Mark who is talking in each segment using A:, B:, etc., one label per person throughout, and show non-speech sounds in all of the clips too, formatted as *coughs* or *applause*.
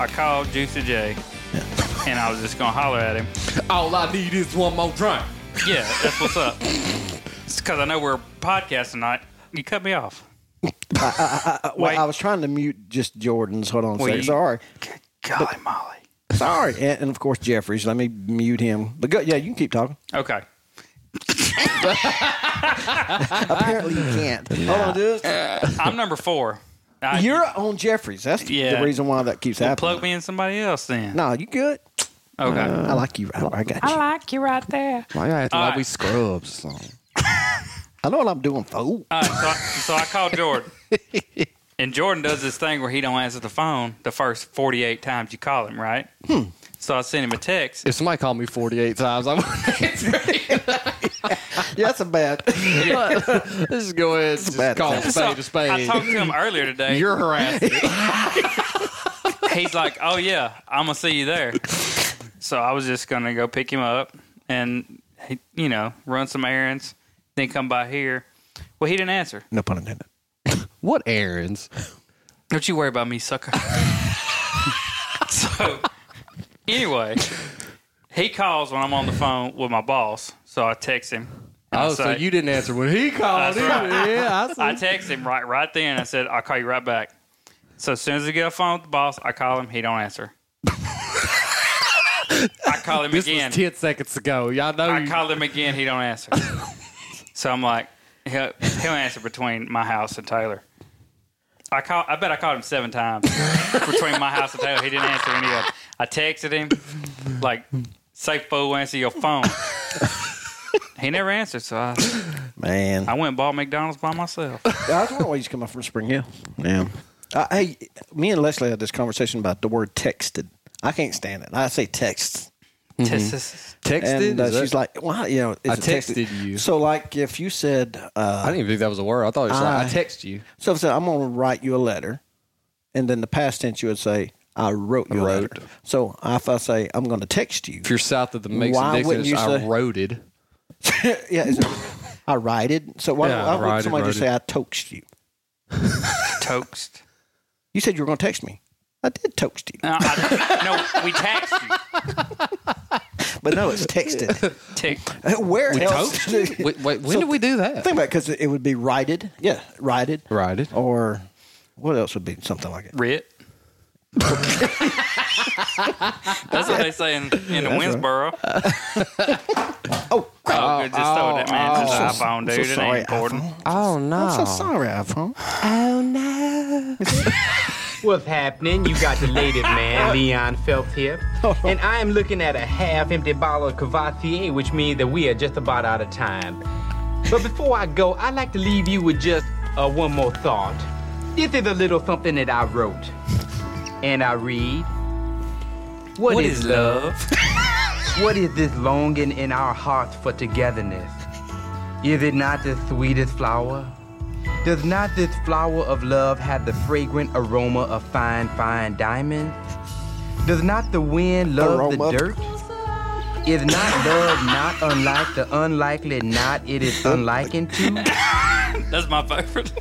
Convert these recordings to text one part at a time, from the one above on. A: I called Juicy J, and I was just gonna holler at him.
B: All I need is one more drink.
A: Yeah, that's what's up. It's because I know we're podcasting tonight. You cut me off.
C: Well,
A: Wait.
C: I was trying to mute just Jordan's. Hold on a
A: Well,
C: second.
A: you-
C: Sorry.
A: Golly moly.
C: Sorry. And, and of course, Jeffries. Let me mute him. But go, yeah, you can keep talking.
A: Okay.
C: Apparently, you can't. Hold on, dude.
A: I'm number four. I,
C: You're on Jeffries. That's the-
A: Yeah.
C: the reason why that keeps
A: well,
C: happening.
A: plug me in somebody else then.
C: No, you good.
A: Okay.
B: Uh,
C: I like you. I, I got you.
A: like you right there.
D: Why you acting
A: All
D: like
A: right.
D: we scrubs? So.
C: I know what I'm doing, fool.
A: All right, Uh, so, I, so I called Jordan, and Jordan does this thing where he don't answer the phone the first 48 times you call him, right? Hmm. So I sent him a text.
D: If somebody called me 48 times, I'm
C: Yeah, *laughs* that's a
D: *laughs*
C: bad.
D: Oh, let's just go ahead and
C: bad
D: just call a
C: thing.
A: So
D: spade a
A: I
D: spade.
A: talked to him earlier today.
D: You're harassing.
A: *laughs* He's like, "Oh yeah, I'm gonna see you there." So I was just gonna go pick him up and he- you know run some errands, then come by here. Well, he didn't answer.
C: No pun intended. *laughs*
D: what errands?
A: Don't you worry about me, sucker. *laughs* so, anyway, he calls when I'm on the phone with my boss. So I text him. and I
D: Oh, so
A: say-
D: you didn't answer when he called.
A: That's right.
D: Yeah,
A: *laughs*
D: I see.
A: I text him right right then. I said, I'll call you right back. So as soon as I get a phone with the boss, I call him. He don't answer. I call him
D: *laughs* This
A: again.
D: was 10 seconds ago. Y'all know
A: I
D: you-
A: call him again. He
D: *laughs*
A: don't answer. so I'm like, he'll, he'll answer between my house and Taylor. I call. I bet I called him seven times between my house and Taylor. He didn't answer any of. Them. I texted him like, "Say fool, answer
D: *laughs*
A: your phone." he never answered, so I,
C: Man.
A: I went and bought McDonald's by myself.
C: I was wondering why he's coming from Spring Hill. Yeah. Uh, hey, me and Leslie had this conversation about the word texted. I can't stand it. I say texts.
D: texted.
C: And uh,
D: Is that-
C: she's like, well, you know,
D: I
C: it's a text.
D: texted you.
C: So, like, if you said, uh,
D: I didn't even think that was a word. I thought it was like, I
C: I-
D: text you.
C: so if I said, I'm going to write you a letter, and then the past tense, you would say, I wrote you a
D: Wrote.
C: letter. So if I say, I'm going to text you,
D: If you're south of the
C: Why
D: Mason Dixon,
C: wouldn't
D: it's
C: you
D: I
C: say-
D: roaded.
C: *laughs* yeah, is it, I righted. So why,
D: Yeah,
C: why
D: I
C: would
D: righted,
C: somebody just say,
D: righted.
C: I toaxed you?
A: *laughs* Toast.
C: You said you were going to text me. I did toast you.
A: No, I- no, we text you.
C: *laughs* But no, it's
A: *laughs*
C: texted. Uh,
A: Tick.
C: Where else?
D: Wait, wait, when did we do that?
C: Think about it, because it would be righted. Yeah, righted.
D: Righted.
C: Or what else would be something like it? *laughs*
A: Rit. That's what they say in, in the Winsboro. *laughs* oh, oh, good. Just throw that man to the iPhone, dude. it
C: sorry,
A: ain't important.
D: Oh no! Oh,
C: I'm so sorry, iPhone.
E: What's happening? You got the latest man, Leon Phelps here. And I am looking at a half empty bottle of Cavatier, which means that we are just about out of time. But before I go, I'd like to leave you with just uh, one more thought. This is a little something that I wrote. And I read
A: What is love?
E: *laughs* What is this longing in our hearts for togetherness? Is it not the sweetest flower? Does not this flower of love have the fragrant aroma of fine, fine diamonds? Does not the wind love
C: Aroma.
E: the dirt? Is not love not unlike the unlikely not it is unlikened to?
A: That's my favorite.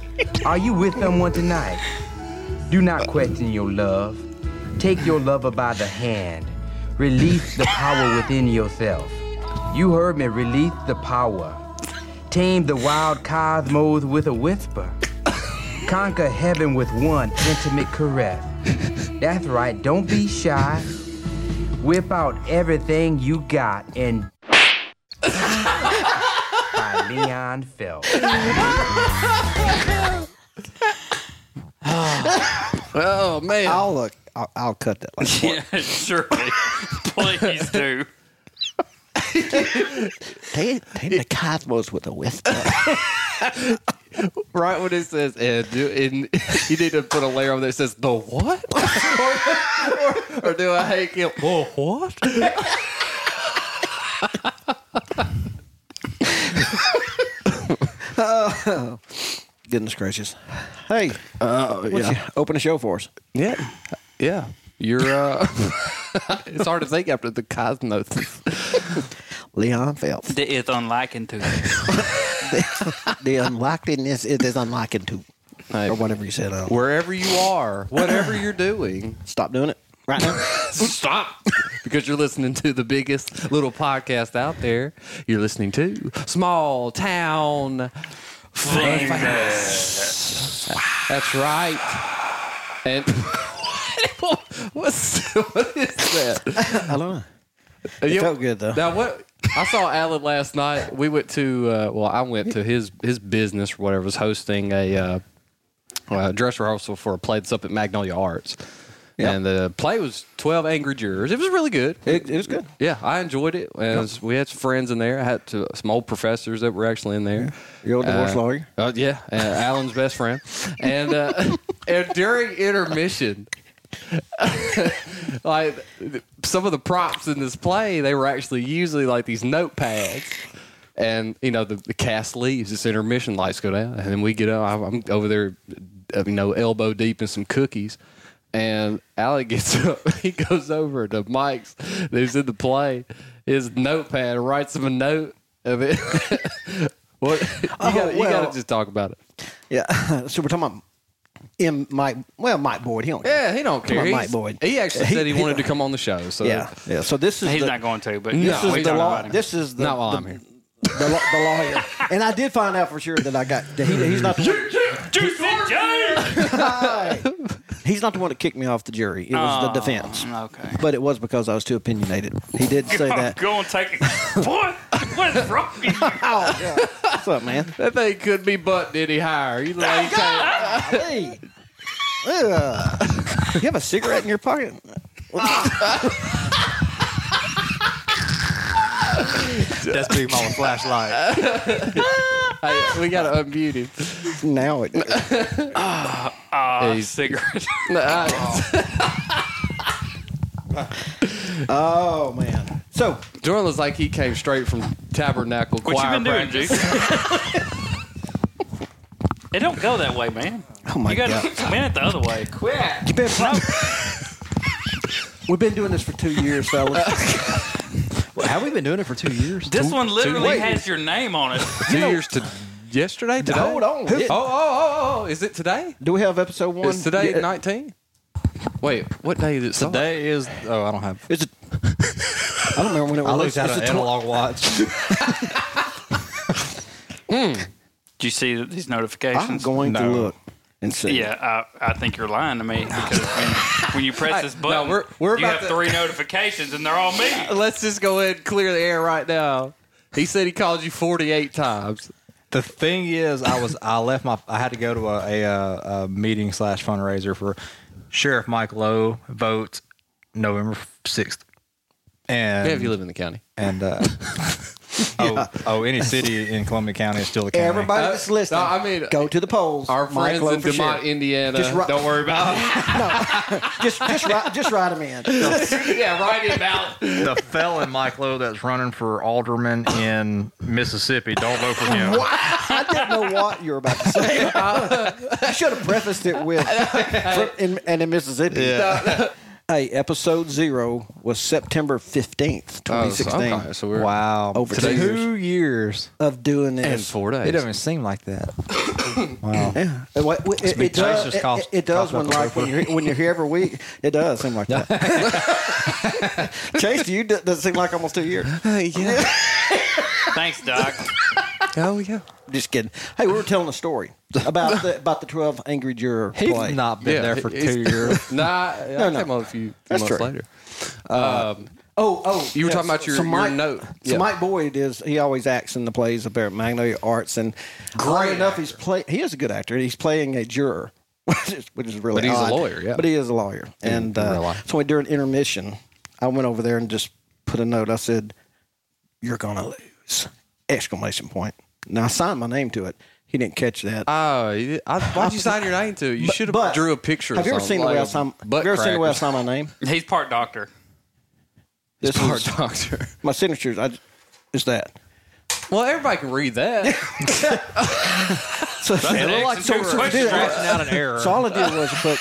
E: Are you with someone tonight? Do not question your love. Take your lover by the hand. Release the power within yourself. You heard me. Release the power. Tame the wild cosmos with a whisper. Conquer heaven with one intimate caress. That's right. Don't be shy. Whip out everything you got and. by Leon Phelps.
D: Oh man!
C: I'll uh, I'll, I'll cut that.
D: *laughs*
C: Like,
A: yeah, surely. Please do.
C: they they
D: *laughs*
C: the cosmos with a whisper.
D: *laughs* right when it says and, do, and *laughs* you need to put a layer on there that says the what or, or, or do I hate him? Well, what? *laughs*
C: Goodness gracious! Hey, uh, yeah. open the show for us.
D: Oh, Yeah, yeah. You're. uh *laughs* It's hard to think after the cosmos.
C: *laughs* Leon
D: *laughs*
C: Phelps.
A: The it's unlikened to.
C: the unlikeliness it is unliking too, or whatever you said. uh, I don't-
D: Wherever you are, whatever you're doing,
C: Stop doing it. right now.
D: Stop. *laughs* because you're listening to the biggest little podcast out there. You're listening to Small Town. That's right. And *laughs* what's, what is that?
C: I don't know. It felt good, though.
D: Now what? I saw Alan last night. We went to uh, well, I went to his his business or whatever was hosting a uh, uh, dress rehearsal for a play that's up at Magnolia Arts,
C: Yeah.
D: and the play was Twelve Angry Jurors. It was really good.
C: It, it was good.
D: Yeah, I enjoyed it. And s- we had some friends in there. I had to, some old professors that were actually in there.
C: Your old divorce
D: Uh,
C: lawyer.
D: Uh, yeah, uh, Alan's best friend. And uh, *laughs* and during intermission, *laughs* like th- some of the props in this play, they were actually usually like these notepads. And you know the, the cast leaves. It's intermission. Lights go down, and then we get up. I'm, I'm over there, uh, you know, elbow deep in some cookies. And Alec gets *laughs* up. He goes over to Mike's, who's in the play. His notepad writes him a note of it. *laughs* what you gotta, you
C: well.
D: gotta just talk about it.
C: Yeah. *laughs* so we're talking about M, Mike. Well, Mike Boyd. He don't.
D: Yeah, he don't
C: Come
D: care.
C: on,
D: He's-
C: Mike Boyd.
D: He actually
C: He-
D: said he
C: *laughs* he-
D: wanted to come on the show. So
C: Yeah. Yeah. So this is
A: He's
C: the,
A: not going to, but
D: No,
C: This is
D: we
C: the
D: don't
C: law.
D: about him.
C: This is the
D: Not while
C: the,
D: I'm here.
C: The, law- the lawyer, and I did find out for sure that I got that he, he's not the one,
A: Juicy J!
C: he's not the one that kicked me off the jury. It was the defense,
A: Oh, Okay.
C: but it was because I was too opinionated. He *laughs* did say that.
A: Go and take it. Boy, what is wrong
C: *laughs*
A: with you?
C: *laughs* Oh, What's up, man?
D: *laughs* that thing could be buttoned any higher. You like
C: Hey, Ugh. you have a cigarette in your
A: *laughs*
C: pocket? Oh
F: That's Big Mama flashlight.
D: *laughs* hey, we gotta unmute him.
C: Now
D: *laughs*
C: it. Ah.
A: Uh,
D: He's-
A: cigarette.
C: Oh man. So
D: Jordan looks like he came straight from Tabernacle
A: What you
D: Choir
A: been doing,
D: practice.
A: Juice? it don't go that way, man.
C: Oh, my
A: you gotta win it the other way. Quit.
C: you been We've been doing this for two years, fellas.
F: Have we been doing it for two years?
A: This one literally
C: wait.
A: has your name on it.
D: Two years to yesterday. Today?
C: Hold on.
D: Oh, oh, oh, oh! Is it today?
C: Do we have episode one?
D: Is today
C: Yeah,
D: nineteen? Wait, what day is it? Sunday?
F: Today is. Oh, I don't have.
C: *laughs* Is it? I don't remember when it was.
F: I looked at
C: It's
F: an
C: the tw-
F: analog
A: *laughs*
F: watch.
A: Hmm. Do you see these notifications?
C: I'm going to
F: No.
C: look and see.
A: Yeah, I, I think you're lying to me
D: *laughs*
A: because when, when you press this
D: no,
A: button,
D: we're- we're
A: you
D: about
A: have
D: to-
A: three notifications and they're all me.
D: Let's just go ahead and clear
C: *laughs*
D: the air *laughs* right now. He said he called you forty-eight times.
F: The thing is, I was I left my I had to go to a, a, uh a meeting slash fundraiser for Sheriff Mike Lowe vote November sixth, and
D: Yeah, if you live in the county. *laughs*
F: and uh, oh oh any city in Columbia County is still a county.
C: Everybody
D: Uh,
C: that's listening,
D: no, I mean,
C: go to the polls.
D: Our
C: Mike
D: friends
C: Lowe
D: in
C: for
D: Demont,
C: sheriff.
D: Indiana.
C: Just ru-
D: don't worry about it.
C: *laughs* Just, just, write, just write them
D: *laughs*
C: in. *laughs*
D: yeah, write him out.
F: *laughs* the felon Mike Lowe that's running for alderman in Mississippi. Don't vote for him.
C: I didn't know what you were about to say. you should have prefaced it with, from, in, and in Mississippi. Hey, episode zero was September
D: Oh,
C: 15th, 2016.
D: okay, so we're
F: Wow,
C: Over
F: two
C: two
F: years.
C: Of doing
D: in
C: this.
D: four days.
F: It doesn't seem like that. wow.
C: Yeah. It, what- it- it
F: big
C: does,
F: taste
C: it,
F: cost-
C: it- it does
F: cost
C: when,
F: up a
C: like, when, you're, when you're here every week, it does seem like that. *laughs* Chase, to you, does it seem like almost two years?
A: Thanks, Doc.
F: Oh yeah.
C: Just kidding. Hey, we were telling a story about the about the twelve angry juror
F: He's
C: play.
F: not been
D: Yeah,
F: there for
D: it's-
F: two
D: *laughs*
F: years.
D: Nah, I
C: no.
D: came on a few, few
C: That's
D: months
C: true.
D: later. Um,
C: Oh, oh,
D: You were talking about your- your note.
C: So
D: Yeah.
C: Mike Boyd is he always acts in the plays up there at Magnolia Arts, and great enough, he's play. He is a good actor. He's playing a juror, *laughs* which is, which is really.
D: But he's a
C: odd.
D: lawyer, yeah.
C: But he is a lawyer, and
D: real
C: uh,
D: life.
C: so during intermission, I went over there and just put a note. I said, "You're gonna lose!" Exclamation point. Now I signed my name to it. He didn't catch that.
D: Oh, you did- I, why'd you sign your name to? it? You
C: But-
D: should
C: but-
D: have drew a picture.
C: Have
D: of
C: you ever
D: something,
C: seen the way I
D: like a
C: signed?
D: butt
C: Have you ever seen the way I
D: crack or
C: signed my name?
F: *laughs*
A: He's part doctor.
C: This
D: Part
C: is
D: doctor.
C: *laughs* my signatures. I is that.
D: Well, everybody can read that.
C: *laughs*
D: *laughs*
C: So,
A: It looked like
C: so, so, dude,
F: Scratching out an error.
C: So all
D: *laughs*
C: I did was put.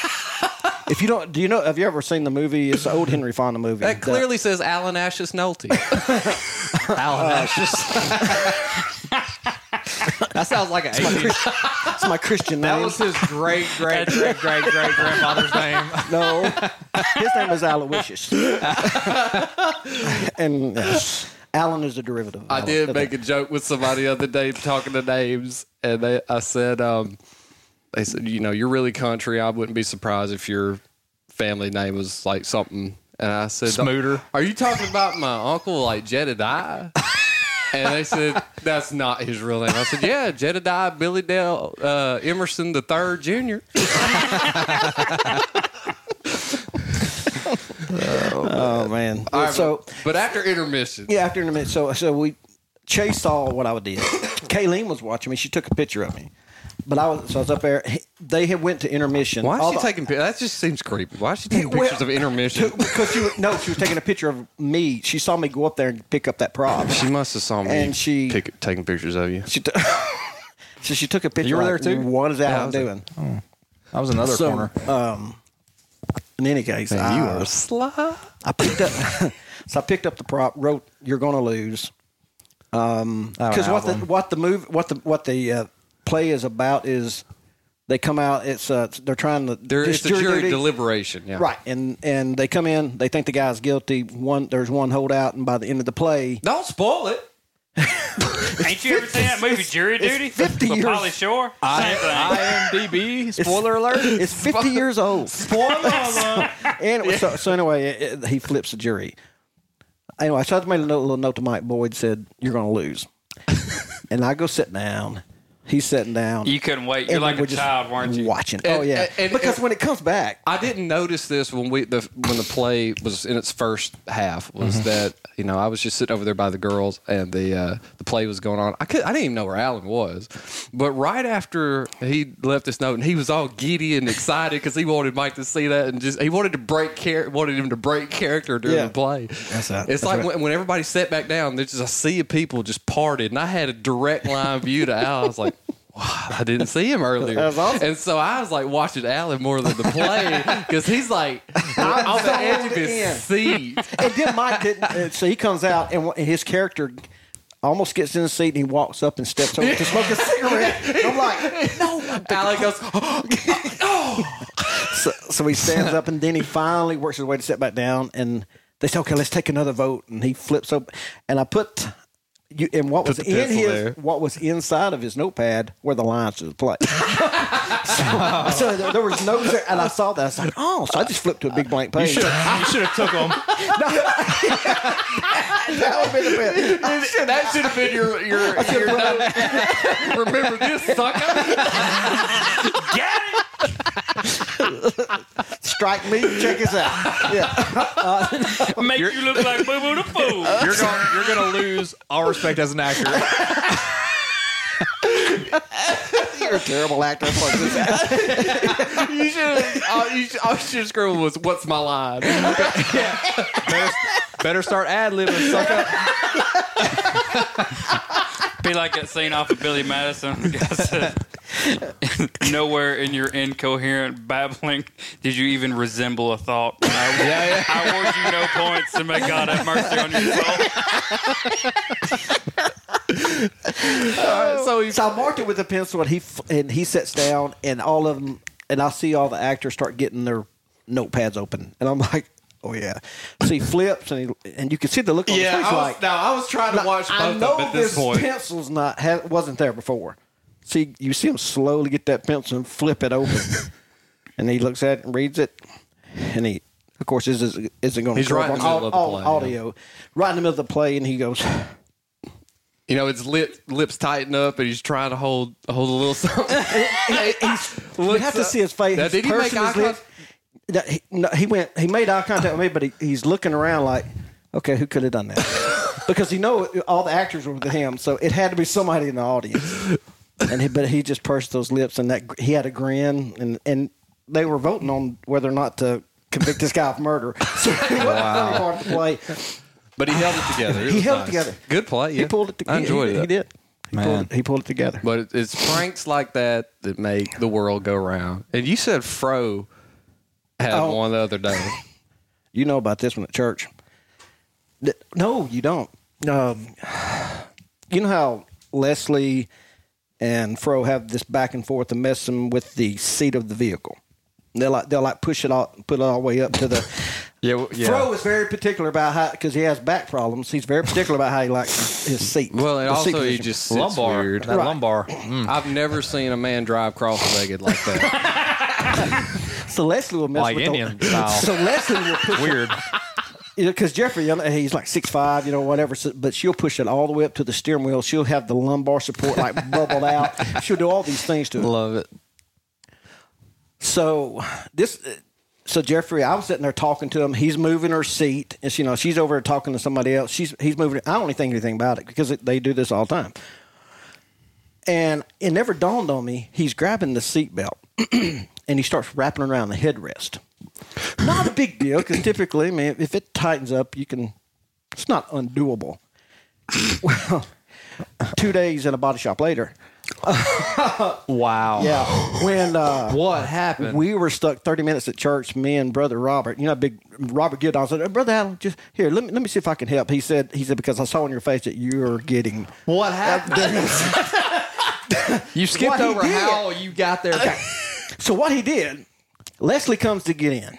C: If you don't, do you know? Have you ever seen the movie? It's the old Henry Fonda movie. *laughs*
D: That clearly says Alan Ashes Nolte.
C: Uh,
F: Alan
C: *laughs*
F: Ashes. that sounds like an 80s.
C: That's my Christian
F: That
C: name.
D: *laughs*
F: was his great, great, great, great, great grandfather's name.
C: *laughs* no, His name is
F: *laughs*
C: Aloysius. and yes, Alan is a derivative. of
D: I
C: Alan.
D: did make
C: Oh, Okay.
D: a joke with somebody the other day talking to names, and they, I said, um, they said, you know, you're really country. I wouldn't be surprised if your family name was like something. And I said,
F: Smooter.
D: Are you talking about my uncle, like
C: *laughs*
D: Jedediah? and they said, that's not his real name. I said, yeah, Jedediah Billy Dell uh, Emerson the
C: *laughs*
D: Third Jr.
C: *laughs* Oh man. so
D: But after intermission,
C: yeah, after in a minute. So so we Chase saw what I
D: *coughs*
C: did. Kayleen was watching me. She took a picture of me. But I was so I was up there. He- They had went to intermission.
D: why is she
C: Although-
D: taking pictures? That just seems creepy. Why is she taking
C: Well,
D: pictures of intermission?
C: to- because she was- no, she was taking a picture of me. She saw me go up there and pick up that prop.
D: She must have saw me
C: *laughs* And she-
D: pick- taking pictures of you.
C: She t- *laughs* so she took a picture.
F: You were
C: like,
F: there too?
C: What is
D: I
C: Alan
D: was there.
C: doing?
F: That was another
C: So,
F: corner.
C: Um, in any case, I,
D: you are sly.
C: I picked up. so I picked up the prop. Wrote, "You're going to lose."
F: That
C: Because what the
F: album.
C: what the move what the what the uh, play is about is they come out. It's uh, they're trying to.
D: There,
C: this
D: it's a jury
C: duty-
D: deliberation. Yeah.
C: Right, and and they come in. They think the guy's guilty. One there's one holdout, and by the end of the play,
D: Don't spoil it.
A: *laughs* Ain't you ever seen that movie Jury Duty?
C: 50
A: With
C: years-
A: Polly Shore. Same thing. *laughs*
F: IMDb spoiler alert.
C: it's 50 years old. *laughs* And it was- so, so anyway, it, it- he flips the jury. Anyway, so I made a note- little note to Mike Boyd said, "You're going to lose," and I go sit down. He's sitting down.
A: you couldn't wait. You're
C: and
A: like
C: we're
A: a
C: just
A: child, weren't you?
C: Watching. oh
D: And-
C: yeah.
D: and- and-
C: because
D: and-
C: when it comes back,
D: I didn't notice this when we the when the play was in its first half was that you know I was just sitting over there by the girls and the uh, the play was going on. I could I didn't even know where Alan was, but right after he left this note and he was all giddy and excited because he wanted Mike to see that and just he wanted to break char- wanted him to break character during
C: Yeah.
D: the play.
C: That's right.
D: It's
C: Uh, That's
D: like
C: right.
D: when, when everybody sat back down, there's just a sea of people just parted, and I had a direct line view to Alan. I was like. "Wow, I didn't see him earlier.
C: That's awesome.
D: And so I was like watching Allen more than the play because he's
C: *laughs*
D: like on the edge of his
C: in.
D: seat.
C: *laughs* and then Mike didn't. uh, So he comes out, and wha- and his character almost gets in the seat, and he walks up and steps over to smoke a cigarette. And I'm like,
D: *laughs*
C: no. I'm thinking,
D: Allen goes, "Oh,
C: So, so he stands up, and then he finally works his way to sit back down, and they say, okay, let's take another vote, and he flips up, and I put. You, and what was
D: the
C: in
D: pencil
C: his,
D: there.
C: what was inside of his notepad, were the lines to the play. *laughs* so, so there, there was no, and I saw that. I was like, oh, so I just flipped to a big blank page.
F: you should have took them.
C: That would have been the best.
D: oh." *laughs* that should have been your your, your *laughs* note. Remember this, sucker.
C: *laughs* Strike me, check us out. Yeah.
A: Make you look like Boo Boo the Fool.
F: *laughs* You're going. You're going to lose all respect as an
C: *laughs*
F: actor.
C: You're a terrible actor. Fuck this ass.
D: *laughs* You should have. All you should, all you should have scribbled was, "What's my line?" *laughs*
F: Better, better start ad libbing. Suck up.
A: Be like that scene off of Billy Madison. *laughs* The guy said, Nowhere in your incoherent babbling did you even resemble a thought. And I, I award you no points, and *laughs* may God have mercy on your soul.
D: So he
C: So I marked it with a pencil, and he f- and he sits down, and all of them, and I see all the actors start getting their notepads open, and I'm like, oh yeah. So he flips, and he, and you can see the look on
D: yeah,
C: his
D: I
C: face,
D: was,
C: like
D: no, I was trying to watch both
C: I
D: of
C: know
D: them at this, point.
C: pencil's not ha- wasn't there before. See, you see him slowly get that pencil and flip it
D: *laughs*
C: open, and he looks at it and reads it, and he, of course, this is, isn't going to
D: He's right in the middle of the play, yeah.
C: audio, right in the middle of the play, and he
D: *laughs*
C: goes.
D: You know, his lip, lips tighten up, and he's trying to hold hold a
C: *laughs*
D: little something.
C: you have to
D: Ah! up.
C: see his face.
D: Now,
C: His
D: did he
C: person,
D: make eye
C: his lips. No, he, no, he went. He made eye contact with me, but he, he's looking around like, okay, who could have done
D: *laughs*
C: that? because you know all the actors were with him, so it had to be somebody in the audience. And he, but he just pursed those lips, and that gr- he had a grin, and and they were voting on whether or not to convict this guy of murder. So it wasn't
D: *laughs*
C: really part of the play.
D: But he held it together. It
C: He
D: was
C: held it
D: nice.
C: together.
D: Good play. Yeah.
C: He pulled it. To,
D: I enjoyed
C: he,
D: it.
C: He did. He
F: Man.
C: pulled, it- he pulled it together.
D: But it- it's pranks like that that make the world go round. And you said Fro had
C: Oh.
D: one the other day.
C: *laughs* You know about this one at church. Th- No, you don't. Um, you know how Leslie and Fro have this back and forth and messing with the seat of the vehicle. They'll like they'll like push it all put it all the way up to
D: *laughs*
C: the.
F: Yeah, w- yeah.
C: Fro is very particular about how because he has back problems. He's very particular about how he likes his seat.
D: Well, and
C: the seat
D: also he
C: position.
D: just sits
F: lumbar.
D: weird. Mm.
F: That lumbar.
D: I've never seen a man drive cross-legged like that.
C: *laughs* so Leslie will mess
F: Like
C: with
F: Indian
C: the, *laughs*
F: style.
C: So Leslie will push
F: Weird.
C: because Jeffrey, you know, he's like six five, you know, whatever. So, but she'll push it all the way up to the steering wheel. She'll have the lumbar support like
F: *laughs*
C: bubbled out. She'll do all these things to it.
F: Love it.
C: So this, so Jeffrey, I was sitting there talking to him. He's moving her seat, and she- you know she's over there talking to somebody else. She's he's moving. I don't really think anything about it because it, they do this all the time. And it never dawned on me he's grabbing the seatbelt *clears throat* and he starts wrapping around the headrest. Not a big deal because typically, I mean, if it tightens up, you can. It's not undoable. well, two days in a body shop
D: *laughs*
C: later.
F: Wow.
C: Yeah, when uh,
D: what happened?
C: we were stuck 30 minutes at church, me and Brother Robert. You know, big Robert Goodall said, "Hey, Brother Allen, just here, let me, let me see if I can help. He said, he said, because I saw on your face that you're getting.
D: What happened? you skipped
C: What he
D: over
C: did.
D: how you got there.
C: So what he did, Leslie comes to get in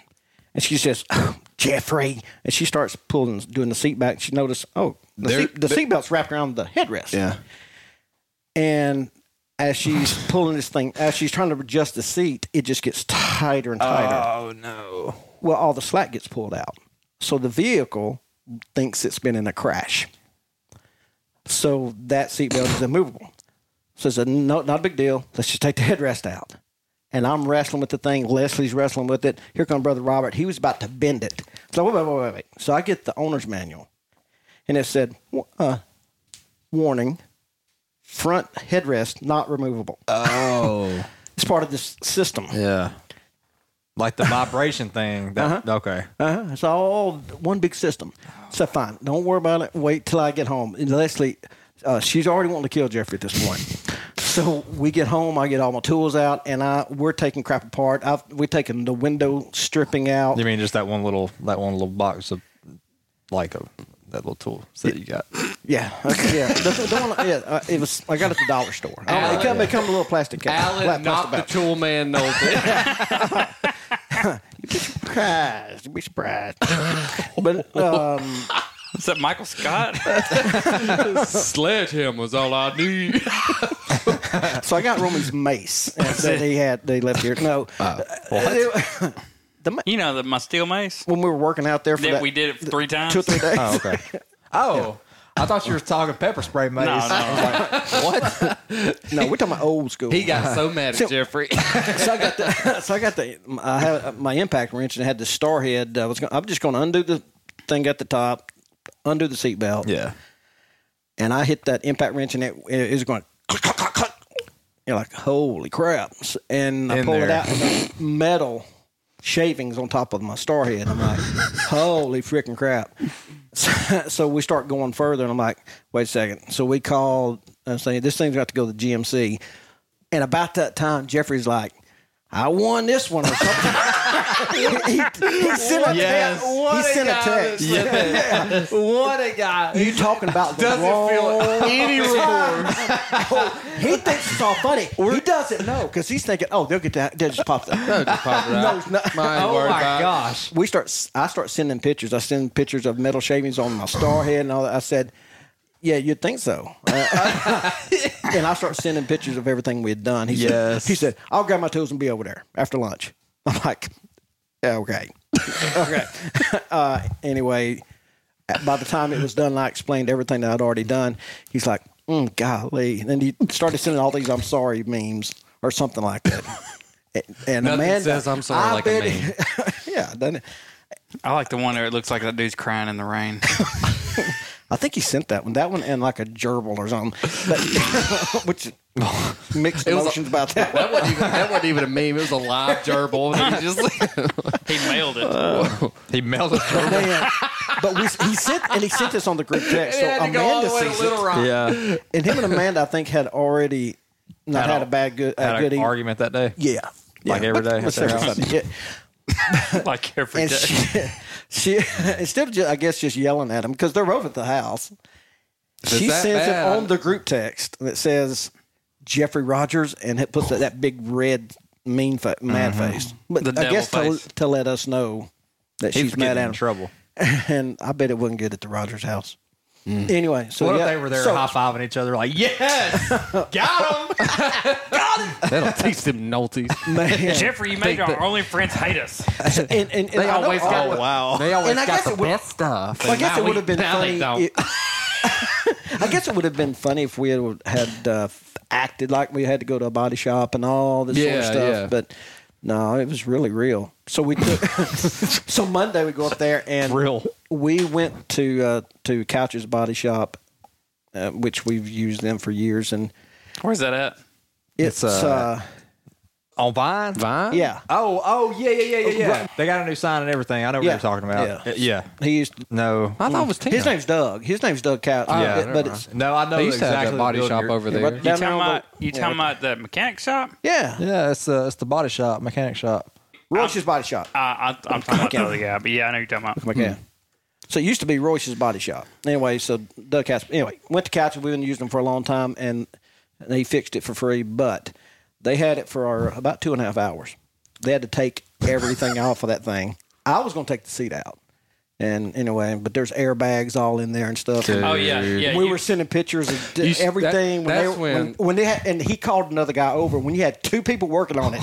C: and she says, "Oh, Jeffrey. And she starts pulling, doing the seat back. She noticed, oh, the,
D: There-
C: seat, the
D: there-
C: seatbelt's wrapped around the headrest. And as
F: *laughs*
C: she's pulling this thing, as she's trying to adjust the seat, it just gets tighter and tighter.
F: Oh no.
C: Well, all the slack gets pulled out. So the vehicle thinks it's been in a crash. So that seatbelt is immovable. So it's a no, not a big deal. Let's just take the headrest out. And I'm wrestling with the thing. Leslie's wrestling with it. Here comes Brother Robert. He was about to bend it. So wait, wait, wait, wait, wait. So I get the owner's manual, and it said, w- uh, "Warning: Front headrest not removable."
F: Oh.
C: *laughs* It's part of this system.
F: Yeah. Like the vibration thing. That, Okay.
C: Uh-huh. It's all one big system. So fine, don't worry about it. Wait till I get home. And Leslie, uh, she's already wanting to kill Jeffrey at this
F: *laughs*
C: point. so we get home. I get all my tools out, and I we're taking crap apart. I've, we're taking the window stripping out.
F: You mean just that one little that one little box of like a that little tool that you got?
C: Yeah, okay, yeah. The, the one, yeah uh, it was. I got it at the dollar store. I don't know, it come, it come in a little plastic cap.
D: Alan,
C: plastic
D: not the
C: pouch.
D: tool
C: *laughs*
D: man, knows it.
C: Surprise! You'd Be surprised. but um,
A: *laughs* Is that Michael Scott?
D: *laughs* Sledgehammer was all I need.
C: *laughs* So I got Romy's mace that he had. They left here. No,
D: *laughs* Uh,
C: uh, what? the ma-
A: you know, the, my steel mace
C: when we were working out there for
A: that
C: that
A: we did it three times.
C: two or three days.
F: Oh,
C: *laughs*
F: okay.
D: Oh,
F: I thought you were talking pepper spray mace.
A: No, no.
F: *laughs*
C: No, we're talking about old school.
D: *laughs* he got so mad at
C: So-
D: Jeffrey.
C: so I got the *laughs* so I got the I had my impact wrench and had the star head. I was gonna, I'm just going to undo the thing at the top, undo the seatbelt,
F: Yeah.
C: and I hit that impact wrench and it it was going. Click, click, click, click. You're like, holy crap! S- And I
F: In
C: pull it
F: there.
C: out, and
F: *laughs*
C: there's metal shavings on top of my star head. I'm
F: *laughs*
C: like, holy freaking crap! So, *laughs* so we start going further, and I'm like, wait a second. So we called, I'm saying this thing's got to go to GMC. And about that time, Jeffrey's like, I won this one or
F: *laughs*
C: something. he, he sent a
D: Yes.
C: text. He sent a text.
D: what a guy.
C: You talking about the wrong?
F: *laughs*
D: any *laughs* remorse.
C: he thinks it's all funny. he doesn't know *laughs* because he's thinking, "Oh, they'll get that. They'll just pop that."
D: No,
F: Oh my gosh.
C: we start. I start sending pictures. I send pictures of metal shavings on my star head and all that. I said, "Yeah, you'd think so." Uh, and I *laughs* start sending pictures of everything we had done. He
F: Yes.
C: said, "He said I'll grab my tools and be over there after lunch." I'm like, "Yeah, "Okay, okay." *laughs* uh, anyway, by the time it was done, I explained everything that I'd already done. He's like, mm, "Golly!" And then he started sending all these "I'm sorry" memes or something like that.
D: *laughs*
C: And- And
D: Nothing
C: Amanda
D: says I'm sorry
C: I
D: like a
C: bet-
D: man.
C: yeah, doesn't it?
A: I like the one where it looks like that dude's crying in the rain.
C: I think he sent that one. That one and like a gerbil or something. But- *laughs* which
D: *laughs*
C: mixed
D: was a-
C: emotions about that.
D: That wasn't, even, that wasn't even a meme. It was a live gerbil. And he just, *laughs*
A: He mailed it.
F: He
C: *laughs*
F: melted.
C: Man. But we, he sent and he sent this on the group text. So Amanda sees it, *laughs*
D: Rock.
F: yeah.
C: and him and Amanda, I think, had already not had,
F: Had
C: a,
F: a-
C: bad good,
F: Had
C: uh,
F: an
C: good evening.
F: argument that day.
C: Yeah,
F: Like
C: Yeah.
F: every day
C: Let's
F: at their
C: say
F: house.
C: something. Yeah.
A: like every
C: And
A: day.
C: she, she instead of just, I guess just yelling at him because they're over at the house. she
D: that
C: sends
D: bad?
C: him on the group text that says Jeffrey Rogers and it puts that, that big red mean, fa- mad faced. But
A: The
C: I
A: devil
C: guess to,
A: face.
C: to let us know that
F: He's
C: she's mad
F: getting
C: at
F: in
C: him.
F: trouble.
C: *laughs* and I bet it wasn't good at the Rogers house. Anyway, so
F: What
C: yeah,
F: if they were there
C: so-
F: high fiving each other like, yes, got him?
D: That'll teach them naughties.
C: *laughs* man,
A: Jeffrey, you made our only friends hate us.
C: and, and, and
D: They
C: I know
D: always
C: all-
D: got
F: Oh, wow.
D: They always
C: And I
D: got
C: guess
D: the
C: it would-
D: best stuff.
C: I guess
D: Now
C: it
D: we-
C: would have been
D: now
C: funny.
D: they don't.
C: it- I guess it would have been funny if we had, had uh, acted like we had to go to a body shop and all this sort of
D: Yeah,
C: stuff.
D: yeah.
C: But no, it was really real. So we
D: *laughs*
C: took. so Monday we go up there and
D: Real.
C: We went to uh, to Couch's Body Shop, uh, which we've used them for years, and
A: Where's that at?
C: it's, uh,
F: uh, On Vine?
D: Vine?
C: yeah.
F: Oh, oh, yeah, yeah, yeah, yeah, yeah.
C: Right.
F: They got a new sign and everything. I know what
C: Yeah.
F: you're talking about.
C: Yeah.
F: Uh, Yeah.
C: He used
F: No.
D: I thought it was Tina.
C: His name's Doug. His name's Doug Couch.
D: Oh,
C: yeah,
D: never
C: but
D: mind.
C: it's
F: No, I know
D: They used to have
F: exactly
D: that
F: the
D: body
F: building
D: shop
F: you're-
D: over
C: Yeah,
D: there.
C: right
A: You
C: down there
A: talking
C: on the-
A: about? You
C: yeah,
A: talking
C: right
A: about the mechanic shop?
C: yeah.
F: Yeah, it's, uh, it's the body shop, mechanic shop.
C: Royce's Body Shop.
A: Uh, I, I'm talking about the other guy, but yeah, I know you're talking about.
C: Okay.
D: Hmm.
C: So it used to be Royce's Body Shop. Anyway, so Doug Couch. Anyway, went to Couch. We've been using them for a long time, and and he fixed it for free. But they had it for our, about two and a half hours. They had to take everything *laughs* off of that thing. I was going to take the seat out, and anyway, but there's airbags all in there and stuff.
A: Oh yeah, yeah.
C: we
A: you-
C: were sending pictures of d-
D: You s-
C: everything
D: that-
C: when, they,
D: that's
C: were- when,
D: when-
C: when, they had, and he called another guy over when you had two people working on it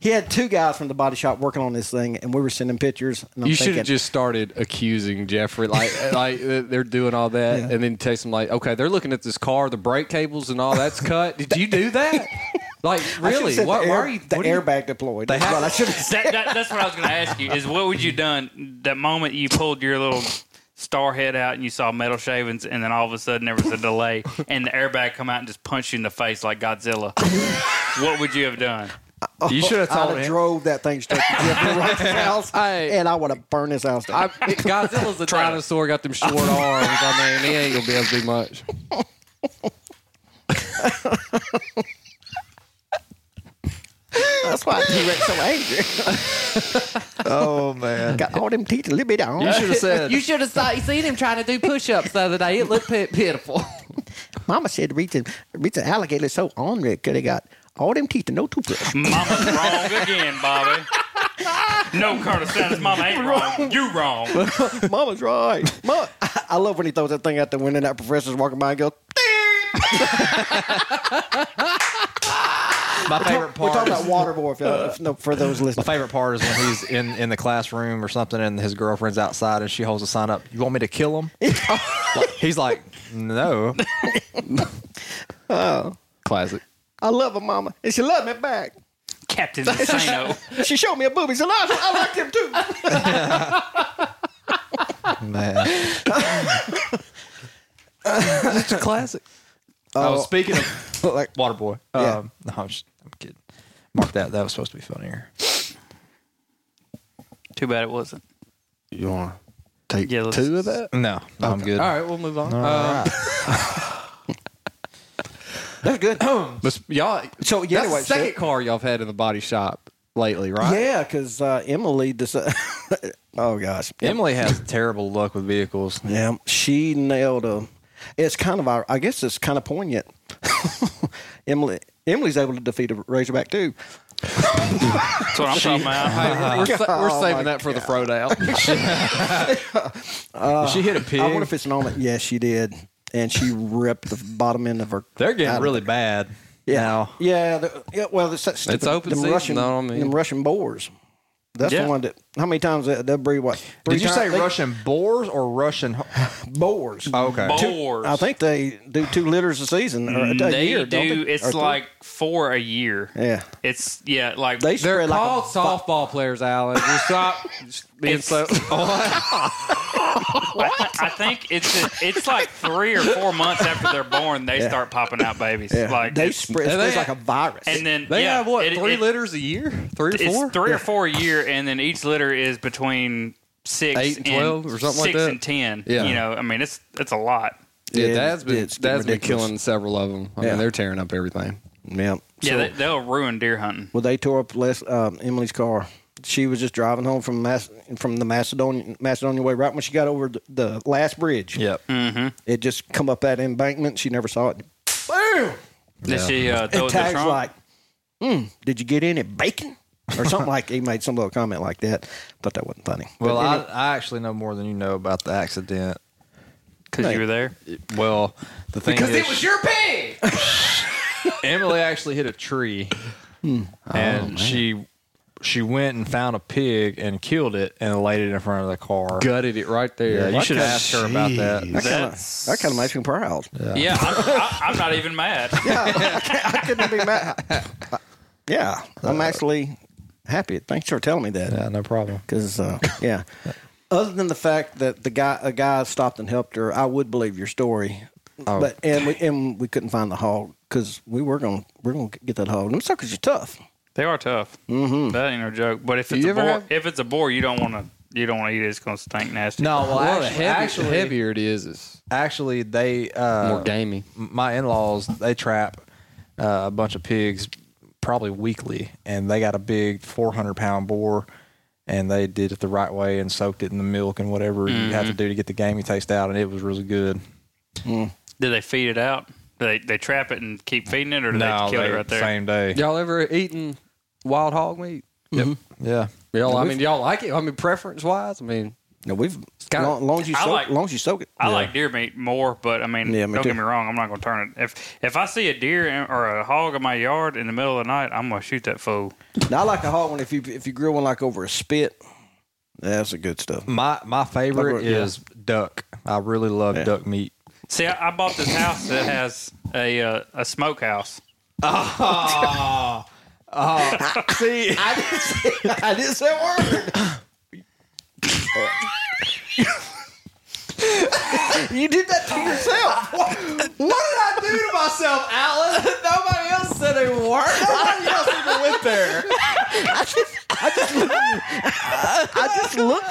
C: he had two guys from the body shop working on this thing and we were sending pictures and I'm
D: You should
C: thinking,
D: have just started accusing
C: *laughs*
D: Jeffrey, like like uh, they're doing all that, and then text him like, okay, they're looking at this car, the brake cables and all that's cut. Did you do
C: *laughs*
D: that? Like
C: I should've
D: really?
C: said
D: Why,
C: the,
D: why
C: air-
D: are you?
C: the
D: what are you-
C: airbag deployed That's what I should
D: *laughs*
C: have
A: that, that, that's what I was going to ask you. Is what would you done that moment you pulled your little star head out and you saw metal shavings, and then all of a sudden there was
C: *laughs*
A: a delay, and the airbag come out and just punch you in the face like Godzilla? what would you have done?
D: *laughs*
F: You should have
C: I'd
F: told
C: have
F: him.
C: drove that thing straight to Jeffrey Wright's house,
D: Hey.
C: and I would have burned his house down.
D: I, Godzilla's a dinosaur. Got them short arms. I mean, he ain't gonna be able to do much.
C: That's why T-Rex so
D: *laughs*
C: angry.
F: Oh, man.
C: Got all them teeth a little bit on.
F: You should have
C: *laughs*
D: *laughs*
F: said,
D: You should have seen him trying to do push-ups the other day. It looked pitiful.
C: Mama said reach an, reach an alligator so ornery could have got all them teeth and no toothbrush.
D: *laughs*
A: Mama's wrong again, Bobby. No, Colonel Sanders, Mama ain't wrong. You wrong.
C: *laughs* *laughs* Mama's right. Mama. I love when he throws that thing out the window and that professor's walking by and goes,
F: my favorite
C: We're
F: part.
C: talking
F: is-
C: about Waterboy if, uh, if, no, for those
F: My
C: listening.
F: favorite part is when he's in, in the classroom or something, and his girlfriend's outside, and she holds a sign up. You want me to kill him? *laughs* Like, he's like, no.
C: "Oh."
D: Classic.
C: I love her mama and she loved me back.
A: Captain
C: *laughs*
A: Insano.
C: She showed me a booby. She said, "Lars, I liked him too.
F: *laughs* Man.
D: *laughs* It's a classic.
F: Oh, speaking
C: *laughs*
F: of
C: like,
F: Waterboy.
C: Yeah.
F: Um, no, I'm, just, I'm kidding. Mark that. That was supposed to be funnier.
A: Too bad it wasn't.
D: You want to take
A: Yeah, let's- two of
D: that?
F: No, no I'm good.
D: All right, we'll move on. Um,
C: *laughs* That's good.
D: Um, *clears throat* but y'all,
C: So, yeah,
D: that's
C: anyway,
D: the second
C: so-
D: car y'all've had in the body shop lately, right?
C: *laughs* yeah, because uh, Emily decided. *laughs* oh gosh,
F: Emily has terrible luck with vehicles.
C: Yeah, she nailed a. It's kind of our. I guess it's kind of poignant. *laughs* Emily. Emily's able to defeat a Razorback too.
A: That's what I'm talking about.
D: Hey, we're, we're, sa-
C: *laughs*
D: we're
C: Oh, my
D: saving that for the throw
C: *laughs*
D: down.
F: Did she hit a pig.
C: Uh, I wonder if it's an omen. Yes, she did, and she ripped the bottom end of her.
F: They're
C: out
F: getting
C: of
F: really
C: it.
F: bad.
C: Yeah,
F: Now.
C: yeah, the, yeah. Well, it's that stupid,
D: It's open
C: them
D: season,
C: Russian,
D: though, I mean.
C: them Russian boars. That's
A: Yeah.
C: the one that. How many times that, that breed? What? three
F: Did you
C: times?
F: say
C: They-
F: Russian boars or Russian?
C: *laughs*
F: Oh,
C: boars?
F: Okay.
A: Boars.
C: I think they do two litters a season or a, a
A: they
C: year. don't
A: do.
C: they? Or
A: It's
C: three?
A: like four a year.
C: Yeah.
A: It's yeah, like
C: they
D: They're
C: spread like a
D: called softball players,
C: *laughs*
D: Alan. You stop being
A: It's-
D: so. *laughs*
A: I, th- I think it's it's like three or four months after they're born they start popping out babies.
C: Yeah.
A: Like
C: they
A: it's-
C: spread
D: and
C: it's
D: they-
C: like a virus.
A: and then
D: They
A: yeah,
D: have what
A: it-
D: three
A: it-
D: litters a year? Three or
A: It's
D: four?
A: three or four a year, and then each litter is between six
D: Eight and 12 or something like
A: six
D: that?
A: and ten.
D: Yeah.
A: you know, I mean, it's it's a lot.
D: yeah,
C: Yeah,
D: Dad's been
C: it's
D: Dad's been
C: ridiculous.
D: killing several of them. I
C: Yeah.
D: mean, they're tearing up everything.
C: yeah.
A: Yeah,
C: So-
A: they, they'll ruin deer hunting.
C: well, they tore up Les, um, Emily's car. She was just driving home from Mas- from the Macedonian Macedonia way. Right when she got over the, the last bridge,
F: Yep.
G: Mm-hmm.
C: it just come up that embankment. She never saw it. Boom!
A: Did she uh,
C: *laughs* And
A: throw it in the
C: tags
A: trunk?
C: like "Hmm, Did you get in it bacon? Or something like he made some little comment like that. Thought that wasn't funny.
F: Well, I, I actually know more than you know about the accident.
A: because you were there.
F: Well, the thing
B: Because
F: is,
B: it was your pig.
F: Emily actually hit a tree,
D: Hmm. Oh,
F: and she she went and found a pig and killed it and laid it in front of the car.
D: Gutted it right there.
F: Yeah, you
D: Like,
F: should ask her about
C: That
F: that.
C: kind
A: That's-
C: of that kind of makes me proud.
A: Yeah, I'm, I, I'm not even
C: *laughs*
A: mad. *laughs*
C: I couldn't be mad. Yeah, I'm
A: Uh,
C: actually happy. Thanks for telling me that.
F: Yeah, no problem.
C: Because uh, yeah, other than the fact that the guy a guy stopped and helped her, I would believe your story.
A: Oh.
C: But and we and we couldn't find the hog because we were gonna we're gonna get that hog. Them suckers are tough.
A: They are tough. Mm-hmm. That ain't no joke. But if it's
D: you
A: a
D: ever
A: boar,
D: have-
A: if it's a boar, you don't want to you don't want to eat it. It's gonna stink
D: *laughs*
A: nasty.
F: No, well,
D: well, the
F: actually,
D: heavy-
F: actually,
D: the heavier it is, it's
F: actually, they uh,
D: more gamey.
F: my in-laws they trap uh, a bunch of pigs probably weekly and they got a big 400 pound boar and they did it the right way and soaked it in the milk and whatever
D: Mm-hmm.
F: you have to do to get the gamey taste out and it was really good
D: Mm.
A: Do they feed it out? Do they they trap it and keep feeding it, or do they kill it right there?
F: same day
D: Y'all ever eaten wild hog meat? Yep.
F: yeah
D: Y'all, I
C: We've-
D: mean, y'all like it? I mean, preference wise, I mean,
C: No, we've
D: got-
C: long, long as you
A: I
C: soak,
A: like-
C: long as you soak it.
A: I like deer meat more, but I mean,
C: Yeah, me
A: don't
C: too.
A: get me wrong. I'm not gonna turn it. If if I see a deer in- or a hog in my yard in the middle of the night, I'm gonna shoot that fool.
C: Now, I like a hog one if you if you grill one like over a spit. That's the good stuff.
F: my my favorite
C: Like, yeah.
F: is duck i really love duck meat
A: See, I, I bought this house that has a uh, a smokehouse. *laughs* Uh,
B: *laughs*
F: see
C: I didn't say, I didn't say a word. you did that to yourself.
B: What did I do to myself, Alan? *laughs* Nobody else said a word. Nobody else even went there.
C: I just looked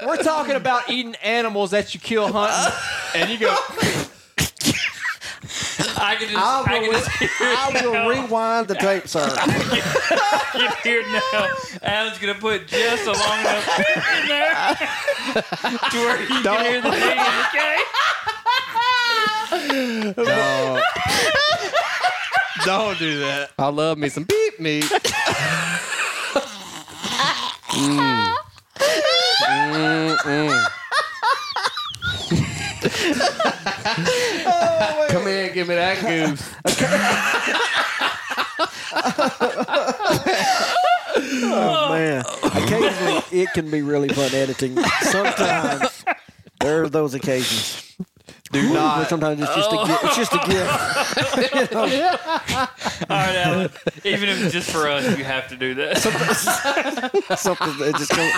C: at
B: We're talking about eating animals that you kill hunting, and you go.
A: I can just,
C: I
A: I can
C: will,
A: just
C: I will rewind the tape, sir.
A: *laughs* get here now. Adam's gonna put just a long enough *laughs* in there to where you can hear the name. Okay.
F: don't do that
D: I love me some beef meat.
C: Oh,
D: Come here, give me that goose.
C: Man, occasionally it can be really fun editing. Sometimes there are those occasions. Do not. But sometimes it's just a gift. It's just a gift.
A: All right, Alan. Even if it's just for us, you have to
D: *laughs*
A: do that.
C: Something that just. Comes.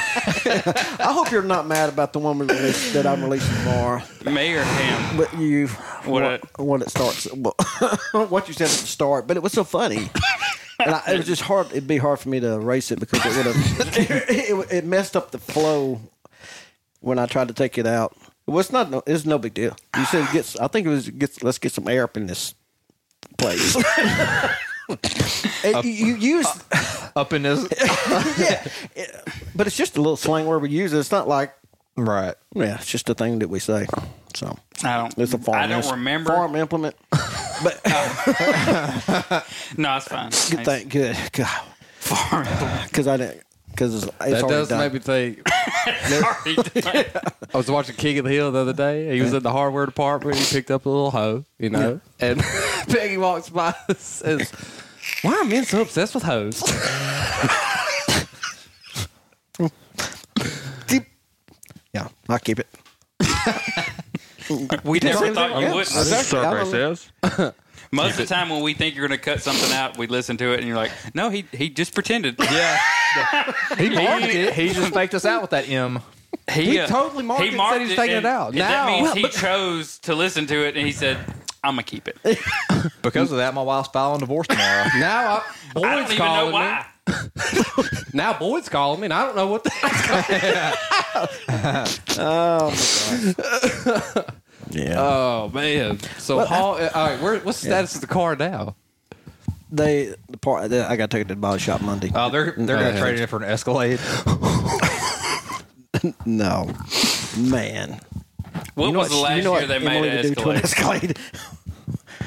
C: I hope you're not mad about the one we released that I'm releasing tomorrow.
A: Mayor Ham.
C: But you,
A: What
C: what, what it starts, *laughs* what you said at the start, but it was so funny, and I, it was just hard. It'd be hard for me to erase it because it would have, *laughs* it, it messed up the flow when I tried to take it out. It was not. No, it's no big deal. You said it gets. I think it was gets. Let's get some air up in this
F: *laughs*
C: place. *laughs* And you, you use
D: *laughs*
F: up in this
C: *laughs* yeah, it- but it's just a little slang word we use. It's not like
F: right
C: yeah, it's just a thing that we say. So
A: I don't.
C: it's a farm.
A: I don't
C: it's a
A: remember. *laughs*
C: farm implement. But
A: No, it's fine.
C: good thing, good God,
A: Farm.
C: *laughs* because I didn't because it's
D: That
C: already
D: does
C: done.
D: make
C: *laughs*
D: me think.
A: Sorry.
D: I was watching King of the Hill the other day. He was in the hardware department. He picked up a little hoe, you know. And *laughs* Peggy walks by and says, "Why are men so obsessed with
C: *laughs*
D: hoes?"
C: Deep- Yeah, I keep it.
A: *laughs* we never thought you
C: Yeah.
A: would.
C: *laughs*
A: Most of the time, when we think you're going to cut something out, we listen to it and you're like, "No, he he just pretended."
F: yeah
A: he
F: he just faked us out with that m
A: *laughs* He,
D: He totally marked it and said he was taking it
A: and
D: out.
A: that
D: Now-
A: means
D: Well, *laughs*
A: he
D: but-
A: chose to listen to it, and he said, "I'm gonna keep it."
F: because of that my wife's filing divorce tomorrow
D: Now I, Boyd's
A: I don't even
D: calling
A: know why.
D: me. Now Boyd's calling me, and I don't know what the *laughs*
C: Oh, Yeah,
D: Oh man! So Hall, all right, where, what's the status of the car now?
C: they the part the, I got taken to the body shop Monday.
F: Oh, they're they're
D: Yeah.
F: gonna trade it for an Escalade.
C: *laughs* no, man.
A: What
C: You know
A: was the
C: what-
A: last
C: you know
A: year
C: what
A: they made
C: Emily
A: an
C: would do to an
A: Escalade?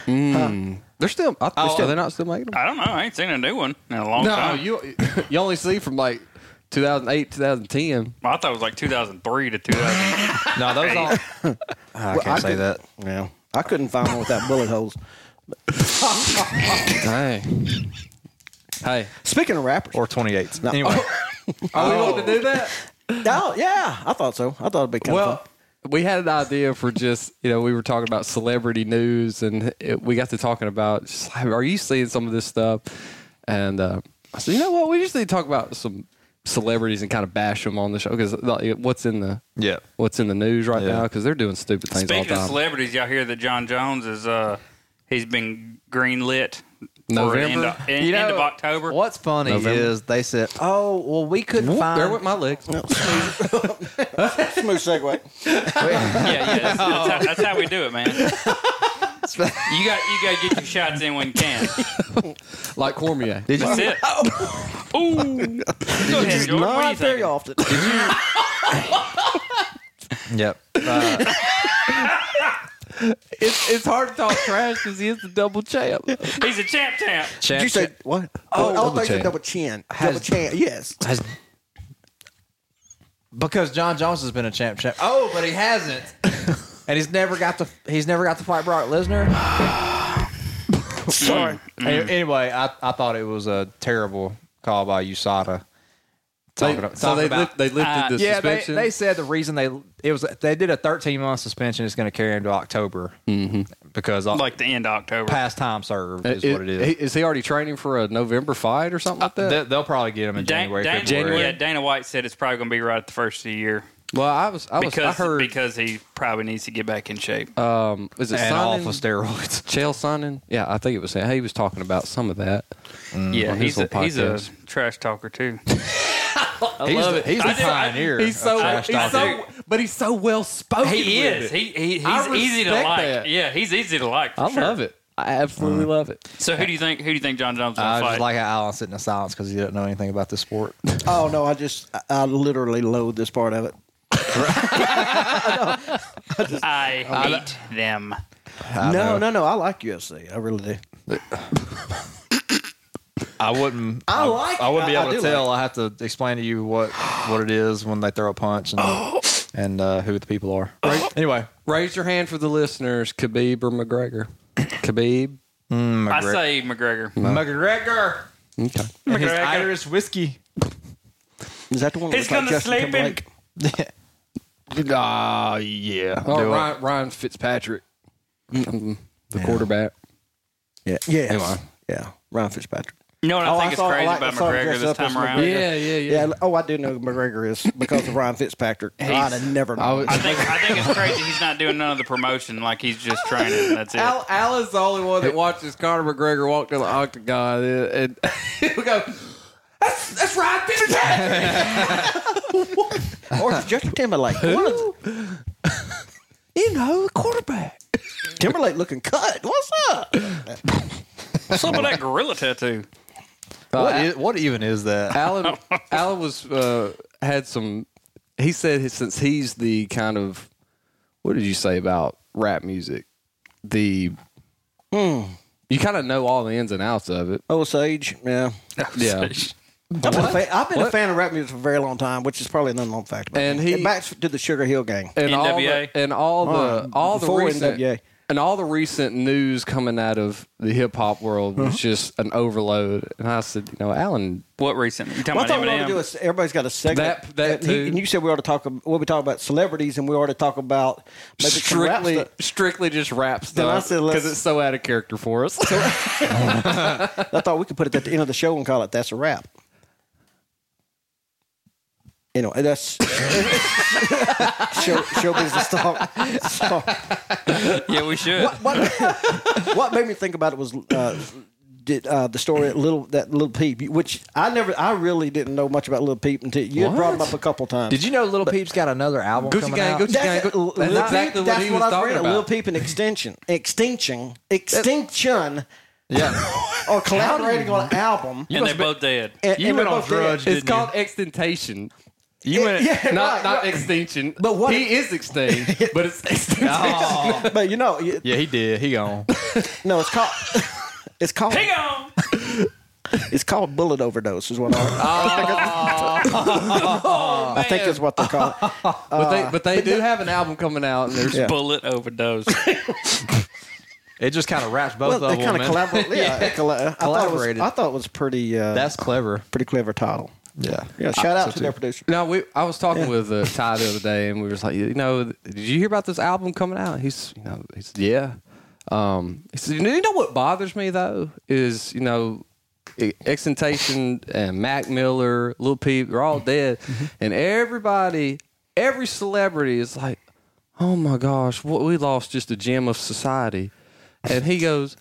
C: Escalade?
D: They're still. I, they're still. Oh, They're not still making them.
A: I don't know. I ain't seen a new one in a long
D: No,
A: time.
D: you you only see from like 2008, 2010.
A: I thought it was like 2003 to 2000.
F: No, those
A: *laughs*
F: all. I can't say
C: could-
F: that.
C: Yeah. I couldn't find one without bullet *laughs* holes.
D: Dang. Hey,
C: Speaking of rappers,
F: Or 28. Anyway,
D: are we wanting to do that?
C: Oh, yeah, I thought so. I thought it'd be kind of
D: Well,
C: fun.
D: we had an idea for just you know we were talking about celebrity news and it, we got to talking about just, like, are you seeing some of this stuff? And uh, I said, you know what, we just need to talk about some celebrities and kind of bash them on the show because what's in the
F: Yeah.
D: what's in the news right
F: Yeah.
D: now because they're doing stupid things
A: Speaking
D: all
A: of
D: the time.
A: celebrities, y'all hear that John Jones is uh he's been greenlit for end
D: November?
A: of, end, end of October.
B: What's funny
D: November.
B: is they said, "Oh, well, we couldn't find."
D: There with *laughs* my legs.
F: *laughs*
C: Smooth segue.
A: Yeah, yeah. That's, that's, how, that's how we do it, man. you got you got to get your shots in when you can.
D: Like Cormier.
B: Did you
C: *laughs*
A: That's it.
C: Oh.
A: Ooh. Go ahead, George. What do you
C: Not very
A: think?
C: often. *laughs*
F: yep. Uh,
D: *laughs* It's, it's hard to talk trash because he is the double champ.
A: He's a champ champ.
C: Did you say what? Oh,
D: Double
C: I'll take
D: chin.
C: the double chin. double chin. Yes.
B: Has- because John Johnson's been a champ champ. Oh, but he hasn't, and he's never got to he's never got to fight Brock
D: *sighs*
B: Lesnar.
A: Sorry.
F: Any- Anyway, I, I thought it was a terrible call by USADA. Talking,
D: They-
F: talking
D: so they,
F: about,
D: lift, they lifted
A: uh,
D: the
F: yeah, they,
D: suspension.
F: they said the reason they it was they did a 13 month suspension. It's going to carry into October
D: Mm-hmm.
F: because uh,
A: Like the end of October.
F: past time served
A: Uh,
F: is
D: It-
F: what it is.
D: he- Is he already training for a November fight or something like that?
F: Uh, They, will probably get him in
A: Dan-
F: January.
A: Dan-
F: February.
A: Yeah, Dana White said it's probably going to be right at the first of the year
D: well, I was, I was,
A: because
D: I heard,
A: because he probably needs to get back in shape.
D: um, is it
F: and off
D: Sonnen?
F: of steroids.
D: *laughs* Chael Sonnen? Yeah, I think it was. Hey, he was talking about some of that.
F: Mm.
A: yeah,
D: Mm-hmm. his
A: he's a,
D: little
A: he's a
D: podcast.
A: trash talker too.
F: I he's love the, it. He's the
A: do- I-
F: pioneer. of trash talking.
D: but he's so well spoken.
A: He is. He, *laughs* he he's
D: I
A: easy to
D: respect
A: like.
D: that.
A: Yeah, he's easy to like. for
D: I
A: sure.
D: love it. I absolutely love it.
A: So who do you think? Who do you think John Jones will
F: Mm. I
A: fight?
F: just like *laughs* how Alan's sitting in silence because he doesn't know anything about this sport. *laughs*
C: Oh no, I just I, I literally loathe this part of it.
A: I hate them.
C: no, no, no. I like UFC. I really do.
F: I wouldn't.
C: I like
F: I wouldn't be
C: it. I- I
F: able to
C: do
F: tell. I have to explain to you what what it is when they throw a punch and
C: *gasps*
F: and uh, who the people are. Anyway,
D: Raise your hand for the listeners, Khabib or McGregor. Khabib.
F: Mm,
A: I say McGregor.
F: McGregor.
D: Okay.
F: and His
A: McGregor.
F: Irish whiskey.
C: Is that the one? that
A: He's
C: looks
A: gonna
C: Justin
A: sleep in-
D: *laughs*
C: Timberlake?
F: Ah, yeah.
D: Oh,
F: Do it.
D: Ryan, Ryan Fitzpatrick, the quarterback.
C: Yeah. Yes.
D: Anyway.
C: Yeah. Ryan Fitzpatrick.
A: You know what I
C: Oh, I
A: think is
C: saw- I
A: crazy
C: like-
A: about
C: I saw him
A: McGregor
C: dress
A: this
C: up as
A: time around?
C: McGregor.
A: *laughs*
D: yeah,
C: Yeah. Oh, I do know McGregor is because of Ryan
D: *laughs*
C: Fitzpatrick. I'd have never known.
D: I was,
A: I think I think it's crazy he's not doing none of the promotion. Like he's just training. That's it.
D: Al, Al is the only one that watches Conor McGregor walk to the octagon and, and we go, that's, that's Ryan
C: *laughs*
D: Fitzpatrick.
C: or Justin Timberlake. One of the-
D: *laughs* you know, the quarterback.
C: Timberlake looking cut. What's up?
A: What's up with that gorilla tattoo?
F: What, i- what even is that?
D: *laughs* Alan, Alan was, uh, had some, he said his- since he's the kind of, what did you say about rap music? The, you kind of know all the ins and outs of it.
C: Hmm. Oh, Sage. Yeah.
A: Oh,
D: Yeah.
C: I've been, a, fa- I've been a fan of rap music for a very long time, which is probably an unknown fact. About
D: And
C: me.
D: he-
C: it backs to the Sugar Hill Gang.
D: and all
A: NWA?
D: the, and all the
C: Uh,
D: all the
C: before
D: recent
C: NWA.
D: and all the recent news coming out of the hip hop world
C: Uh-huh.
D: was just an overload. And I said, you know, Alan,
A: What recent? You talking
C: Well, I thought
A: about
C: we ought to do
A: Eminem?
C: is everybody's got a segment.
D: That- that
C: and, he-
D: too.
C: and you said we ought to talk. ab- Well, we talk about celebrities, and we ought to talk about maybe some rap
D: strictly
C: stuff.
D: strictly just rap
C: Then I
D: stuff
C: said, let's-
D: because it's so out of character for us.
C: *laughs* I thought we could put it at the end of the show and call it "That's a Wrap." Anyway,
D: *laughs*
C: that's *laughs* show, show business talk. So,
A: Yeah, we should.
C: what, what made me think about it was uh, did, uh, the story at little that little peep, which I never, I really didn't know much about little peep until you had brought him up a couple times.
B: Did you know Little Peep's got another album
D: Gucci
B: coming
D: Gang,
B: out?
D: Gucci-
C: That's,
D: Yeah,
C: Lil
D: that's
C: Peep,
D: exactly what
C: that's
D: he
C: what
D: was
C: I was
D: talking
C: reading.
D: about.
C: Lil Peep and extinction, extinction, extinction,
F: Yeah.
C: or collaborating on an album.
A: and they both dead.
C: And,
F: you
C: and they're
F: went on
C: both dead.
F: Drudge.
D: it's
F: didn't you?
D: called extinction.
F: You went.
C: Yeah,
D: Not
C: right,
D: not
C: right.
D: extinction.
C: But what-
D: he
C: *laughs*
D: is extinct, but it's extinction.
A: Oh.
F: *laughs*
C: but you know, you-
F: Yeah, he did. He gone.
C: no, it's called. *laughs* It's called
A: Hang on.
C: *laughs* it's called bullet overdose. Is what *laughs*
D: *laughs*
C: I,
D: Ah,
C: I think is what they call. It.
D: Oh. but they but they do have an album coming out, and there's
C: uh, Yeah. *laughs*
A: Bullet overdose.
F: It just kind of wraps both
C: Well,
F: of
C: they
F: them.
C: kind of
D: *laughs*
F: man. *laughs*
C: collaborated. Yeah, they colla- I thought uh, it was,
F: Collaborated.
C: I thought it was pretty. Uh,
F: That's clever.
C: pretty clever title.
F: Yeah.
C: Yeah, shout out to their producer.
D: No, we. I was talking with uh, Ty the other day, and we were just like, you know, did you hear about this album coming out? He's, you know, he's yeah. Um, he said, you know- you know what bothers me though is you know, E- Extentation and Mac Miller, Lil Peep, they're all dead,
C: Mm-hmm.
D: and everybody, every celebrity is like, oh my gosh, what we lost just a gem of society, and he goes,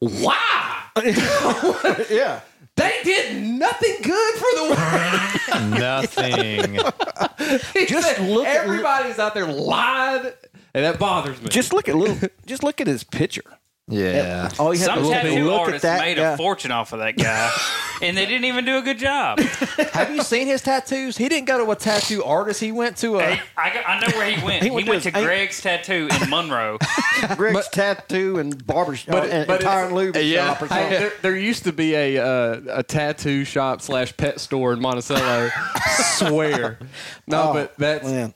D: wow.
C: *laughs* Yeah.
D: They did nothing good for the world.
F: *laughs* Nothing.
C: Just look at-
D: Everybody's out there lied, and that bothers me.
C: Just look at little. just look at his picture.
F: yeah.
C: All you had to
A: Some
C: look,
A: tattoo
C: look at
A: artists
C: that.
A: made
C: guy.
A: a fortune off of that guy, and they didn't even do a
C: *laughs*
A: good job.
F: Have you seen his tattoos? He didn't go to a tattoo artist. He went to a.
A: Hey, I, got- I know where he went.
C: He
A: He
C: went
A: went,
C: to his
A: to
C: aunt-
A: Greg's tattoo
C: *laughs*
A: in Monroe.
C: Greg's tattoo and barbershop
D: But it-
C: and,
D: but
C: and
D: it-
C: tire and *laughs* lube
D: yeah,
C: shop or
D: *laughs* Hey,
C: something.
D: there, there used to be a uh, a tattoo shop slash pet store
C: *laughs*
D: in Monticello. Swear, no, but that's
C: Oh, Man.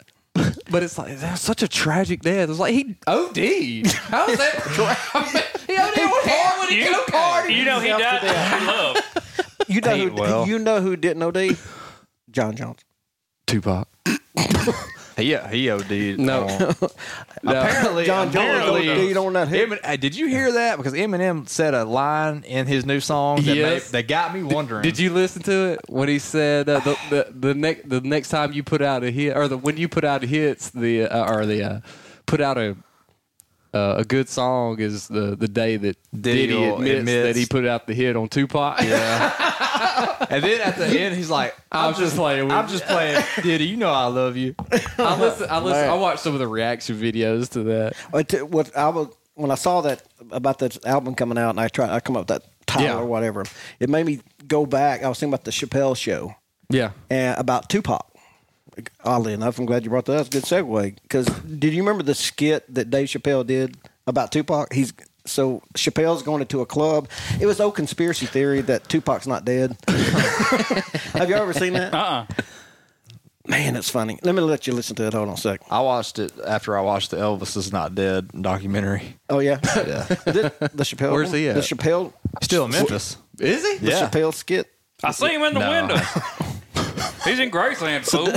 D: but it's like that's such a tragic death. It's like he OD. How is that?
C: *laughs*
D: I mean, *laughs* he OD on hard when he
A: You,
D: could party.
A: you know he died in love.
C: You know
F: Ain't
C: who?
F: well.
C: You know who didn't OD? John Jones.
D: Tupac.
F: Yeah, he OD'd.
D: No.
F: on-
C: *laughs*
F: Apparently,
C: John Jones
F: apparently,
C: OD'd on that hit.
F: Emin- hey, did you hear that? Because Eminem said a line in his new song that,
D: Yes.
F: made, that got me wondering.
D: Did you listen to it when he said uh, the, the the next the next time you put out a hit or the when you put out hits the uh, or the uh, put out a uh, a good song is the the day that Diddy,
F: Diddy will
D: admits,
F: admits-
D: that he put out the hit on Tupac. *laughs*
F: And then at the end, he's like,
D: I was just playing.
F: "I'm
D: With,
F: just playing Diddy. You know I love you."
D: I listen. I listen. I watched some of the reaction videos to that.
C: I Uh, t- What I was when I saw that about that album coming out, and I tried I come up with that title
D: Yeah.
C: or whatever. It made me go back. I was thinking about the Chappelle show
D: Yeah.
C: and Uh, about Tupac. Oddly enough, I'm glad you brought that up. Good segue. Because did you remember the skit that Dave Chappelle did about Tupac? He's so Chappelle's going into a club. It was old conspiracy theory that Tupac's not
D: *laughs*
C: dead. Have you ever seen
F: *laughs*
C: that?
A: Uh-uh.
C: Man, it's funny. Let me let you listen to it. Hold on a second.
F: I watched it after I watched the Elvis is Not Dead documentary.
C: Oh
D: *laughs*
C: yeah, yeah. *laughs* The, the Chappelle.
D: Where's he at?
C: The Chappelle.
F: Still in Memphis.
D: Is he?
C: The
F: Yeah.
C: Chappelle skit.
A: I see him in the
D: *laughs*
F: No.
A: window. He's in Graceland, fool.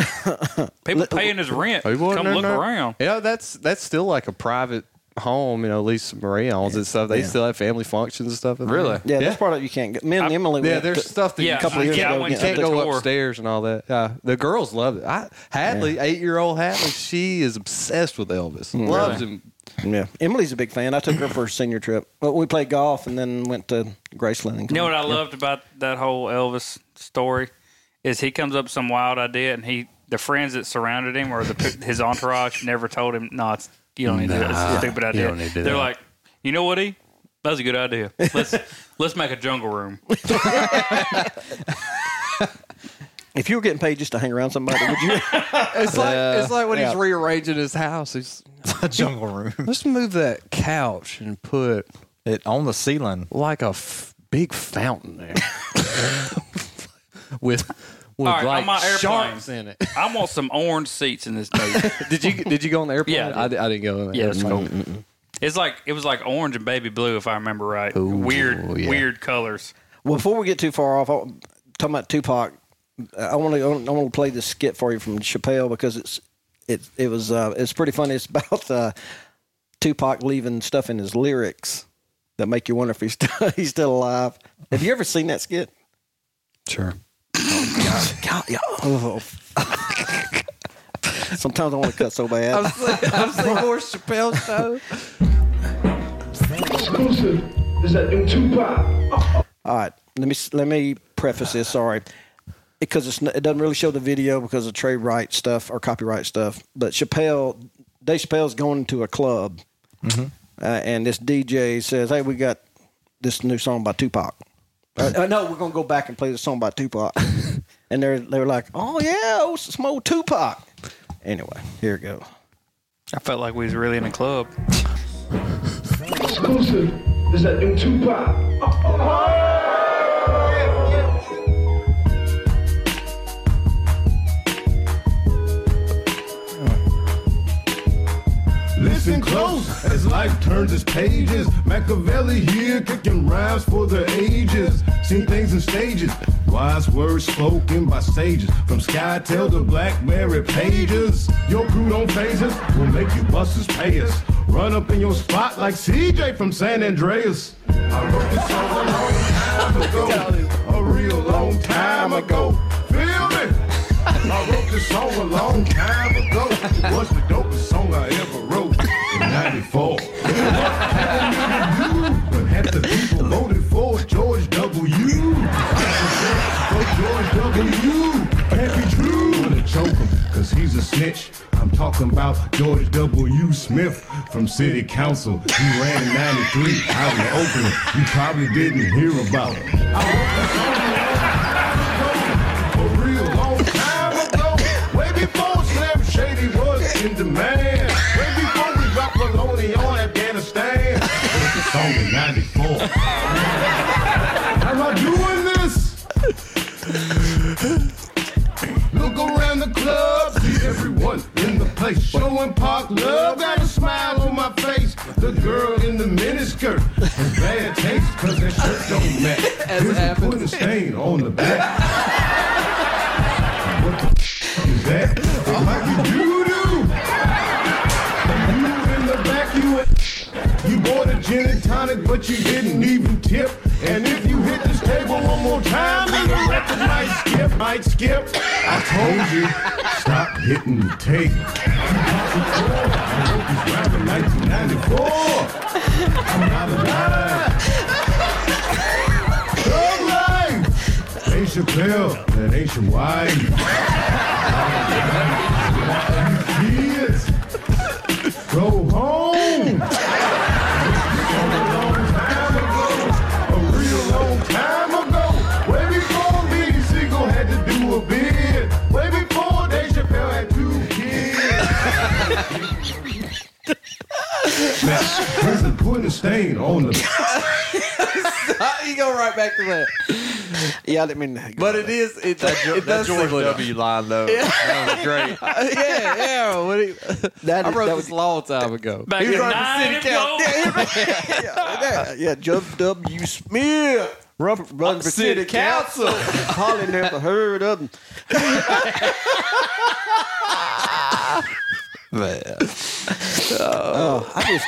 C: *laughs*
A: People paying his rent. Come
D: wasn't
A: look
D: in there?
A: around.
D: You know that's that's still like a private home. You know, Lisa Marie owns and stuff. They still have family functions and stuff. in there.
F: Really?
C: Yeah, that's part of you can't. get. Me and Emily.
D: Yeah,
C: went
D: there's
C: to-
D: stuff that
A: Yeah,
D: you couple
A: I-
D: years
A: yeah, I
D: ago
A: went
D: you
A: to
D: can't
A: the
D: go
A: tour.
D: upstairs and all that. Uh, the girls love it. I, Hadley, eight year old Hadley, she is obsessed with Elvis. Mm. Loves him.
C: Yeah, Emily's a big fan. I took her for a senior trip. Well, we played golf and then went to Graceland. And
A: You know what I loved about that whole Elvis story is he comes up with some wild idea, and he the friends that surrounded him or the,
D: *laughs*
A: his entourage never told him, "No, it's, you don't need to do that. It's a stupid idea."
D: don't need to do
A: They're
D: that.
A: like, "You know what, E? That's a good idea.
D: *laughs*
A: Let's let's make a jungle room."
C: if you were getting paid just to hang around somebody, would
A: *laughs*
C: you? *laughs*
D: It's like it's like when
C: Yeah.
D: he's rearranging his house. He's
F: A *laughs* jungle room.
D: let's move that couch and put
F: It on the ceiling.
D: like a f- big fountain
A: *laughs*
D: there *laughs* with with
A: All right,
D: like
A: on my airplane.
D: sharks in it.
A: I want some orange seats in this
D: *laughs*
A: movie.
D: Did you did you go on the airplane?
A: Yeah, I
D: I, di- I didn't go. On the
A: Yeah, it's
D: airplane.
A: cool. It's like it was like orange and baby blue, if I remember right. weird,
D: yeah.
A: weird colors.
C: well, before we get too far off, I, talking about Tupac, I want to I want to play this skit for you from Chappelle because it's it it was uh, it's pretty funny. It's about uh, Tupac leaving stuff in his lyrics that make you wonder if he's still, *laughs* he's still alive. Have you ever seen that skit?
D: Sure.
C: God, yeah. Oh. *laughs* Sometimes I want to cut so bad.
D: I'm saying more Chappelle show.
H: exclusive is that new Tupac.
C: All right, let me let me preface this. Sorry, because it's n- it doesn't really show the video because of trade right stuff or copyright stuff. But Chappelle, Dave Chappelle's going to a club,
D: Mm-hmm.
C: uh, and this DJ says, "Hey, we got this new song by Tupac." Uh, uh, no, we're gonna go back and play the song by Tupac. *laughs* and they're they're like, "Oh yeah, oh, some old Tupac." Anyway, here it goes.
A: I felt like we was really in a club.
H: Exclusive Is that new Tupac? Uh,
I: Listen close as life turns its pages. Machiavelli here kicking rhymes for the ages. Seen things in stages. Wise words spoken by sages. From Skytel to Blackberry pages. Your crew don't phase us. We'll make you busters pay us. Run up in your spot like CJ from San Andreas. I wrote this song a long time ago. A real long time ago. Feel me? I wrote this song a long time ago. It was the dopest song I ever wrote in 94. It was But half the people voted for George W. For George W. Can't be true. I'm gonna choke him, cause he's a snitch. I'm talking about George W. Smith from City Council. He ran in 93 out in Oakland. You probably didn't hear about him. A real long time ago, way before Slim Shady was in demand, way before we dropped Maloney on Afghanistan. It's only 94. Am I doing this? Look around the club, see everyone in the place. Showing park love, got a smile on my face. The girl in the miniskirt has bad taste, cause that shirt don't match. Here's a putting stain on the back. What the f- is that? It might be doo-doo. You in the back, you a- you bought a gin and tonic, but you didn't even tip. And if you hit this table one more time, then the record might skip, might skip. I told you, stop hitting the
D: *laughs*
I: table. I wrote this rap in 1994. I'm not alive. Thug life. Dave Chappelle, that ancient wine. *laughs* Kids, go home. A real long time ago, way before Biggie Siegel had to do a bid, way before Dave Chappelle had two kids. Now, Here's the putting a stain on the.
B: you go right back to that.
C: Yeah, I didn't mean to.
B: But it is it, it does seem like-
D: line though, Oh, that was
C: *laughs*
D: great. *laughs*
B: yeah, yeah. What do you,
C: that,
D: I
C: is-
D: wrote
C: that
D: this a long time ago.
A: Back in
B: on the
A: nine
B: city
A: ago.
C: was, yeah, Judge W. Smith. Run, run for city,
B: City
C: council. *laughs* Holly never heard of *laughs* him. Oh, I just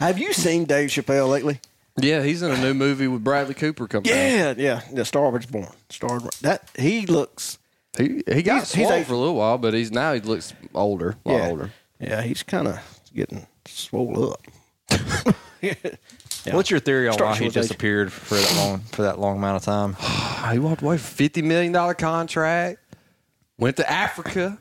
C: have you seen Dave Chappelle lately?
D: *laughs* Yeah, he's in a new movie with Bradley Cooper coming. out.
C: Yeah, yeah. The Star Wars born. Star Wars. That he looks.
D: he he got
C: He's- he's
D: swole
C: a-
D: for a little while, but he's now he looks older, a lot
C: Yeah.
D: older.
C: Yeah, he's kind of getting swole up.
F: What's your theory on
C: Start
F: why he
C: short age.
F: disappeared for that long for that long amount of time?
D: Oh, *sighs* he walked away from fifty million dollar contract. Went to Africa.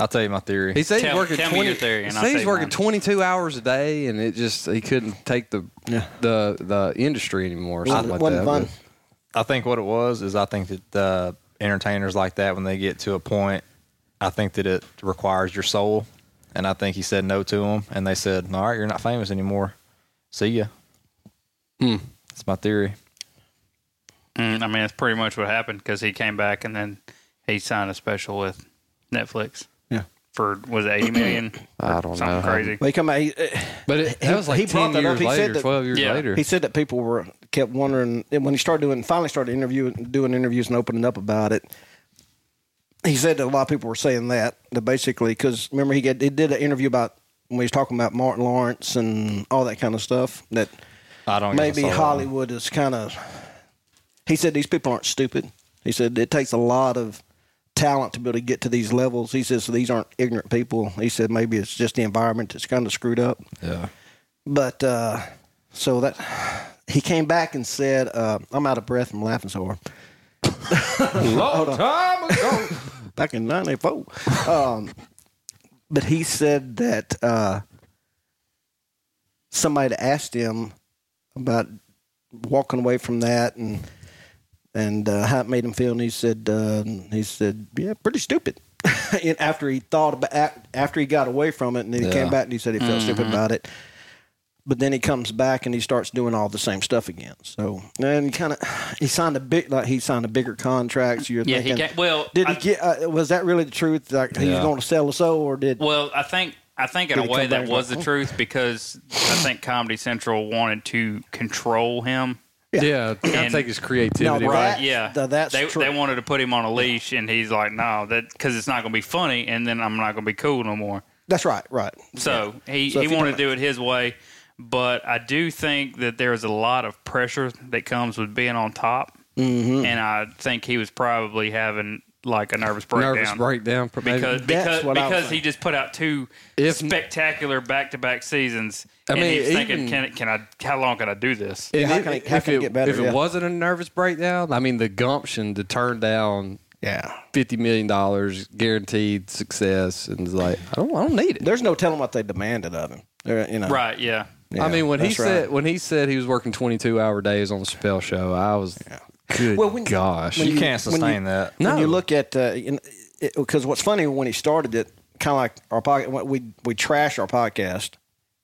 F: I'll tell you my theory.
D: He said
A: Tell-
D: he's working
A: tell me
D: twenty.
A: your theory
D: he
A: and
D: said
A: I'll
D: he's
A: say
D: working
A: mine.
D: twenty-two hours a day, and it just he couldn't take the
C: Yeah.
D: the the industry anymore. Or something like
C: Wasn't
D: that.
C: fun.
D: but-
F: I think what it was is I think that uh, entertainers like that when they get to a point, I think that it requires your soul, and I think he said no to him, and they said, "All right, you're not famous anymore. See ya." Hmm. That's my theory.
A: Mm, I mean, that's pretty much what happened because he came back and then he signed a special with Netflix.
C: Yeah.
A: For was it eighty million?
D: *clears throat* I don't
A: Something
D: know.
A: crazy.
C: Well, he come out. He, uh,
D: But it, that
C: He-
D: was like
C: he brought
D: ten
C: that up.
D: years
C: He said
D: later,
C: that-
D: twelve years
A: Yeah.
D: later.
C: he said that people were kept wondering and when he started doing. Finally, started interviewing, doing interviews and opening up about it. He said that a lot of people were saying that, that basically because remember he got he did an interview about when he was talking about Martin Lawrence and all that kind of stuff that
F: I don't.
C: maybe
F: guess I saw that.
C: Hollywood is kind of. He said these people aren't stupid. He said it takes a lot of talent to be able to get to these levels. He says these aren't ignorant people. He said maybe it's just the environment that's kind of screwed up.
F: Yeah.
C: But uh, so that he came back and said, uh, "I'm out of breath. I'm laughing so hard."
F: *laughs* Long time ago.
C: *laughs* Back in '94, um, but he said that uh, somebody had asked him about walking away from that and and uh, how it made him feel, and he said uh, he said, "Yeah, pretty stupid." *laughs* and after he thought about after he got away from it, and then he
D: Yeah.
C: came back and he said he felt stupid about it. but then he comes back and he starts doing all the same stuff again. So and kind of he signed a big like he signed a bigger contract. So you're
A: Yeah, he
C: thinking,
A: can't- well,
C: did
A: I-
C: he get? Uh, was that really the truth? Like he was
D: Yeah.
C: going to sell us over, or did?
A: Well, I think I think in
C: Did
A: a
C: he
A: way
C: come
A: that
C: back
A: was the
C: like, "Oh."
A: truth because I think Comedy Central wanted to control him.
D: Yeah, I
A: And-
D: think it's creativity.
C: No,
D: right?
C: That's-
A: yeah,
C: th- that's
A: they
C: true.
A: they wanted to put him on a leash, and he's like, "No, that because it's not going to be funny, and then I'm not going to be cool no more."
C: That's right, right.
A: So he,
C: So if
A: he
C: you
A: wanted to
C: don't-
A: do it his way, but I do think that there is a lot of pressure that comes with being on top, mm-hmm. and I think he was probably having like a nervous breakdown.
D: Nervous breakdown. maybe.
A: Because
C: That's
A: because,
C: what I was
A: because he
C: thinking.
A: just put out two
D: If-
A: spectacular back to back seasons,
D: I
A: and
D: mean,
A: he's thinking,
D: even-
A: can, it- can I? How long can I do this?
D: And
C: how
D: if-
C: can it- how
D: if
C: can it get better,
D: If it
C: yeah.
D: wasn't a nervous breakdown, I mean, the gumption to turn down
C: Yeah.
D: fifty million dollars guaranteed success, and it's like, I don't, I don't need it.
C: There's no telling what they demanded of him. There- you know.
A: Right? Yeah.
D: I mean, when he
C: that's
D: said
C: right.
D: when he said he was working twenty two hour days on the spell show, I was good.
C: when-
D: gosh,
C: when
F: You can't
C: when you-
F: sustain that.
C: When
D: No.
C: you look at uh, because what's funny when he started it, kind of like our pocket, we we trash our podcast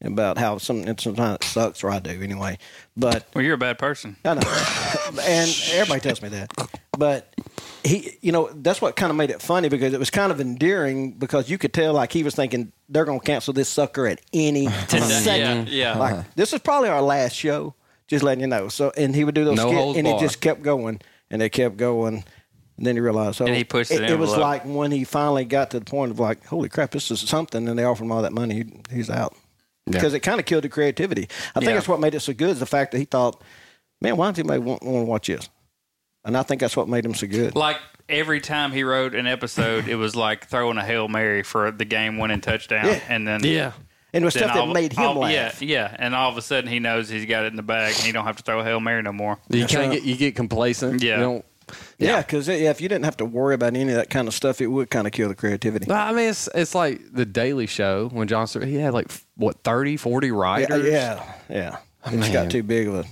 C: about how some and sometimes it sucks, or I do anyway. But
A: Well, you're a bad person.
C: I know, *laughs* and everybody tells me that. But he, you know, that's what kind of made it funny because it was kind of endearing because you could tell like he was thinking they're going to cancel this sucker at
D: *laughs*
C: any second.
A: yeah.
D: Uh-huh.
C: Like this is probably our last show. Just letting you know. So and he would do those
D: No
C: skits,
D: holds
C: and he
D: barred.
C: just kept going and they kept going. And then he realized. Oh,
A: And he pushed the
C: it, it was
A: envelope.
C: like when he finally got to the point of like, holy crap, this is something, and they offered him all that money. He, he's out because it kind of killed the creativity. I think
A: Yeah.
C: that's what made it so good is the fact that he thought, man, why does anybody want, want to watch this? And I think that's what made him so good.
A: Like every time he wrote an episode, it was like throwing a hail mary for the game winning touchdown,
C: Yeah.
A: and then
D: yeah,
C: and it was
A: then
C: stuff
A: all-
C: that made him
A: all-
C: laugh.
A: Yeah, yeah. And all of a sudden, he knows he's got it in the bag, and he don't have to throw a hail mary no more.
D: you can't get you get complacent.
A: Yeah.
D: You don't,
C: Yeah, because yeah. if you didn't have to worry about any of that kind of stuff, it would kind of kill the creativity.
D: Well, I mean, it's it's like the Daily Show when John Stewart he had like what 30, 40
C: Yeah,
D: writers. Oh,
C: yeah, yeah. It's
D: Man.
C: got too big of a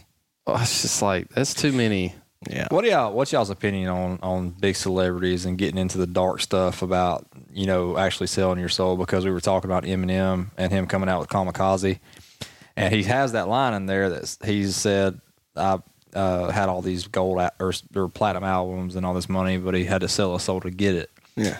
D: Oh, it's just like that's too many.
C: yeah.
F: What do y'all? What's y'all's opinion on on big celebrities and getting into the dark stuff about you know actually selling your soul? Because we were talking about Eminem and him coming out with Kamikaze, and he has that line in there that he's said I uh, had all these gold al- or, s- or platinum albums and all this money, but he had to sell his soul to get it.
C: Yeah.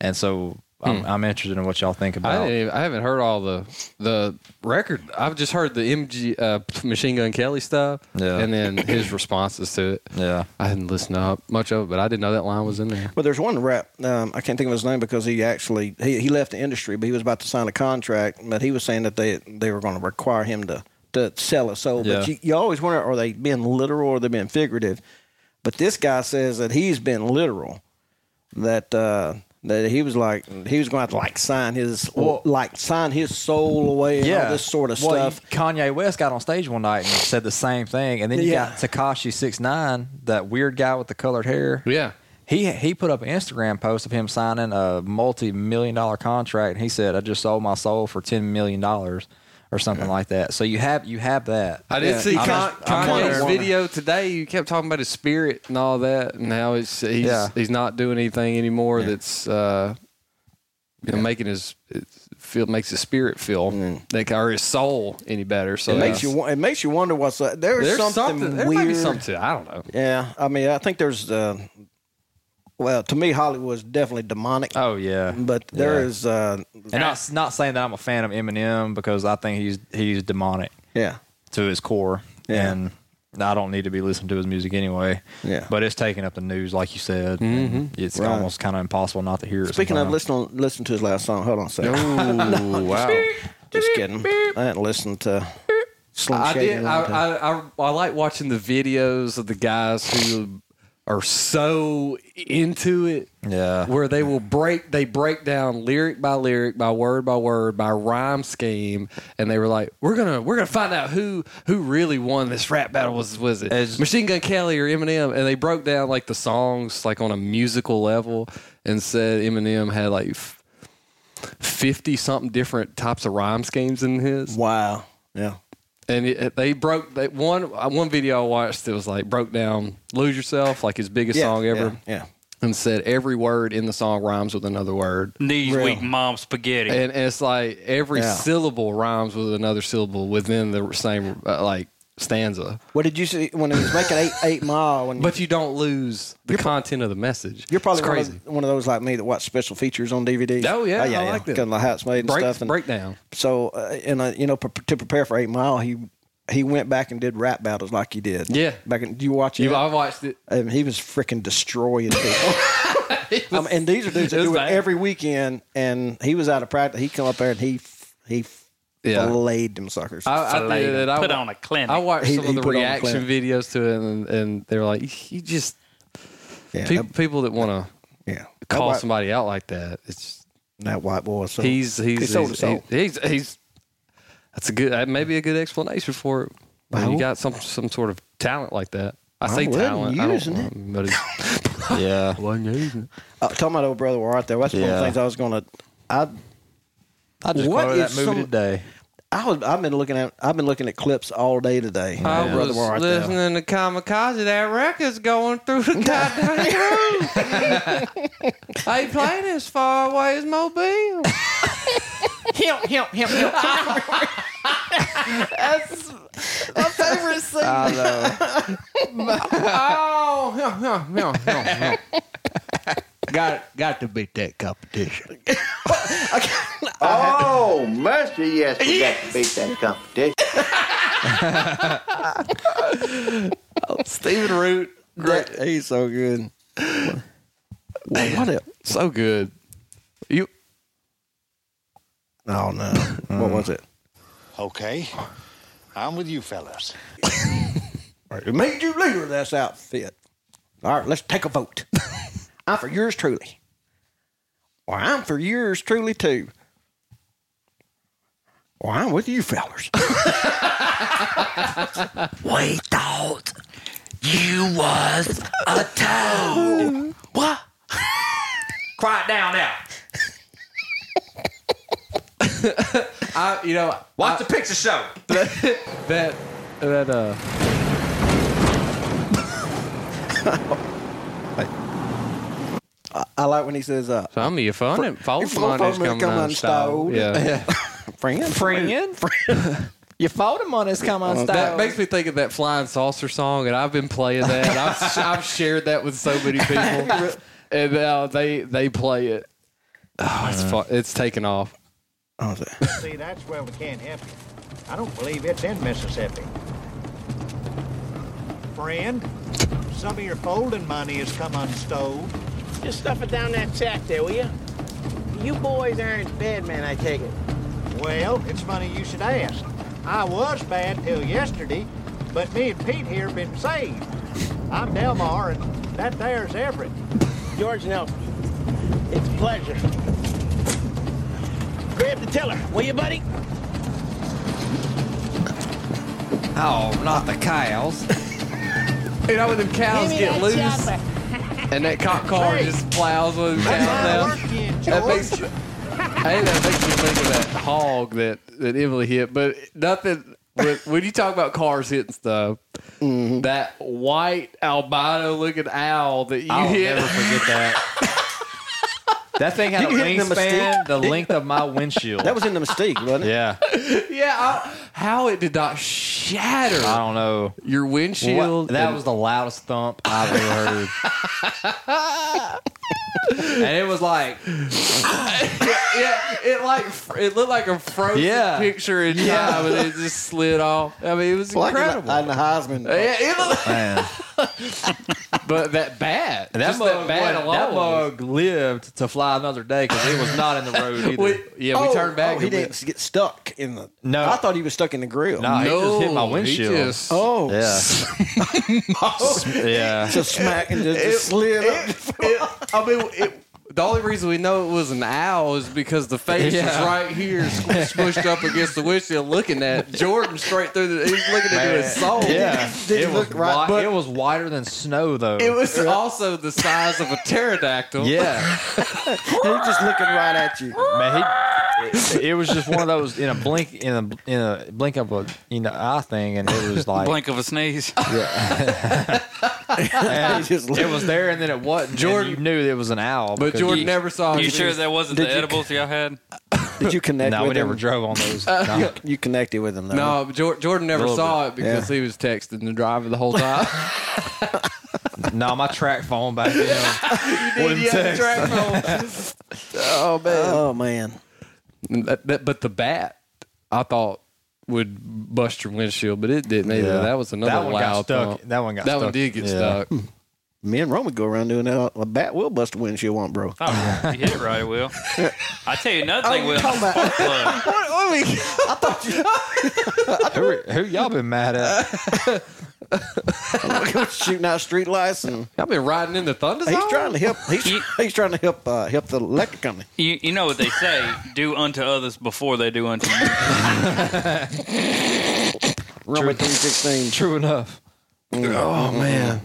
F: And so I'm, I'm interested in what y'all think
D: Hmm. I,
F: about.
D: didn't even- I haven't heard all the the record. I've just heard the MG uh, Machine Gun Kelly stuff,
F: Yeah.
D: and then his responses to it.
F: Yeah.
D: I didn't listen up much of it, but I didn't know that line was in there.
C: Well, there's one rap. Um, I can't think of his name because he actually he, he left the industry, but he was about to sign a contract. But he was saying that they they were going to require him to to sell a soul. But
F: Yeah.
C: you, you always wonder are they being literal or they being figurative? But this guy says that he's been literal. That uh, that he was like he was going to like sign his like sign his soul away and all this sort of
F: Well, you-
C: stuff.
F: Kanye West got on stage one night and said the same thing, and then you
C: Yeah.
F: got Takashi Six Nine, that weird guy with the colored hair.
D: Yeah.
F: He he put up an Instagram post of him signing a multi million dollar contract, and he said, "I just sold my soul for ten million dollars." Or something like that. So you have you have that.
D: I did
C: Yeah.
D: see
C: I'm
D: Con-
F: just- I'm
D: Kanye's
F: wondering.
D: video today. You kept talking about his spirit and all that, and how it's he's
F: Yeah.
D: he's not doing anything anymore that's uh, you know, making his it feel makes his spirit feel like or his soul any better. So
C: It makes
D: that's-
C: you wa- it makes you wonder what's uh, there's,
D: there's
C: something,
D: something, there
C: weird.
D: might be something. I don't know.
C: Yeah, I mean, I think there's, uh, well, to me, Hollywood's definitely demonic.
F: Oh yeah,
C: but there
F: Yeah.
C: is, uh,
F: and not not saying that I'm a fan of Eminem because I think he's he's demonic
C: yeah,
F: to his core,
C: Yeah.
F: and I don't need to be listening to his music anyway.
C: Yeah.
F: but it's taking up the news, like you said. and
J: Mm-hmm.
F: It's
C: Right.
F: almost kind of impossible not to hear. it
C: Speaking of,
F: sometimes.
C: listen, on- listen to his last song. Hold on a second. *laughs*
D: Oh wow!
C: Just kidding. I didn't listen to Slim
D: I
C: Shady. in
D: did.
C: a
D: I,
C: long time.
D: I, I, I like watching the videos of the guys who are so into it.
F: Yeah.
D: Where they will break, they break down lyric by lyric, by word by word, by rhyme scheme, and they were like, "We're gonna, we're gonna find out who who really won this rap battle. Was was it
F: It's-
D: Machine Gun Kelly or Eminem?" And they broke down like the songs like on a musical level and said Eminem had like. f- 50 something different types of rhyme schemes in his
C: wow. Yeah.
D: and it, they broke they, one uh, one video I watched that was like broke down "Lose Yourself" like his biggest
C: yeah.
D: song ever,
C: Yeah. yeah.
D: and said every word in the song rhymes with another word.
A: Knees
C: Real.
A: weak, mom spaghetti.
D: And it's like every syllable rhymes with another syllable within the same uh, like stanza.
C: What did you see when he was making eight eight mile?
D: *laughs*
C: When
D: But you don't lose the content of the message.
C: you're probably
D: It's
C: one of-
D: crazy.
C: One, of, those like me that watch special features on DVD.
D: Oh, yeah, I like that.
C: Kind of like how it's made and
D: Break-
C: stuff. And
D: breakdown.
C: So uh, and uh, you know pre- to prepare for eight mile, he he went back and did rap battles like he did.
D: Yeah.
C: back in, do you watch it?
D: You, I watched it.
C: Um, he was freaking destroying people.
D: *laughs*
C: um, and these are dudes that
D: It was
C: do it
D: bad.
C: every weekend. And he was out of practice. He come up there and he f- he f-
D: Yeah.
C: filleted them suckers.
D: I, I did it. I
A: Put
D: wa-
A: on a clinic.
D: I watched
C: He-
D: some
C: he
D: of the
C: put on a
D: reaction
C: clinic.
D: videos to it, and, and they were like, "You just
C: yeah,
D: pe-
C: that-
D: people that want to
C: yeah.
D: call
C: that white,
D: somebody out like that." It's
C: That white boy. So
D: he's he's
C: he sold
D: he's,
C: his soul.
D: he's, he's, that's a good that may be a good explanation for it. When you
C: hope-
D: got some some sort of talent like that. I say
C: wasn't
D: talent, I don't-
C: using it.
D: but
J: *laughs*
D: it's-
J: Yeah.
C: Uh, talking about old brother War out there. That's one of
J: Yeah.
C: the things I was gonna. I
J: I just
C: What
J: caught that
C: is
J: movie
C: some-
J: today.
C: I was. I've been looking at. I've been looking at clips all day today.
D: I
C: Old brother
D: was
C: War out there.
D: listening to Kamikaze. That record's going
J: *laughs*
D: through the goddamn roof. they playing as far away as Mobile.
E: My favorite scene. I *laughs*
D: Oh, yeah, yeah, yeah, yeah, yeah.
J: Got got to beat that
C: *laughs*
J: competition.
K: Oh, mercy, yes, we got to beat that competition.
D: Steven Oh, Root,
C: That- *laughs* he's so good. What, what a-
D: so good. You
C: Oh no! *laughs* what was it?
K: Okay, I'm with you
I: *laughs*
K: fellas.
C: Who made you leader of this outfit? All right, let's take a *laughs* vote. I'm for yours truly. Or I'm for yours truly too. Or I'm with you fellers.
K: *laughs* We thought you was a toad. What?
E: Quiet down now.
D: *laughs* I, you know
E: Watch the picture show.
D: *laughs* that that uh.
C: I like when he says, uh,
D: Some of your phone and phone
C: phone
D: money's
C: money
D: coming
C: come
D: unstowed.
C: unstowed.
D: Yeah.
C: *laughs* "Friend,
J: Friend, *laughs* your photo money's come on
D: That
J: style.
D: makes me think of that flying saucer song, and I've been playing that. and I've, I've shared that with so many people, and now they they play it. Oh, it's fun. It's taken off.
C: Oh, is
K: See, that's where we can't help you. I don't believe it's in Mississippi. Friend, some of your folding money has come unstowed.
L: Just stuff it down that sack there, will you? You boys aren't bad men, I take it.
K: Well, it's funny you should ask. I was bad till yesterday, but me and Pete here been saved. I'm Delmar, and that there's Everett.
L: George and Elton, it's a pleasure. Grab the tiller, will you, buddy?
D: Oh, not the cows. you know when the cows get loose, and that cop car
K: Hey.
D: just plows with the
K: Now,
D: cows down.
K: work you in,
D: That
K: George.
D: makes, hey, *laughs* that makes me think of that hog that, that Emily hit, but nothing. When, when you talk about cars hitting stuff,
J: Mm-hmm.
D: that white albino looking owl that you
J: I'll
D: hit,
J: never forget that.
D: *laughs*
J: that thing had a
C: hit the
J: wingspan
C: mistake.
J: the length of *laughs* my windshield.
C: that was in the mistake, wasn't it?
J: yeah,
D: yeah, I, how it did not shatter
J: I don't know.
D: your windshield.
J: What- that
D: and-
J: was the loudest thump I've ever heard. *laughs* and it was like,
D: yeah, it like fr- it looked like a frozen
J: Yeah.
D: picture in time, and it just slid off. I mean, it was
C: Like
D: incredible.
C: In, the Heisman.
D: yeah, it
F: *laughs*
D: looked,
J: man,
D: but that bat,
J: that
D: just
J: mug,
D: that
J: went-
D: bat alone.
J: that mug lived to fly another day because it was not in the road either.
D: *laughs* We, yeah, we
C: Oh,
D: turned back.
C: Oh, he
D: and we-
C: didn't get stuck in the.
J: No.
C: I thought he was stuck in the grill.
J: Nah, he just hit my
D: No, he
J: windshield.
D: just-
C: Oh,
J: Yeah.
D: Oh.
C: *laughs*
D: *laughs*
J: yeah.
C: just smack and just slid up.
D: It- I mean, it, the only reason we know it was an owl is because the face was
J: Yeah.
D: right here, squ- *laughs* smushed up against the windshield, looking at Jordan straight through the. He's looking into his soul. *laughs*
J: Yeah. it,
C: Did he
J: was
C: look right?
J: wi- it was wider than snow, though.
D: It was *laughs* also the size of a pterodactyl. *laughs*
J: yeah.
C: He was just looking right at you.
J: Man, he,
F: it, it was just one of those in a blink in a in a blink of a you know eye thing, and it
A: *laughs*
F: was like
A: Blink of a sneeze.
C: *laughs*
F: and *laughs* it was there, and then it wasn't. Jordan knew it was an owl,
A: But
F: because-
A: Jordan You- never saw you it. sure that wasn't the
F: Did you-
A: edibles
C: *laughs*
A: y'all had?
C: Did you connect?
F: No,
C: with
F: we never
C: him?
F: drove on those. No.
C: *laughs* You, you connected with him. Though.
D: No, but Jor- Jordan never
C: Little
D: saw
C: bit.
D: it because he was texting the driver the whole time.
F: *laughs* no,
D: *laughs*
F: my track phone back then.
D: Wouldn't text.
C: oh man. Oh man.
D: That- that- but the bat, I thought would bust your windshield, but it didn't either.
C: Yeah.
D: That was another
C: That one got
D: loud
C: stuck.
D: thump.
C: That one got
D: That one
C: stuck.
D: did get
C: Yeah. Hmm.
D: stuck.
C: Me and Rome would go around doing that. A bat will bust a windshield, won't bro?
A: Oh, yeah. you hit it right, Will. I tell you another
C: Oh,
A: thing, Will. *laughs*
C: *laughs*
A: Look,
C: I thought you. *laughs*
F: who, who y'all been mad at?
D: *laughs*
C: shooting out street lights and
D: I've been riding in the thunder.
C: He's
A: zone?
C: trying to help. He's, *laughs* he's trying to help uh, help the electric company.
A: you, you know what they say: do unto others before they do unto you.
C: Roman three sixteen.
F: True enough. Oh man.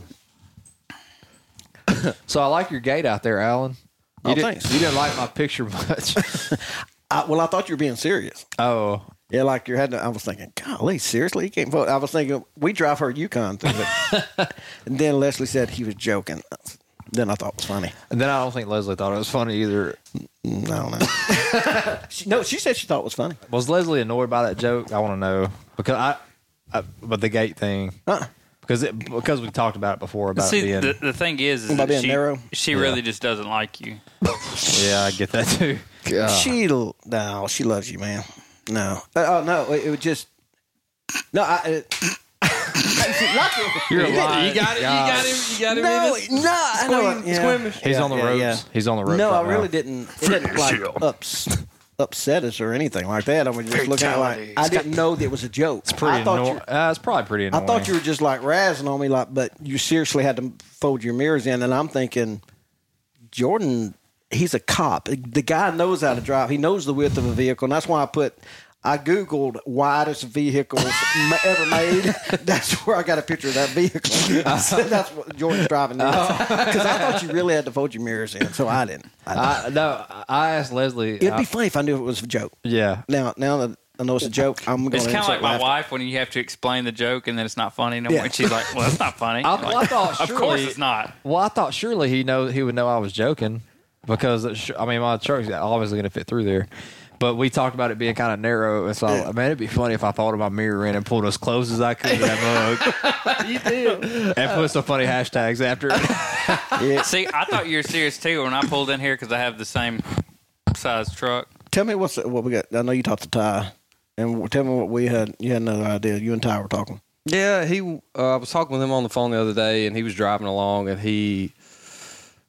F: so I like your gate out there, Alan. You
C: Oh,
F: didn't,
C: thanks.
F: You didn't like my picture much.
C: *laughs* I, well, I thought you were being serious.
F: Oh.
C: Yeah, like you're having. I was thinking, golly, seriously, he can't vote. I was thinking we drive her Yukon through it. and then Leslie said he was joking. Then I thought it was funny.
F: And then I don't think Leslie thought it was funny either.
C: No,
F: *laughs*
C: She, no, she said she thought it was funny.
F: Was Leslie annoyed by that joke? I want to know because I, I but the gate thing
C: Uh-uh.
F: because it because we talked about it before about
A: See,
F: being
A: the, the thing is, is
F: About
A: that
F: being
A: she,
F: narrow?
A: she
F: Yeah.
A: really just doesn't like you.
F: yeah I get that too.
C: She no, she loves you, man. No, Uh, oh no, it, it was just no. I, it, *laughs*
F: You're a
C: didn't-
F: liar. God.
D: got
C: No,
D: Remus?
C: no, I know it.
D: Squim-
C: *laughs* Yeah.
D: squimish.
F: He's on the ropes. He's on the ropes
C: No,
F: right
C: I really
F: now.
C: didn't. It didn't like ups, upset us or anything like that. I was just looking at it like I didn't know that it was a joke. It's
F: Pretty
C: I thought
F: anno-
C: you,
F: uh, it's probably pretty
C: I
F: annoying.
C: thought you were just like razzing on me, like, but you seriously had to fold your mirrors in, and I'm thinking, Jordan, he's a cop. The guy knows how to drive. He knows the width of a vehicle, and that's why I put. I googled widest vehicles ma- ever made. *laughs* That's where I got a picture of that
F: *laughs*
C: vehicle. I said that's what Jordan's driving now.
F: Oh.
C: *laughs* Because I thought you really had to fold your mirrors in, so I didn't.
F: I, no, I asked Leslie.
C: It'd
F: I-
C: be funny if I knew it was a joke.
F: yeah.
C: Now, now that I know it's a joke, I'm going
A: It's
C: to
A: kind of like my
C: laugh.
A: wife when you have to explain the joke and then it's not funny no
C: Yeah.
A: more. And she's like, "Well, that's not funny."
F: I,
A: I'm like,
F: I thought
A: of course
F: surely-
A: it's not.
F: Well, I thought surely he know he would know I was joking because it sh- I mean my truck's obviously gonna fit through there. But we talked about it being kind of narrow, and so I, man, it'd be funny if I folded my mirror in and pulled as close as I could to that
D: *laughs*
F: mug. and put some funny hashtags after
C: *laughs*
F: it.
A: See, I thought you were serious too when I pulled in here because I have the same size truck. *laughs*
C: Tell me what's what we got. I know you talked to Ty, and w- tell me what we had. You had another idea. You and Ty were
D: *laughs*
C: talking.
D: Yeah, he. Uh, I was talking with him on the phone the other day, and he was driving along, and he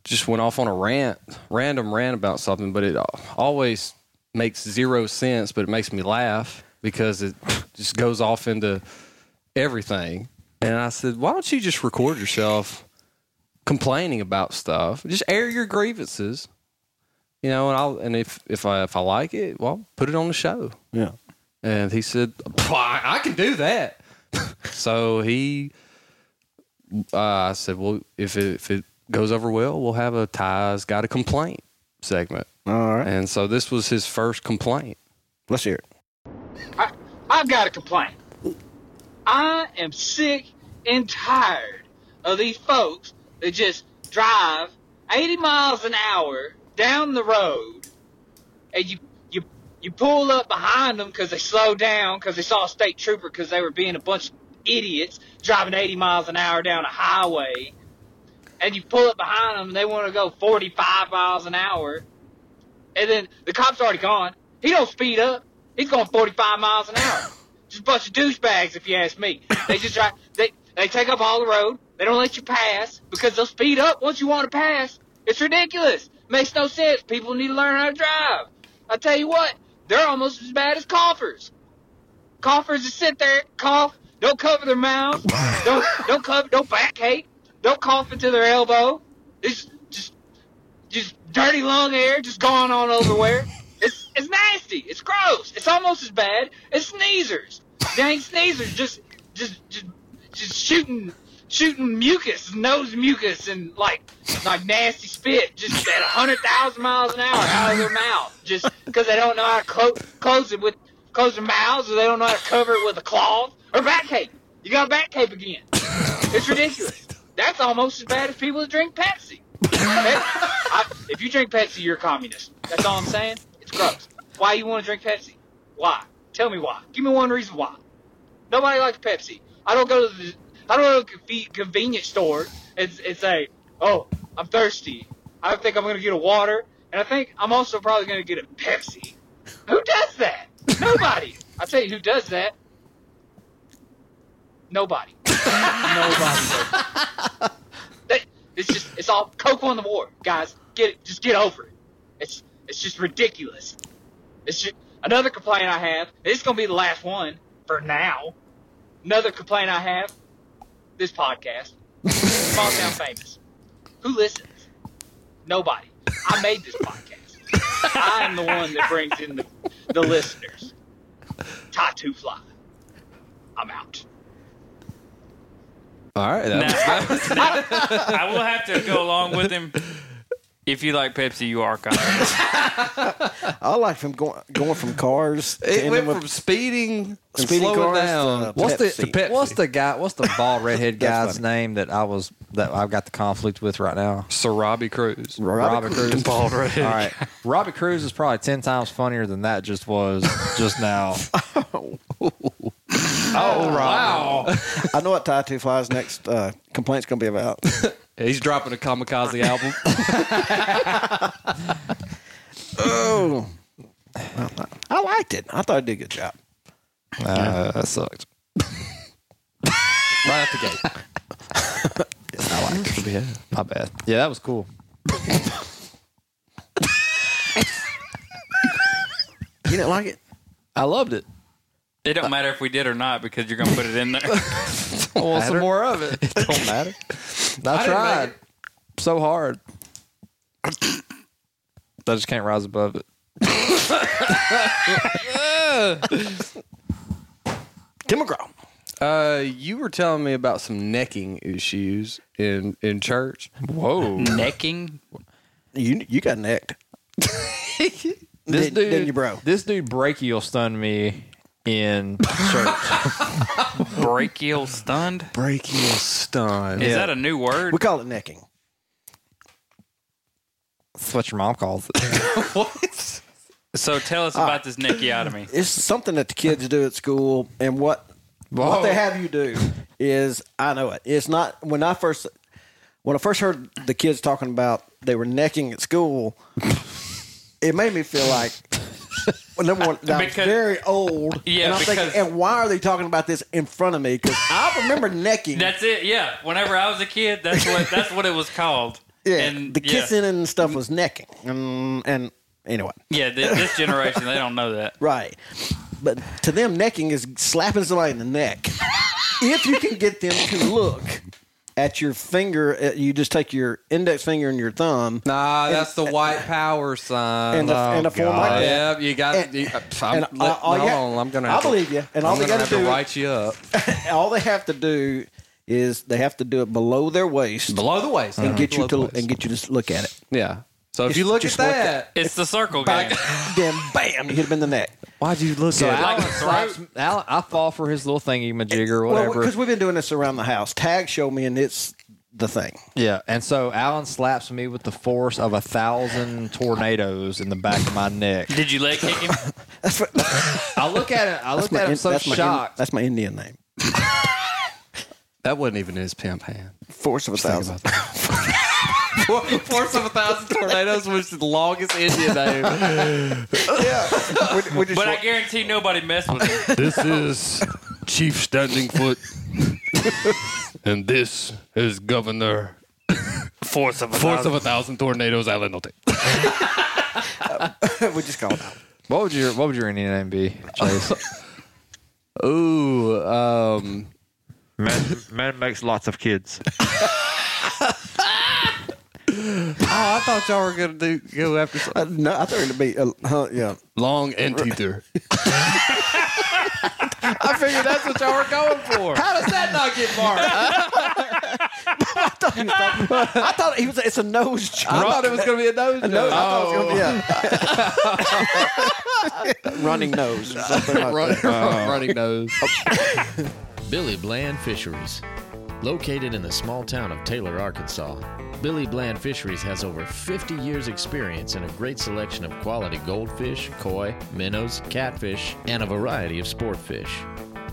D: just went off on a rant, random rant about something. But it al- always makes zero sense, but it makes me laugh because it just goes off into everything. And I said, "Why don't you just record yourself complaining about stuff? Just air your grievances, you know." And I'll and if if I if I like it, well, put it on the show.
C: Yeah.
D: And he said, "Pah, I can do that. so he, uh, I said, well, if it, if it goes over well, we'll have a Ty's Got a Complaint segment.
C: All right.
D: And so this was his first complaint.
C: Let's hear it.
M: I've got a complaint. I am sick and tired of these folks that just drive 80 miles an hour down the road and you you you pull up behind them because they slow down because they saw a state trooper because they were being a bunch of idiots driving 80 miles an hour down a highway and you pull up behind them and they want to go 45 miles an hour and then the cop's already gone he don't speed up he's going 45 miles an hour just a bunch of douchebags if you ask me they just try they they take up all the road they don't let you pass because they'll speed up once you want to pass it's ridiculous makes no sense people need to learn how to drive i tell you what they're almost as bad as coffers coffers that sit there cough don't cover their mouth don't don't cover don't backache don't cough into their elbow it's just just dirty lung air just going on everywhere it's it's nasty it's gross it's almost as bad as sneezers dang sneezers just just just, just shooting shooting mucus, nose mucus, and like like nasty spit just at hundred thousand miles an hour out of their mouth, just because they don't know how to clo- close it with close their mouths, or they don't know how to cover it with a cloth or back cape. You got a back cape again. It's ridiculous. That's almost as bad as people that drink Pepsi. I, if you drink Pepsi, you're a communist. That's all I'm saying. It's gross. Why you want to drink Pepsi? Why? Tell me why. Give me one reason why. Nobody likes Pepsi. I don't go to the I don't go to a conve- convenience store and, and say, "Oh, I'm thirsty. I think I'm gonna get a water, and I think I'm also probably gonna get a Pepsi." Who does that? Nobody. I tell you who does that. Nobody. Nobody. does. That- it's just it's all coke on the war, guys. Get it, just get over it. It's it's just ridiculous. It's just, another complaint I have. It's gonna be the last one for now. Another complaint I have. This podcast, small town famous. Who listens? Nobody. I made this podcast. I am the one that brings in the the listeners. Tattoo fly. I'm out.
D: All right.
A: Now,
D: that was-
A: I, I will have to go along with him. If you like Pepsi, you are communist.
C: I like from going going from cars. to
D: it
C: ending
D: went
C: with-
D: from speeding,
C: Speeding
D: slowing
C: cars
D: down.
C: to
D: What's the,
C: Pepsi.
D: to Pepsi?
F: What's the guy?
D: *laughs*
F: What's the bald redhead
D: That's
F: guy's name that I was that I've got the conflict with right now?
D: Sir Robbie Cruz.
F: Robbie Cruz.
D: Bald redhead.
F: All right, Robbie Cruz is probably ten times funnier than that just was
C: *laughs*
F: just now.
C: Oh, wow. *laughs* I know what Tattoo Fly's next uh, complaint's going to be
D: *laughs*
C: about.
D: He's dropping a kamikaze
C: *laughs*
D: album.
C: oh. Well, I I liked it. I thought I did a good job.
D: Uh,
C: *laughs*
D: that sucked. right out the gate. I
F: *laughs*
D: like it. Yeah, my bad.
F: Yeah, that was cool.
C: *laughs* You didn't like it?
D: I loved it.
A: It don't matter if we did or not because you're gonna put it in there.
D: I want some
F: Matter?
D: more of *laughs* it.
F: It don't matter.
D: I
F: I
D: didn't
F: tried
D: make
F: so hard. I just can't rise above
C: *laughs*
F: it.
C: Tim McGraw.
D: Uh, you were telling me about some necking issues in in church. Whoa,
A: Necking.
C: You you got necked.
F: This
C: Didn't-
F: dude,
C: didn't you, bro?
F: This dude brachial stunned me in church.
A: *laughs* Brachial stunned.
D: brachial stun.
A: Is that a new word?
C: We call it necking.
F: That's what your mom calls it.
D: what?
A: So tell us about this nickeotomy.
C: *laughs* It's something that the kids do at school, and what what they have you do is I know it. It's not when I first when I first heard the kids talking about they were necking at school. it made me feel like well, number one, that I was
A: Because-
C: very old.
A: Yeah,
C: and I'm
A: because-
C: thinking, and why are they talking about this in front of me? Because I remember necking.
A: That's it. Yeah. Whenever I was a kid, that's what that's what it was called.
C: *laughs* yeah,
A: And
C: the
A: yeah.
C: kissing and stuff was necking, and, and anyway,
A: Yeah, thi- this generation they don't know that.
C: Right. But to them, necking is slapping somebody in the neck. if you can get them to look at your finger, uh, you just take your index finger and your thumb.
D: Nah, Ah, that's the white power sign.
C: And a- and a form like
D: Oh, God.
C: that.
D: Yep, you got.
C: And-
D: you, uh, I'm,
C: and all- all
D: hold
C: you-
D: on, I'm gonna.
C: I
D: Have to-
C: believe you. And all
D: I'm
C: they
D: gonna
C: gotta
D: have to
C: do-
D: write you up
C: *laughs* All they have to do is they have to do it below their waist
D: below the waist
C: and get you
D: Below
C: to
D: the waist.
C: and get you to s- look at it.
D: Yeah. So if
C: Just-
D: you look at
C: just look
D: that,
A: It's the circle game.
C: Then bam, you hit them in the neck.
D: why'd you look
F: So
D: at
F: Alan,
A: Like a throat.
F: slaps, Alan, I fall for his little thingy majigger or
C: Well,
F: whatever.
C: because we've been doing this around the house. Tag showed me, and it's the thing.
F: yeah, and so Alan slaps me with the force of a thousand tornadoes in the back of my neck.
A: Did you leg kick him?
C: *laughs* That's, what,
F: I look at it. I look
C: my
F: at him
C: in-
F: so
C: that's my in- *laughs*
F: shocked.
C: that's my Indian name.
D: That wasn't even his pimp hand.
C: Force of a thousand.
D: *laughs* Force of a thousand tornadoes was the longest
C: *laughs*
D: Indian name.
A: But I guarantee nobody messed with him.
D: This is Chief Standing Foot, and this is Governor *laughs*
A: Force of a
D: Force of *laughs* a Thousand Tornadoes Alan Nolte.
C: *laughs* we just call it out.
F: What would your What would your Indian name be, Chase?
D: *laughs* Ooh, um,
N: Man, man makes lots of
F: *laughs*
N: kids.
D: oh, I thought y'all were gonna do go after some
C: Uh, *laughs* no, I thought it'd be. Uh, huh, yeah.
D: long and teether.
F: I figured that's what y'all were going for.
D: How does that not get marked?
C: *laughs* he was talking- I thought he was. It's a nose job.
O: I thought it was gonna be a nose job.
C: I thought it was gonna- yeah. running nose.
O: *laughs*
C: Or something like that. Oh.
O: running nose.
P: Uh-huh. *laughs* Billy Bland Fisheries. Located in the small town of Taylor, Arkansas, Billy Bland Fisheries has over 50 years' experience in a great selection of quality goldfish, koi, minnows, catfish, and a variety of sport fish.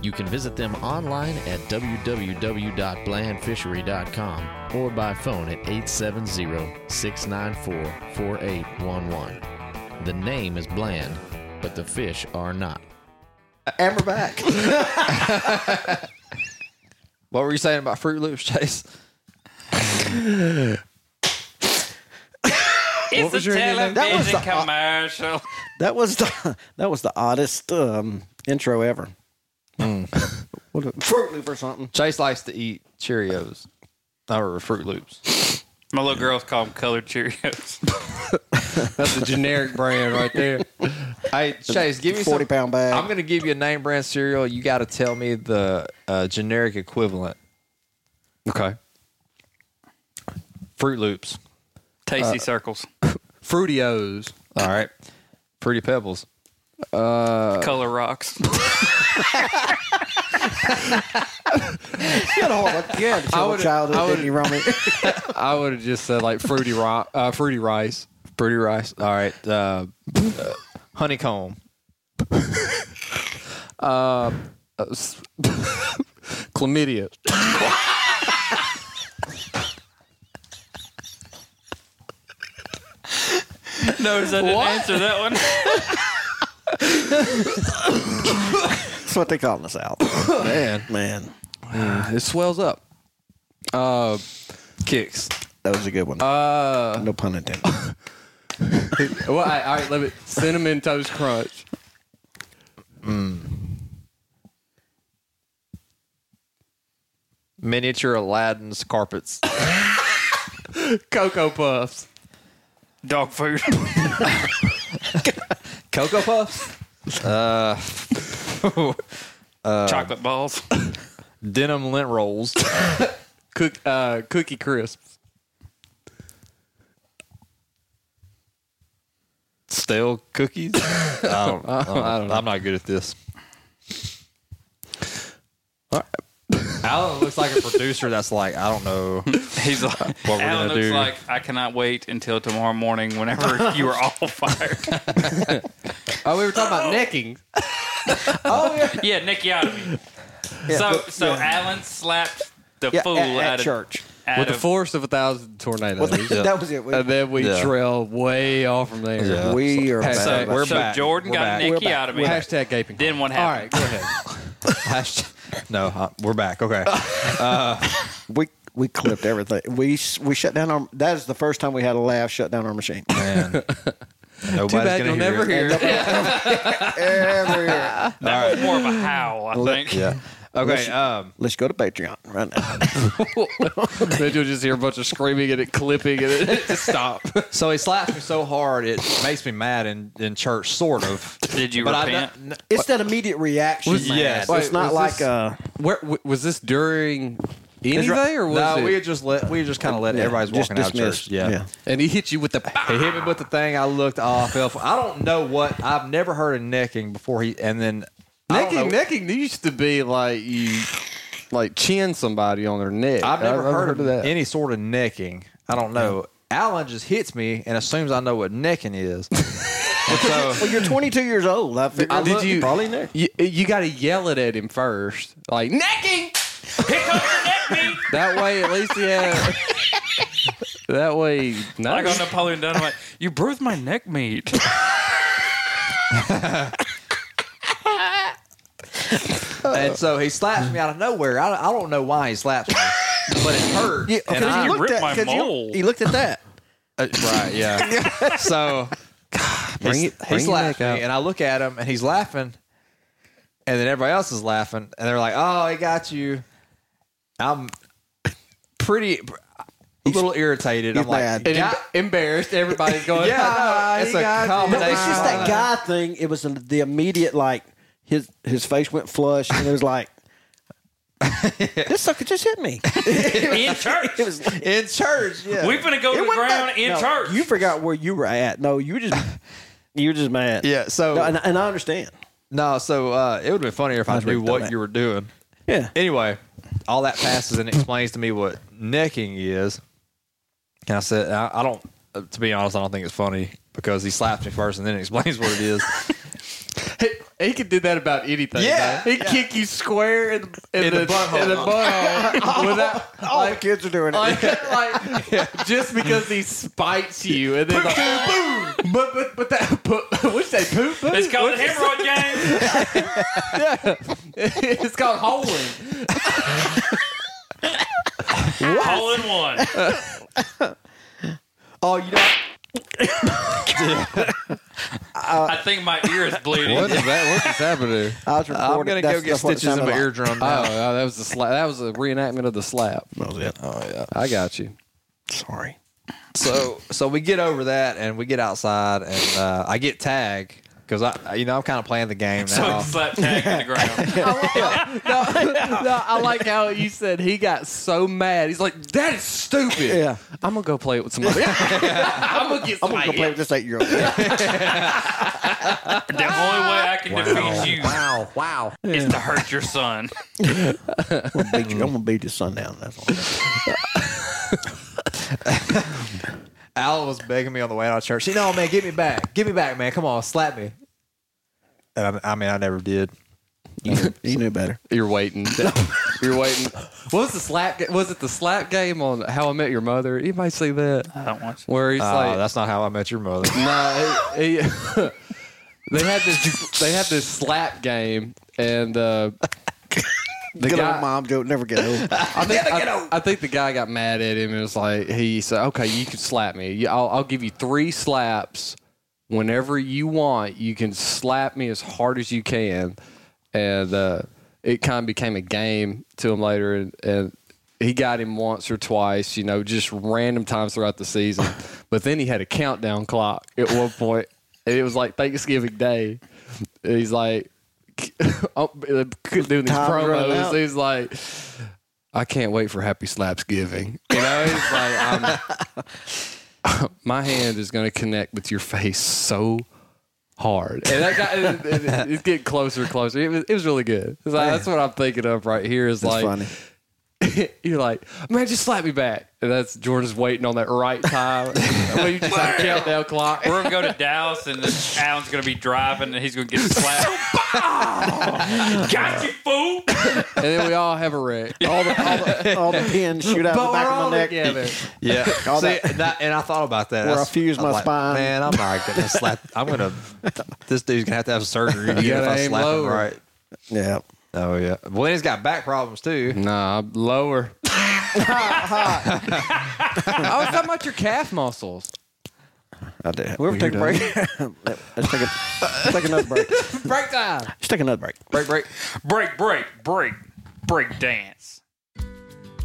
P: You can visit them online at www.blandfishery.com or by phone at 870 694 4811. The name is Bland, but the fish are not.
C: And we're back.
D: What were you saying about Fruit Loops, *laughs* Chase?
A: It's
C: was
A: a
C: your name?
A: television
C: That was the-
A: commercial.
C: That was the that was the oddest um, intro ever. what a, Fruit Loop or something.
D: Chase likes to eat Cheerios or Fruit Loops.
A: My little girls call them
C: *laughs*
A: colored Cheerios.
D: *laughs* That's a generic brand right *laughs* there.
F: Hey,
D: Chase, give me some-
C: 40 pound bag.
F: I'm going to give you a name brand cereal. You got to tell me the uh, generic equivalent.
O: Okay.
F: Fruit Loops.
A: Tasty
C: *laughs*
F: Uh,
A: circles.
D: Fruitios.
F: All right. Fruity Pebbles.
D: Uh,
A: Color rocks.
C: *laughs* You had a whole, you had
D: I
C: your whole
D: would've-
C: childhood,
D: I
C: didn't you, Romy?
D: *laughs* I would have just said like fruity ro- uh, fruity rice.
F: Fruity rice. All right. Uh, uh, honeycomb.
D: *laughs* Uh, *laughs* uh, s- chlamydia.
A: Notice I didn't answer that one. *laughs*
C: *laughs* That's what they call us
F: *coughs*
C: out.
D: Man,
C: man, *coughs*
D: it swells up. Uh, kicks.
C: That was a good one.
D: Uh,
C: no pun intended.
D: *laughs* well, all right, all right, let me cinnamon toast crunch.
F: Miniature Aladdin's carpets.
D: Cocoa Puffs.
A: Dog food. *laughs*
D: Cocoa Puffs.
F: Uh, uh,
A: Chocolate balls.
F: *laughs* Denim lint rolls.
D: Cook uh, cookie crisps.
F: Stale cookies. I don't, I don't,
D: I don't know.
F: I'm not good at this. Alan looks like a producer that's like, I don't know.
A: He's like,
F: what we're
A: Alan
F: gonna
A: looks
F: do.
A: like I cannot wait until tomorrow
D: *laughs*
A: morning. Whenever you are all fired.
D: Oh, we were talking about necking.
A: yeah, nicotiotomy.
D: Oh, Yeah,
A: so
D: but-
A: so
D: yeah.
A: Alan slapped the
D: Yeah,
A: fool
D: at- at
A: out of
D: church.
A: out
D: With the
A: of-
D: force of a thousand tornadoes.
A: Well, that- that was it. We-
D: and then we
A: Yeah.
D: trail way off from there.
C: Yeah. We are
D: Hashtag-
A: So,
D: We're
A: so
D: back.
A: Jordan
D: We're
A: got
D: back. We're
A: Nicky
D: back.
A: out of me.
D: Hashtag gaping.
A: Then what
D: All right,
A: happened?
D: go ahead.
F: Hashtag- no, uh, we're
C: *coughs*
F: back. Okay. Uh,
C: we we clipped everything. We s- we shut down our. That is the first time we had a laugh. Shut down our machine. *laughs*
F: Man,
D: bad
F: nobody's
D: you'll
F: gonna hear
D: never
F: it.
D: hear it. *laughs*
C: Everywhere.
A: That was more of a howl, I think.
F: Yeah.
C: Let's-
F: *laughs* Okay.
D: uh,
F: Um,
C: Let's go to Patreon right now.
D: then you'll just hear a bunch of screaming and it clipping and it, *laughs* it just stop.
F: so he slaps me so hard it makes me mad in, in church, sort of.
A: Did you
F: I
A: repent?
F: don't-
C: It's that immediate reaction.
F: Was-
C: man.
F: yes.
C: it's
F: Wait,
C: not
F: was
C: like uh,
F: this-
C: a.
D: *laughs* Where w- was this during any
F: Is right-
D: day or was
F: no,
D: it?
F: we had just let we had just kind of let
D: Yeah,
F: everybody's
D: just
F: walking out of
D: dismissed.
F: church. Yeah.
D: Yeah. and he hit you with the.
F: *laughs* He hit me with the thing. I looked off. I fell- I don't know what. I've never heard of necking before. He and then I don't
D: Necking,
F: know-
D: necking used to be like you, like chin somebody on their neck.
F: I've never
D: I've
F: heard, of any sort of necking. I don't know. Alan just hits me and assumes I know what necking
D: *laughs*
F: is. And so
C: Well, you're 22 years old. I figured
D: Did you *laughs*
C: probably next.
D: You, you got to yell it at him first, like necking. *laughs* that way, at least he had. that way, no.
A: Like on Napoleon Dynamite, you bruised my neck *laughs* meat.
F: and so he slaps me out of nowhere. I, I don't know why he slaps me, but it hurt.
C: Yeah,
F: and
C: because
F: I-
C: he looked at.
A: my
C: 'cause you,
A: mole.
C: he looked at that.
F: Uh,
D: *laughs*
F: right, yeah. so
D: Bring
F: he,
D: it-
F: he
D: bring it
F: slaps me,
D: back up.
F: and I look at him, and he's laughing, and then everybody else is laughing, and they're like, "Oh, he got you." I'm pretty, a little irritated. I'm like,
C: mad.
D: and
F: "God-
D: em- embarrassed. Everybody's going.
F: Yeah,
D: "Ah,
F: no,
D: he
F: it's a
D: got you."
C: No,
F: combination.
C: it's just that guy
F: *laughs*
C: thing. It was the immediate like his his face went flush and it was like This sucker just hit me.
A: in
B: *laughs*
A: church.
B: in church, yeah.
A: We finna go to
C: It
A: the
C: wasn't
A: ground
C: that-
A: in
C: no,
A: church.
C: You forgot where you were at. No, you were
F: *laughs*
C: just you were just mad.
F: Yeah, so-
C: No, and, and I understand.
F: No, so uh, it would have been funnier if I,
C: I
F: knew
C: would've done
F: what
C: that.
F: you were doing.
C: Yeah.
F: Anyway, all that passes and explains to me what necking is. And I said, I, I don't, uh, to be honest, I don't think it's funny because he slaps me first and then explains what it is.
D: *laughs* He could do that about anything.
F: Yeah.
D: man. he'd kick you square in the in,
F: In the
D: the,
F: butthole.
D: in
C: *laughs*
D: the butthole without
C: All the kids are doing it. *laughs*
F: *laughs*
D: like, like just because he spites you and then like, but but but that but, *laughs* what'd you say poop?
A: It's called the
D: What'd you
A: hemorrhoid game.
D: say? *laughs* it's called holing.
A: All in one.
F: *laughs*
C: *laughs* Oh, you know,
D: Uh,
A: I think my ear is bleeding.
D: What is that? What just happened there?
C: I was recording.
F: I'm going to
C: That's-
F: go get
C: that's what it
F: stitches in
C: sounded
F: my
C: like.
F: eardrum
D: Oh,
F: now.
D: oh, that was the slap. That was a reenactment of the slap.
C: That was it.
F: Oh, yeah.
D: I got *laughs* you.
C: Sorry.
F: so so we get over that and we get outside and uh, I get tag because I you know I'm kind of playing the game
A: So
F: now.
A: he slapped tag in the ground.
D: No, no, I like how you said he got so mad. He's like, "That is stupid."
C: Yeah.
D: I'm gonna go play it with somebody. *laughs* I'm gonna get.
C: I'm gonna go play with this eight year old.
A: *laughs* The only way I can defeat you
E: Wow, wow.
A: is to hurt
D: *laughs*
A: your son.
C: I'm gonna beat your son down. That's all.
F: Al was begging me on the way out of church. You know, man, give me back, give me back, man. Come on, slap me. And I, I mean, I never did.
C: You knew, you knew better.
D: *laughs*
C: *laughs*
D: You're waiting. You're waiting. What was the slap? ga- Was it the slap game on How I Met Your Mother? Anybody see that?
A: I don't want
D: Where he's
F: Oh,
D: like,
F: that's *laughs* not how I met your
D: *laughs*
F: mother.
D: No, he, *laughs* he- they had this. They had this slap game,
C: *laughs*
D: and uh, the
C: Good
D: guy.
C: old mom joke never get old.
D: I think, I, I think the guy got mad at him and was like, he said, "Okay, you can slap me. You- I'll, I'll give you three slaps whenever you want. You can slap me as hard as you can." And uh, it kind of became a game to him later, and, and he got him once or twice, you know, just random times throughout the season. but then he had a countdown clock at one point, and it was like Thanksgiving Day. And he's like. doing these
C: Time's running
D: promos.
C: out.
D: He's like, I can't wait for Happy Slaps Giving. You know, it's like I'm, *laughs* my hand is going to connect with your face so hard, and that guy, it, it- it- it's getting closer and closer. It was, it was really good. It's like, that's what I'm thinking of right here. Is
C: That's
D: like
C: funny.
D: *laughs* you're like, man, just slap me back, and that's Jordan's waiting on that right time. *laughs* well, you just have a countdown clock.
A: We're gonna go to Dallas, and Alan's gonna be driving, and he's gonna get slapped. Got you, fool!
D: and then we all have a wreck.
C: *laughs* All the, all the, all the pins shoot out the back of my neck. *laughs*
F: Yeah,
C: All
F: See,
C: that-
F: that- and I thought about that.
C: Where I
F: That's-
C: fused
F: I'm
C: my
F: like,
C: spine.
F: Man, I'm not gonna slap. I'm gonna. This dude's gonna have to have surgery to get if
D: gotta
F: I
D: aim
F: slap him
D: lower.
F: right.
C: Yeah.
F: Oh yeah. Well, then he's got back problems too.
D: Nah, lower. I was talking about your
C: *laughs*
D: calf muscles.
C: I did. We'll take a break. *laughs* Let's take, a, let's take another break.
A: *laughs*
C: Let's
D: Break time.
C: take another break.
F: Break, break.
A: Break, break, break, break dance.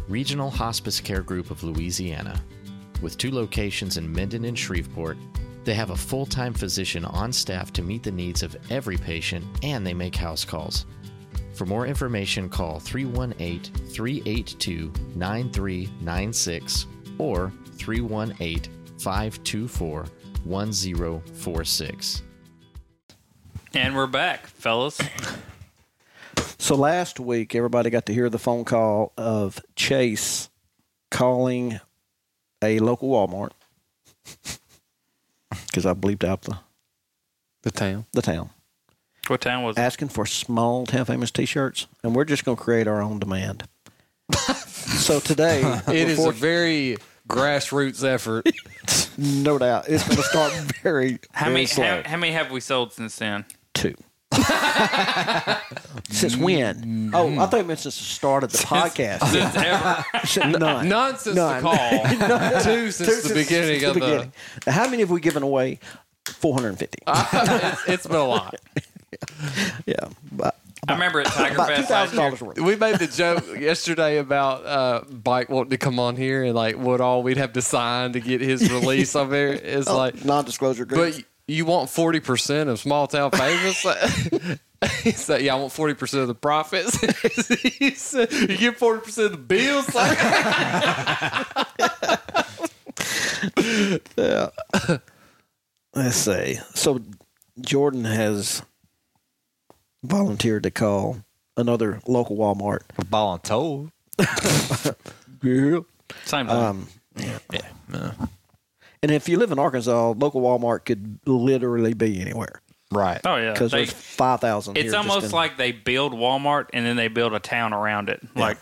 Q: Regional Hospice Care Group of Louisiana. With two locations in Minden and Shreveport, they have a full time physician on staff to meet the needs of every patient and they make house calls. For more information, call 318 382 9396 or 318 524 1046.
A: And we're back, fellas. *coughs*
C: So last week, everybody got to hear the phone call of Chase calling a local Walmart because I bleeped out the,
D: The town.
C: the town,
A: What town was it?
C: asking for small town famous T-shirts, and we're just going to create our own
D: *laughs*
C: demand. so today,
D: It
C: we're
D: is a
C: fortunate-
D: very grassroots effort.
C: *laughs* no doubt it's
D: *laughs*
C: going to start very
A: How
C: very
A: many?
C: slow.
A: How, how many have we sold since then?
C: two. since when? Oh, I thought it meant since the start of the podcast. *laughs*
A: Since ever.
C: None.
D: None since
C: None. *laughs*
D: the call. Two since the beginning of the.
C: Now, How many have we given away? 450.
D: it's, it's been a lot.
C: *laughs* yeah. But
A: I remember at Tiger
C: about
A: Fest last year.
C: $2,000 worth.
D: We made the joke yesterday about uh, Bike wanting to come on
C: Oh,
D: here and like what all we'd have to sign to get his release on there. It's like,
C: non disclosure
D: but you want 40% of small town favorites? *laughs* he said, yeah, I want 40% of the profits. *laughs* *laughs* he said, you get 40% of the bills?
C: *laughs* Yeah. *laughs* Let's see. So Jordan has volunteered to call another local Walmart.
F: Volunteered.
C: *laughs* yeah.
A: Same thing.
C: Um, yeah.
F: Yeah.
C: And if you live in Arkansas, local Walmart could literally be anywhere.
F: Right.
A: Oh, yeah.
C: Because
A: They-
C: there's five thousand.
A: It's almost like they build Walmart and then they build a town around it. Like,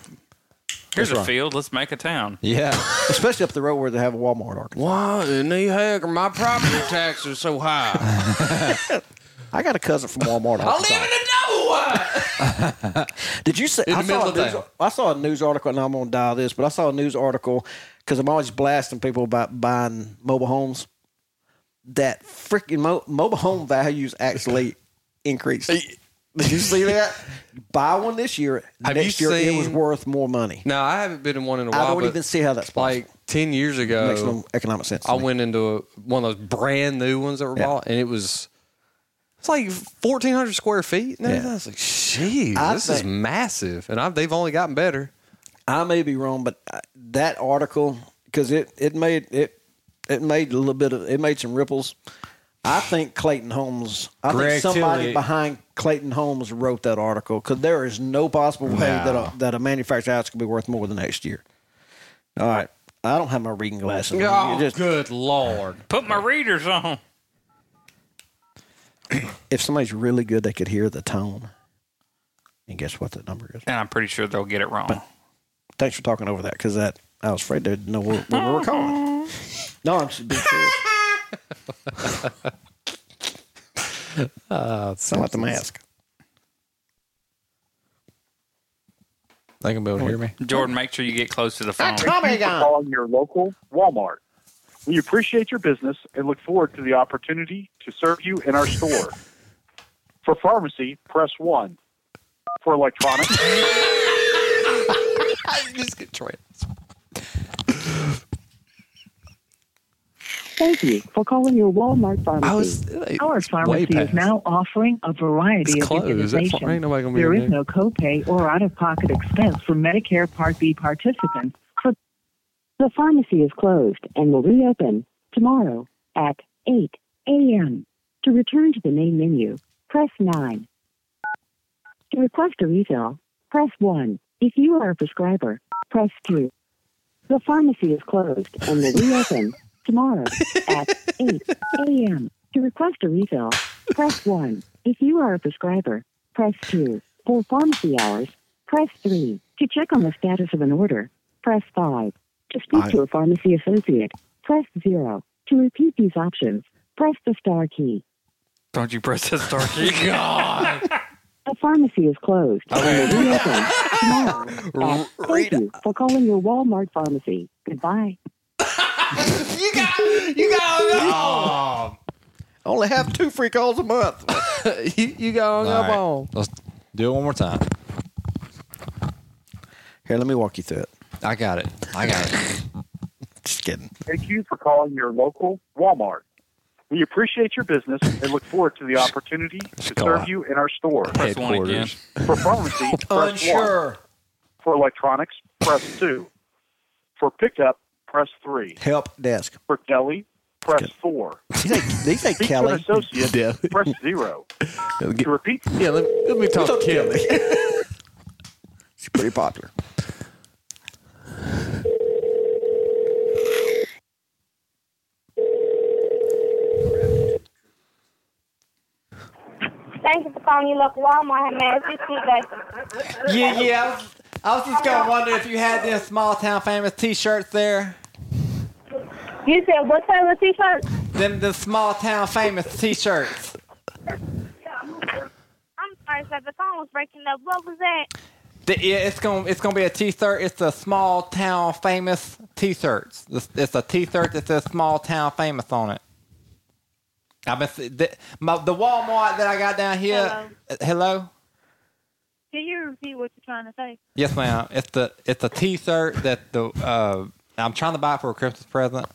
A: here's
C: That's
A: a
C: right.
A: field, let's make a town.
F: Yeah.
C: *laughs* Especially up the road where they have a Walmart. Arkansas.
D: Why in the heck are my property taxes so high?
C: I got a cousin from Walmart.
D: I
C: Arkansas.
D: live in a double wide.
C: Did you say?
D: In the
C: I,
D: middle
C: saw a
D: of
C: news,
D: town.
C: I saw a news article, and I'm going to dial this, but I saw a news article because I'm always blasting people about buying mobile homes. That freaking mo- mobile home values
D: *laughs*
C: actually increased. Did you see that? Buy one this year.
D: Have
C: next
D: you
C: year, it was
D: seen-
C: worth more money.
D: No, I haven't been in one in a
C: I
D: while.
C: don't
D: but
C: even see how that's
D: like ten years ago.
C: Makes no economic sense to
D: I
C: me.
D: went into a, one of those brand new ones that were
C: Yeah.
D: bought, and it was it's like fourteen hundred square feet. And everything. I was like, "Jeez,
C: I
D: this is
C: think-
R: *laughs*
D: massive," *laughs* and I've, they've only gotten better.
C: I may be wrong, but I- that article because it it made it it made a little bit of it made some ripples. I think Clayton Holmes. I
F: Greg
C: think somebody
F: Tilley-
C: behind Clayton Holmes wrote that article because there is no possible way that
F: No.
C: a, that a manufactured house could be worth more than next year. All right, I don't have my reading glasses. on.
D: Oh,
C: You just-
D: good lord!
A: Put my readers on.
C: if somebody's really good, they could hear the tone. And guess what? The number is.
A: And I'm pretty sure they'll get it wrong.
C: Thanks for talking over that because that I was afraid they'd know what, what we were calling. No, I'm just being serious.
D: Uh,
C: Sound like the mask.
F: They can be able to hear me.
A: *laughs* Jordan, make sure you get close to the phone.
R: Calling your local Walmart. We appreciate your business and look forward to the opportunity to serve you in our store. For pharmacy, press one. For electronics,
K: *laughs*
D: just get Troy.
S: Thank you for calling your Walmart pharmacy. Our pharmacy
D: past.
S: is now offering a variety
D: It's
S: of
D: closed. That
S: immunizations.
D: pharma- ain't nobody gonna be
S: there
D: in
S: is no copay or out-of-pocket expense for Medicare Part B participants. For-
T: The pharmacy is closed and will reopen tomorrow at 8 a.m. To return to the main menu, press 9. To request a refill, press 1. If you are a prescriber, press 2. The pharmacy is closed and will reopen tomorrow at 8 a.m. To request a refill, press 1. If you are a prescriber, press 2. For pharmacy hours, press 3. To check on the status of an order, press 5. To speak to a pharmacy associate, press 0. To repeat these options, press the star key.
A: Don't you press that star key? *laughs* God.
T: The pharmacy is closed and will reopen tomorrow. at- Thank you for calling your Walmart pharmacy. Goodbye.
C: You got, you got
D: Oh.
C: Only have two free calls a month.
D: *laughs* you, you got hung
F: All
D: up
F: right.
D: on.
F: Let's do it one more time.
C: Here, let me walk you through it.
F: I got it. I got it.
C: *laughs* Just kidding.
R: Thank you for calling your local Walmart. We appreciate your business and look forward to the opportunity to
F: call
R: serve
F: it
R: you in our store.
F: Press one
R: *laughs*
D: *laughs*
F: Headquarters.
R: For pharmacy, press one. For electronics, press two. For pickup, press three.
C: Help desk.
R: For deli, press four.
C: These ain't, these ain't
R: Speak to an
C: Kelly.
R: associate, press zero. To
C: *laughs*
R: repeat,
D: Yeah, let, let me talk to Kelly.
C: She's pretty popular.
U: Thank you for calling your local Walmart. May I assist you today?
B: Yeah, yeah. I was, I was just gonna wonder if you had them small town famous T-shirts there.
U: You said what type of T-shirt?
B: Them the small town famous T-shirts.
U: I'm sorry, sir. The phone was breaking up. What was that?
B: The- yeah, it's gonna it's gonna be a T-shirt. It's the small town famous T-shirts. It's, it's a T-shirt that says small town famous on it. I've been se- the, my, the Walmart that I got down here.
U: Hello.
B: uh, hello?
U: Can you repeat what you're trying to say?
B: Yes, ma'am. It's the it's a T-shirt that the uh, I'm trying to buy for a Christmas present.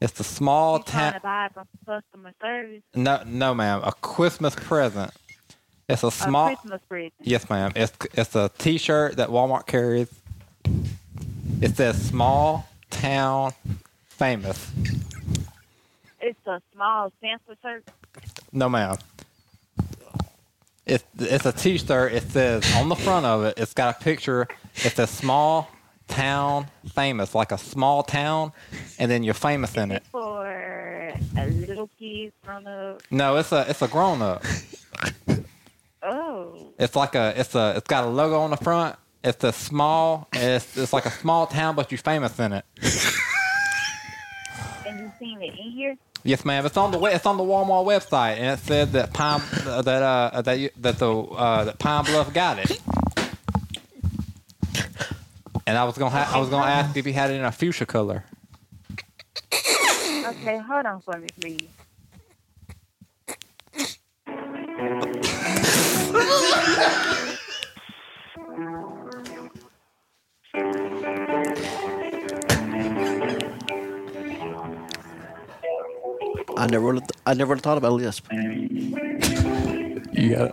F: It's the small
U: trying
F: town.
U: to buy it from customer service.
F: No, no, ma'am. A Christmas present. It's a small.
U: Christmas present.
F: Yes, ma'am. It's it's a T-shirt that Walmart carries. It says "Small Town Famous."
U: It's a small sample shirt.
F: No, ma'am. It's it's a T-shirt. It says on the front of it. It's got a picture. It says "Small Town Famous," like a small town, and then you're famous in it.
U: for a little kid from the
F: No, it's a it's a grown up.
U: oh
F: It's like a it's a it's got a logo on the front. It's a small it's it's like a small town, but you're famous in it.
U: and you seen it in here
F: Yes, ma'am. It's on the we- it's on the Walmart website, and it said that Pine uh, that uh that you, that the uh, that Pine Bluff got it. And I was gonna ha- I was gonna ask if you had it in a fuchsia color.
U: okay hold on for me please
C: I never, would've- I never would've thought about Lisp.
D: You got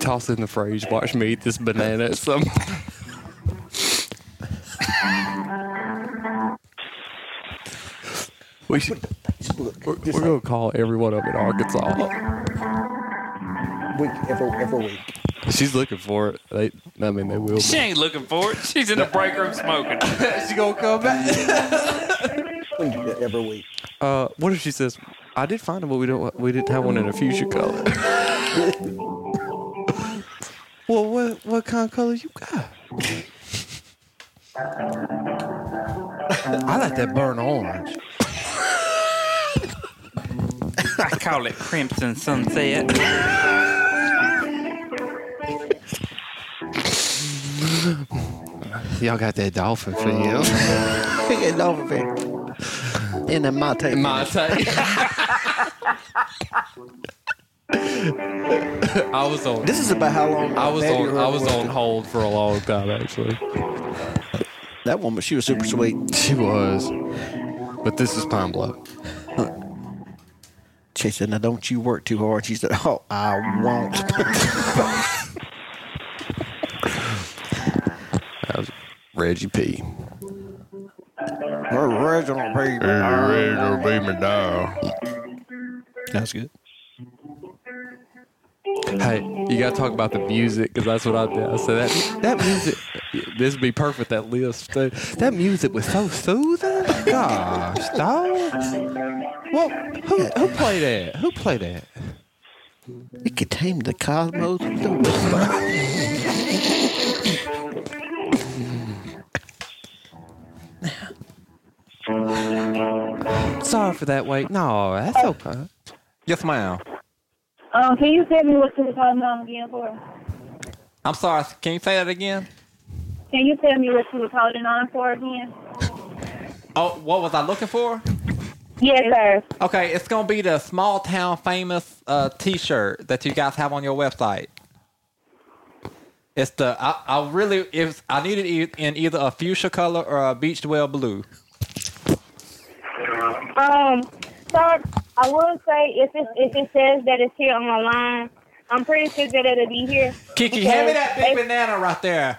D: toss in the phrase, watch me eat this banana *laughs* at some We should, we're, we're going to call everyone up in Arkansas.
C: Week every, every week.
D: She's looking for it. They, I mean, they will.
A: She ain't looking for it.
C: *laughs*
A: She's in the break room smoking.
D: *laughs* she gonna come
A: back.
C: We do that every week.
D: Uh, what if she says, "I did find them, but we don't. We didn't have one in a fuchsia color." well, what what kind of color you got?
V: I like that burnt orange.
A: *laughs* I call it
C: *laughs*
A: Crimson Sunset.
D: *laughs* Y'all got that dolphin for you.
C: Get over it. In a mate. *laughs*
D: Mate. I was on.
C: This is about how long
D: I was
C: I've had
D: on.
C: your
D: I was
C: voice.
D: on hold for a long time, actually.
C: That woman, she was super sweet.
D: She was. But this is Pine Bluff.
C: She said, now don't you work too hard. She said, oh, I
D: *laughs*
C: won't.
D: That was Reggie P.
C: Original baby.
D: Original baby doll. That's good. Hey, you gotta talk about the music because that's what I did. I said that that music. This would be perfect. That list. Too. That music was so soothing. Gosh, dog. Well, who who played that? Who played that?
C: It could tame the cosmos. with the
D: whisper. Sorry for that wait. No, that's okay.
F: Yes, ma'am.
U: um can you tell me what you were calling on again for
F: I'm sorry. Can you say that again?
U: can you tell me what you were calling on for again
F: Oh, what was I looking for?
U: yes sir
F: Okay, it's gonna be the small town famous uh, T-shirt that you guys have on your website. It's the I, I really if I need it e- in either a fuchsia color or a beach dwell blue.
U: um so i will say if it if it says that it's here on the line i'm pretty sure that it'll be here
F: Kiki, hand me that big
U: Because-
F: banana right there.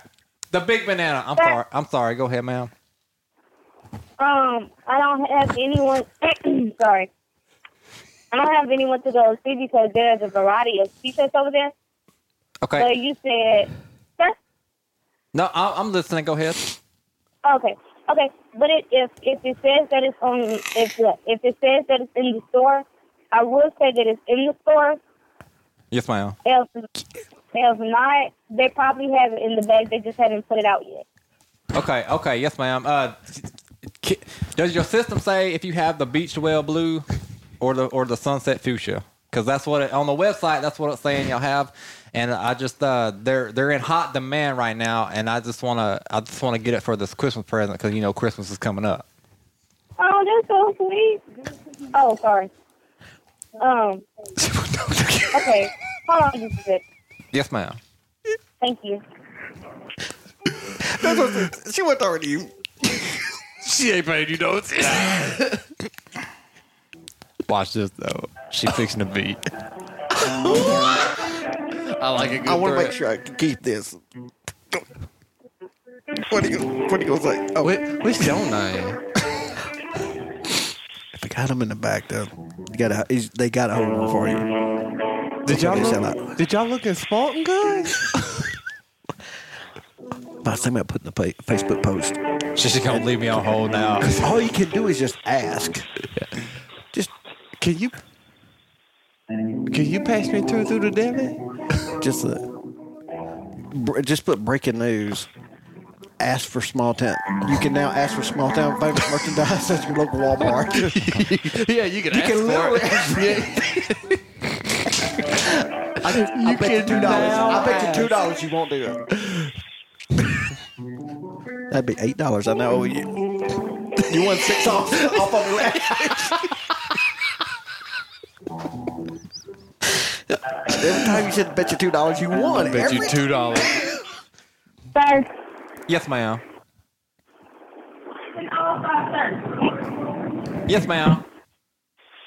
F: The big banana. I'm sorry. I'm sorry. Go ahead, ma'am.
U: Um, I don't have anyone. *clears throat* sorry, I don't have anyone to go see because there's a variety of t-shirts over there.
F: Okay.
U: So you said, sir?
F: No, I, I'm listening. Go ahead.
U: okay, okay. But it, if if it says that it's on if if it says that it's in the store, I will say that it's in the store.
F: Yes, ma'am.
U: If if not, they probably have it in the bag. They just haven't put it out yet.
F: Okay. Okay. Yes, ma'am. Uh, ki- does your system say if you have the beach dwell blue or the or the sunset fuchsia? Because that's what it, on the website. That's what it's saying y'all have. And I just uh, they're they're in hot demand right now, and I just wanna I just wanna get it for this Christmas present because you know Christmas is coming up.
U: Oh, that's so sweet. Oh, sorry. Um. okay. Hold on just a bit.
F: Yes, ma'am.
U: Thank you.
C: she went over to you.
D: She ain't paid you notes. Watch this though. She fixing to beat. I like a good
C: I want to
D: threat.
C: make sure I can keep this. What do you What do you say? Oh,
D: Wh- which don't I?
C: if I got him in the back though, you gotta, he's, they got to hold him for you.
D: Did y'all
C: They sound
D: look-
C: like-
D: Did y'all look at Spartan guys?
C: I was thinking about putting a pa- Facebook post.
W: She's just gonna leave me on hold now.
C: 'Cause all you can do is just ask. Just
D: can you can you pass me two through the deli?
C: Just uh, br- just put breaking news. Ask for small town. You can now ask for small town famous merchandise at your local Walmart. *laughs*
D: *laughs* yeah, you can
C: You
D: ask
C: can
D: for
C: literally
D: it.
C: ask for I, I bet you two dollars.
D: now
C: I bet
D: ask.
C: you two dollars you won't do it. That'd be eight dollars. I know you. You won six off *laughs* off of me last. Every time you said bet you two dollars, you won.
D: bet you
C: Every-
D: two dollars.
U: Sir.
F: Yes, ma'am. Yes, ma'am.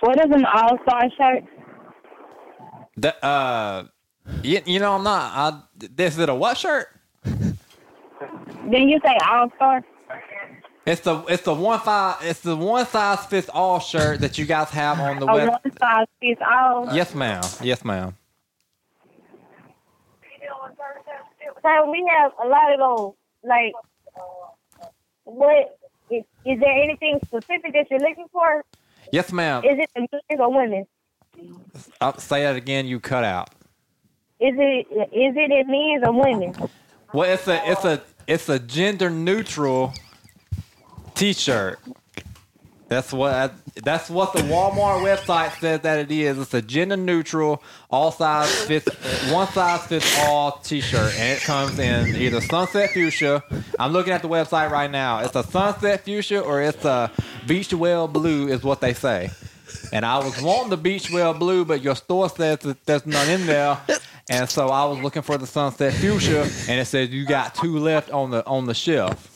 U: What is an all star shirt?
F: That, uh, you, you know, I'm not. I, this is a what shirt?
U: Then you say all star.
F: It's the it's the one size it's the one size fits all shirt that you guys have on the
U: A
F: web.
U: one size fits all.
F: Yes, ma'am. Yes, ma'am.
U: So we have a lot of those. Like, what is, is there anything specific that you're looking for?
F: Yes, ma'am.
U: Is it the men or women?
F: I'll say that again. You cut out.
U: Is it is it in men's or women?
F: Well, it's a it's a it's a gender neutral T-shirt. That's what I, that's what the Walmart website says that it is. It's a gender neutral, all size fits, uh, one size fits all T-shirt, and it comes in either sunset fuchsia. I'm looking at the website right now. It's a sunset fuchsia or it's a beach well blue, is what they say. And I was wanting the beach well blue, but your store says that there's none in there. And so I was looking for the sunset fuchsia, and it says you got two left on the on the shelf.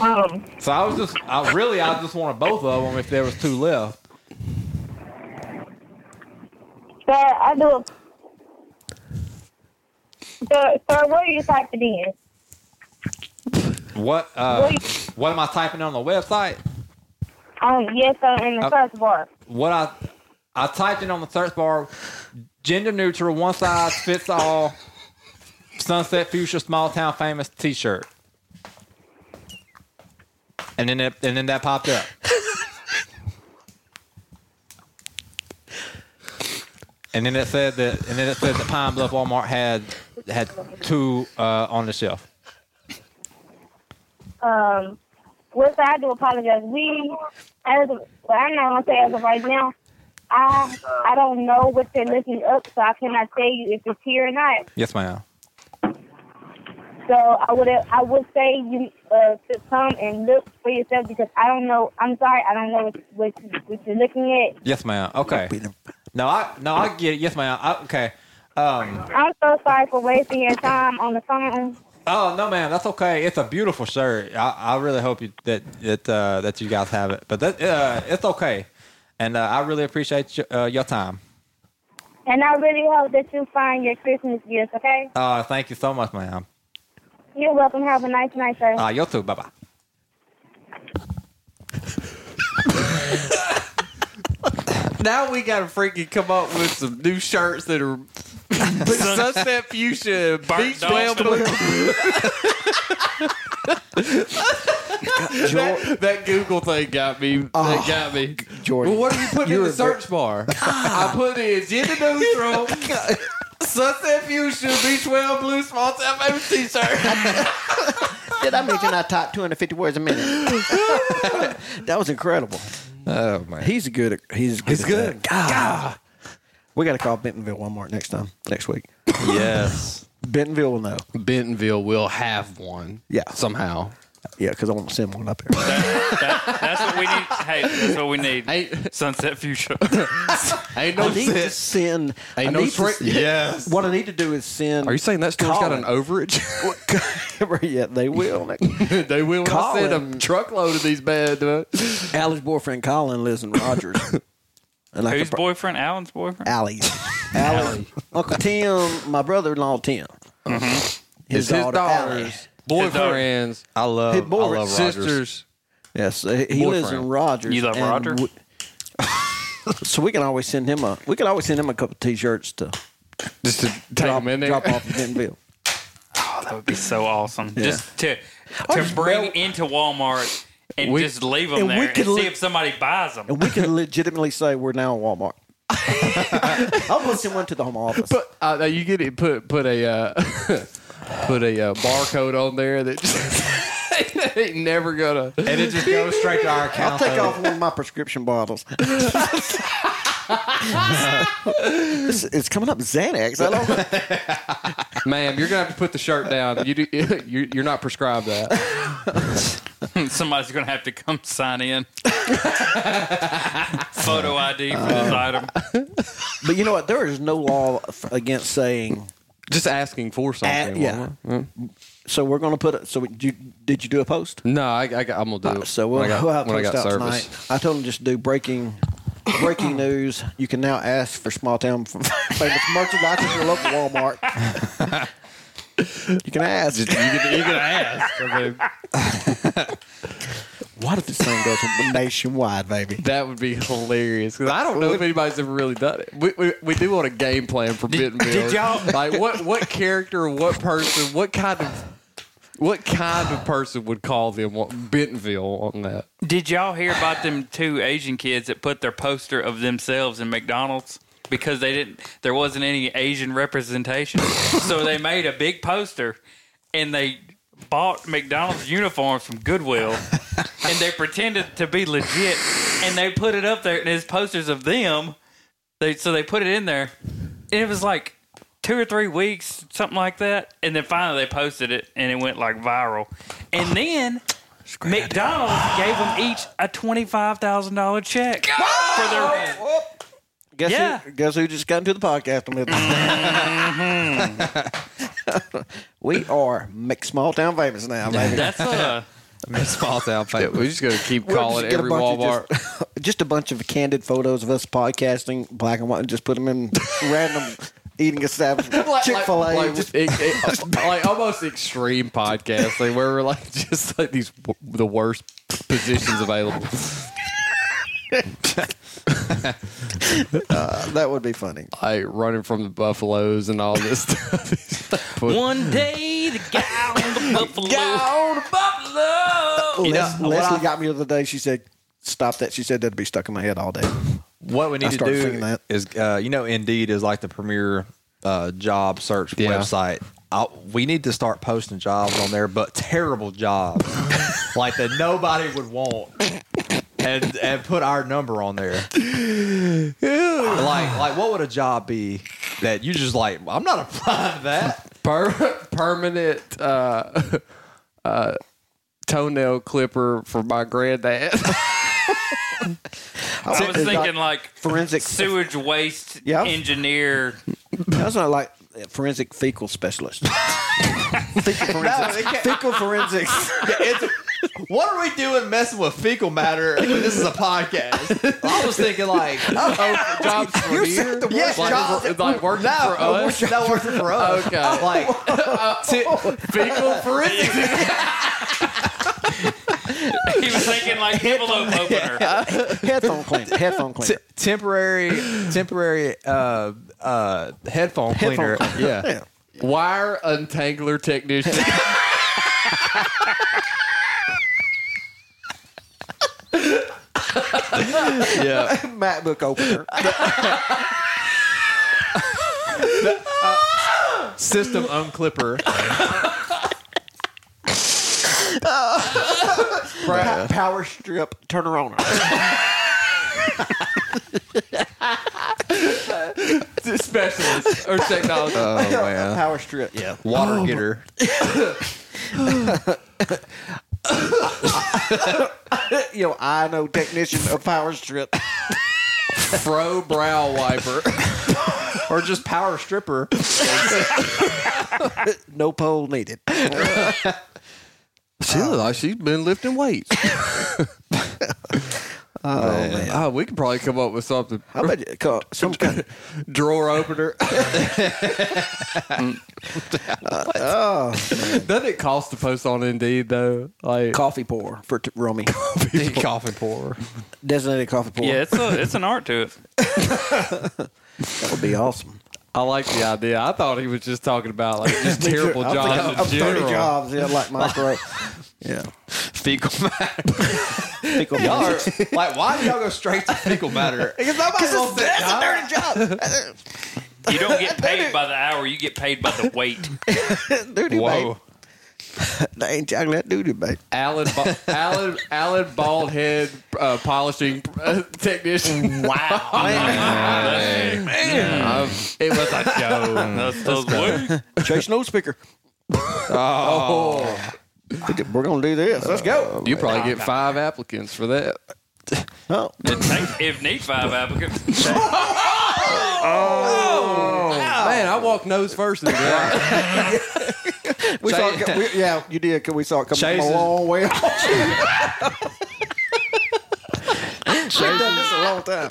U: Um,
F: So I was just, I really, I just wanted both of them if there was two left.
U: sir, I do. a- Sir, sir, what are you typing in?
F: What, uh, what am I typing on the website?
U: Um, yes, sir, in the
F: Uh,
U: search bar.
F: What I, I typed in on the search bar, gender neutral, one size fits all, sunset future, small town famous T-shirt, and then it, and then that popped up. And then it said that, and then it said that Pine Bluff Walmart had had two uh, on the shelf.
U: Um, well, sir, I do apologize. We, as of, well, I'm not gonna say as of right now. I I don't know what they're looking up, so I cannot tell you if it's here or not.
F: Yes, ma'am.
U: So I would I would say you uh, to come and look for yourself because I don't know. I'm sorry, I don't know what what, what you're looking
F: Yes, ma'am. Okay. No, I no, I get it. Yes, ma'am. I, okay. Um.
U: at. I'm so sorry for wasting your time on the phone.
F: Oh no, ma'am. That's okay. It's a beautiful shirt. I, I really hope you that that uh, that you guys have it. But that uh, it's okay. And uh, I really appreciate your, uh, your time.
U: And I really hope that you find your Christmas gifts. Okay.
F: Uh, thank you so much, ma'am.
U: You're welcome. Have a nice night, sir.
F: *laughs* Uh, you too. Bye bye.
D: Now we gotta freaking come up with some new shirts that are sunset fuchsia, and beach whale blue. that, that Google thing got me. that got me.
C: Ah, Jordan,
D: well, what are you putting in
C: you're
D: the
C: a
D: search bar? I
C: Ah.
D: put in gender neutral,
C: *laughs*
D: sunset fuchsia, beach whale blue, small town
C: *laughs*
D: famous t-shirt.
C: Did I mention I typed 250 words a minute? *laughs* that was incredible.
D: Oh man,
C: he's good. At, he's good.
D: He's
C: at
D: good.
C: that. We got to call Bentonville Walmart next time, next week.
D: yes, *laughs*
C: Bentonville will know.
D: Bentonville will have one.
C: Yeah,
D: somehow.
C: Yeah, because I want to send one up there.
A: That, that's what we need. Hey, that's what we need. Sunset Fuchsia.
D: *laughs* Ain't
C: I need to send.
D: Ain't
C: I
D: no
C: need
D: stra-
C: to,
D: Yes.
C: What I need to do is send.
D: Are you saying that store's got an *laughs* overage?
C: *laughs* yeah, they will.
D: *laughs* they will. I
C: Colin.
D: said a truckload of these bad. Uh,
C: Allie's boyfriend Colin lives in Rogers. And I
A: Whose
C: could pro-
A: boyfriend? Alan's boyfriend?
C: Allie's. Allie. Uncle Tim, my brother-in-law Tim.
D: His,
C: daughter, Allie.
D: daughters, boyfriends.
F: I love.
C: His boyfriend-
D: sisters.
C: Yes, he he lives in
D: Boyfriend.
C: Rogers.
D: You love
C: and
D: Roger?
C: w- so we *laughs* can always send him a. We can always send him a couple t-shirts to
D: just to
C: drop, drop off at
D: *laughs*
C: Bentonville.
A: Oh, that would be so awesome.
C: Yeah. Oh,
A: Just to to bring into Walmart and
C: We-
A: just leave them
C: and we
A: there and
C: could
A: see
C: li-
A: if somebody buys them.
C: And we can *laughs* legitimately say we're now in Walmart. I'll go send one to the home office.
D: But uh, now you get it. Put put a uh, *laughs* put a uh, barcode on there that *laughs* just, ain't never gonna. And
B: it just goes straight to our
C: I'll take off one of my prescription bottles. *laughs* This- it's coming up Xanax. I don't,
D: Ma'am, you're gonna have to put the shirt down. You do. *laughs* You, you're not prescribed that.
A: Somebody's going to have to come
C: *laughs*
A: sign in. Photo ID for
C: Uh,
A: this item.
C: but you know what? There is no law f- against saying.
D: Just asking for something.
C: yeah. Mm. So we're going to put it. So did you, did you do a post?
D: No, I, I got, I'm gonna do it.
C: So we'll,
D: when I got,
C: we'll have
D: when I
C: post
D: got
C: out
D: service.
C: tonight. I told him just do breaking breaking news. You can now ask for small town *laughs* famous merchandise at your local Walmart. You can ask.
D: Just- you can- you can ask.
C: *laughs*
D: I mean-
C: what if this thing goes nationwide, baby?
D: That would be hilarious because I don't know if anybody's ever really done it. We, we, we do want a game plan for Bentonville.
C: did y'all-
D: like what what character, what person, what kind of what kind of person would call them wa- Bentonville on that?
A: Did y'all hear about them two Asian kids that put their poster of themselves in McDonald's? Because they didn't, there wasn't any Asian representation, so they made a big poster, and they bought McDonald's uniforms from Goodwill, and they pretended to be legit, and they put it up there, and it's posters of them. They so they put it in there, and it was like two or three weeks, something like that, and then finally they posted it, and it went like viral, and then. McDonald's gave them each a twenty-five thousand dollar check for their.
C: Guess
A: Yeah.
C: who? Guess who just got into the podcast with us? *laughs* we are make small town famous now,
F: *laughs*
C: baby.
A: That's
F: uh,
D: uh,
A: a
D: small town famous. we just gotta keep
C: We'll
D: calling
C: just get a
D: every
C: bunch of
D: Walmart.
C: Just, *laughs* just a bunch of candid photos of us podcasting, black and white, and just put them *laughs* in random eating
D: *laughs*
C: establishment. Chick fil A.
D: like, it-
C: *laughs*
D: it- *laughs* like almost extreme podcasting where we're like *laughs* just like these w- the worst
C: *laughs*
D: positions available.
C: Uh, that would be funny.
D: Like running from the buffaloes and all this *laughs* stuff. But-
A: One day the guy on the buffalo.
C: Guy
A: on the buffalo.
C: Les-
F: know, what
C: Leslie
F: I-
C: got me the other day. She said, "Stop that." She said that'd be stuck in my head all *laughs* day.
F: What we
C: I
F: need to
C: started thinking
F: do
C: that.
F: is, uh, you know, Indeed is like the premier uh, job search
D: Yeah.
F: website. I, we need to start posting jobs on there, but terrible jobs, like that nobody would want, and and put our number on there. Like like, what would a job be that you just like? I'm not applying to that.
D: per- permanent uh, uh, toenail clipper for my granddad.
A: *laughs* I was thinking like
C: forensic-
A: sewage waste
C: Yeah.
A: engineer. *laughs*
C: That's not like forensic fecal specialist. fecal
F: *laughs*
C: forensics. fecal forensics.
F: What are we doing messing with fecal matter? This is a podcast. I was thinking like, *laughs*
D: oh, jobs for
F: You
D: me?
F: said the word
D: Yes, like,
F: job.
D: it's like working
F: No,
D: for
F: uh,
D: us. *laughs*
F: That working for us. Oh.
D: Okay. uh,
F: Like
D: Ti-
F: *laughs*
D: fecal forensics.
A: He was thinking *laughs* like envelope opener.
C: *laughs* headphone cleaner. Headphone cleaner.
F: t- temporary, temporary uh, uh, headphone cleaner.
C: cleaner.
F: Yeah.
D: Wire untangler
F: *laughs*
D: technician. *laughs*
F: Yeah.
C: MacBook opener.
F: uh, System unclipper.
C: Pa- power strip turner on.
D: Specialist or technology.
F: *laughs* Oh man.
C: Oh, Power strip. Yeah.
F: Water getter.
C: you know, I know technician of power strip.
D: Pro brow wiper.
F: or just power stripper.
C: *laughs* no pole
D: *laughs*
C: needed.
D: She looked like she's been lifting
C: *laughs*
D: weights. *laughs* Oh, man. Oh, we could probably come up with something.
C: How about you
D: *laughs*
C: call some kind
D: of drawer
C: *laughs*
D: *laughs* opener?
C: oh,
D: doesn't it cost to post on Indeed though? Like
C: coffee pour for t- Romy.
D: *laughs* coffee, coffee pour.
C: Designated coffee pour.
A: Yeah, it's a, it's an art to it. *laughs*
C: that would be awesome.
D: I like the idea. I thought he was just talking about like
C: *laughs*
D: just terrible
C: I'm
D: jobs
C: thinking
D: in
C: of
D: general.
C: Thirty jobs, yeah, like
F: *laughs*
C: micro. yeah,
D: *laughs*
J: fecal matter.
C: fecal
F: Y'all are,
C: matter.
F: like, why do y'all go straight to fecal matter?
C: Because nobody wants that. That's a dirty job.
A: You don't get
D: *laughs*
A: paid by the hour; you get paid by the weight.
C: Duty Whoa. They ain't juggling that duty bait.
D: Alan, ba- Alan, Alan, bald head uh, polishing uh, technician. *laughs* Oh, Wow,
A: Man.
D: it was a *laughs* joke.
A: That's those weight.
C: Chase no speaker.
D: Oh,
C: We're gonna do this. Let's go.
D: you probably get five applicants for that.
C: Oh,
A: Take- If need
D: *laughs*
A: five applicants,
D: Oh.
F: Oh.
D: Man, I walked nose
C: *laughs*
D: first. In the
C: we saw. It, co- we, yeah, you did. 'cause We saw it coming from a long way.
F: *laughs*
C: off. We've done this a long time.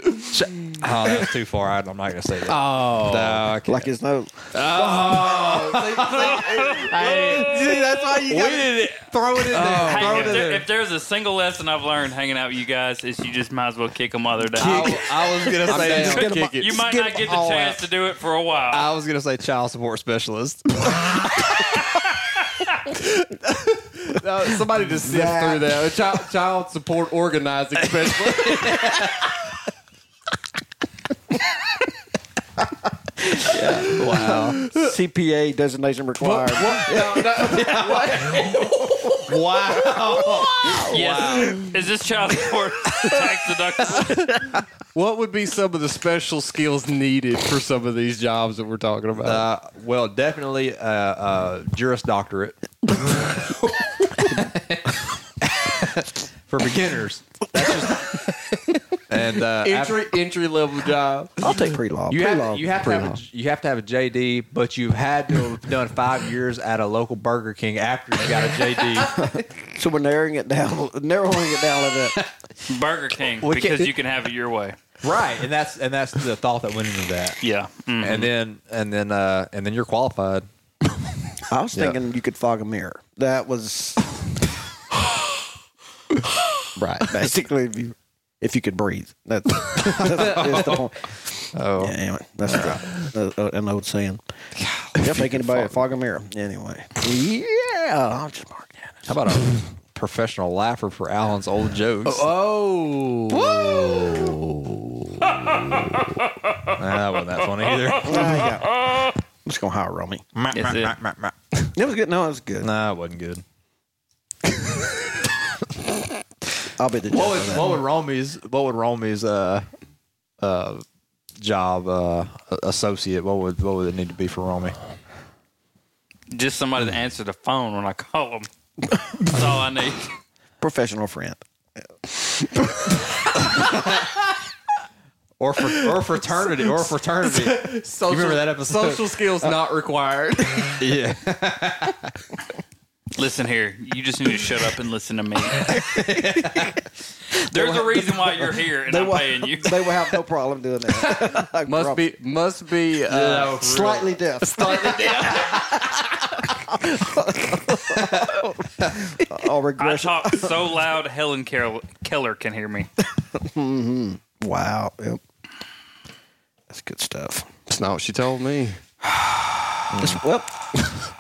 F: Oh, that's too far. I- I'm not going to say that.
D: oh,
F: No, I can't.
C: Like his nose.
F: Uh-huh.
C: *laughs* Oh,
D: that's why you got throw it in
F: Oh.
D: there.
A: hey, if, there, if there's a single lesson I've learned hanging out with you guys, is you just might as well kick them while they're down.
D: I, I was gonna say uh,
F: down.
D: kick
F: Get 'em-
D: it.
A: You might
F: Get
A: not
F: them
A: get the
F: all
A: chance
F: out.
A: to do it for a while.
F: I was gonna say child support specialist.
D: Uh, somebody just sift
C: That-
D: through that. A child, child support organizing
C: *laughs*
D: specialist.
F: Wow.
C: CPA designation required.
F: wow.
A: yes. Is this child support tax deductible?
D: what would be some of the special skills needed for some of these jobs that we're talking about?
F: Uh, well, definitely a uh, uh,
D: *laughs*
F: juris doctorate for beginners. That's
D: *laughs*
F: just, and uh, after-
D: entry entry level job.
C: I'll take pre-law.
F: you
C: pre-law.
F: have, you have to
C: pre-law.
F: have a, you have to have a JD, but you had to have done five years at a local Burger King after you got a JD.
C: so we're narrowing it down, narrowing it down a little bit.
A: Burger King,
F: We
A: because
F: can't-
A: you can have it your way.
F: right, and that's and that's the thought that went into that.
A: Yeah. Mm.
F: And then and then uh, and then you're qualified.
C: *coughs* I was thinking you could fog a mirror. That was
F: *laughs* Right.
C: basically if you, if you could breathe.
F: *laughs*
C: That's, that's, is the point.
F: Oh.
C: Yeah, anyway, that's a, a, an old saying. They'll take anybody at fog a mirror. Anyway, yeah, I'll just mark that.
F: How about a professional laugher for Alan's old jokes?
D: Oh,
F: Nah, that wasn't that funny
D: *laughs*
F: either.
C: Ah, yeah. I'm just gonna hire Romy.
A: That's it.
C: It was good. No, it was good.
F: nah, it wasn't good.
C: I'll be the judge.
F: What
C: of
F: would
C: that.
F: what would Romy's what would Romy's uh uh job uh associate? What would what would it need to be for Romy?
A: Just somebody to answer the phone when I call them. That's all I need.
C: *laughs* Professional friend.
F: Or for or
C: *laughs*
F: fraternity or fraternity?
D: social,
F: remember that episode?
D: Social skills
C: Uh,
D: not
A: *laughs*
D: required.
F: yeah.
A: Listen here. You just need to shut up and listen to *laughs* me. There's a reason why
C: *laughs*
A: you're here, and
C: They
A: I'm
C: will,
A: paying you.
C: *laughs* they will have no problem doing
D: *laughs*
C: that. I
D: Must
C: promise.
D: be must be uh,
C: slightly deaf. *laughs*
D: slightly deaf.
C: or
A: I
C: regression.
A: talk so loud, Helen Kel- Keller can hear me.
C: Mm-hmm. Wow. Yep. That's good stuff.
D: That's not what she told me.
C: That's- *laughs* well,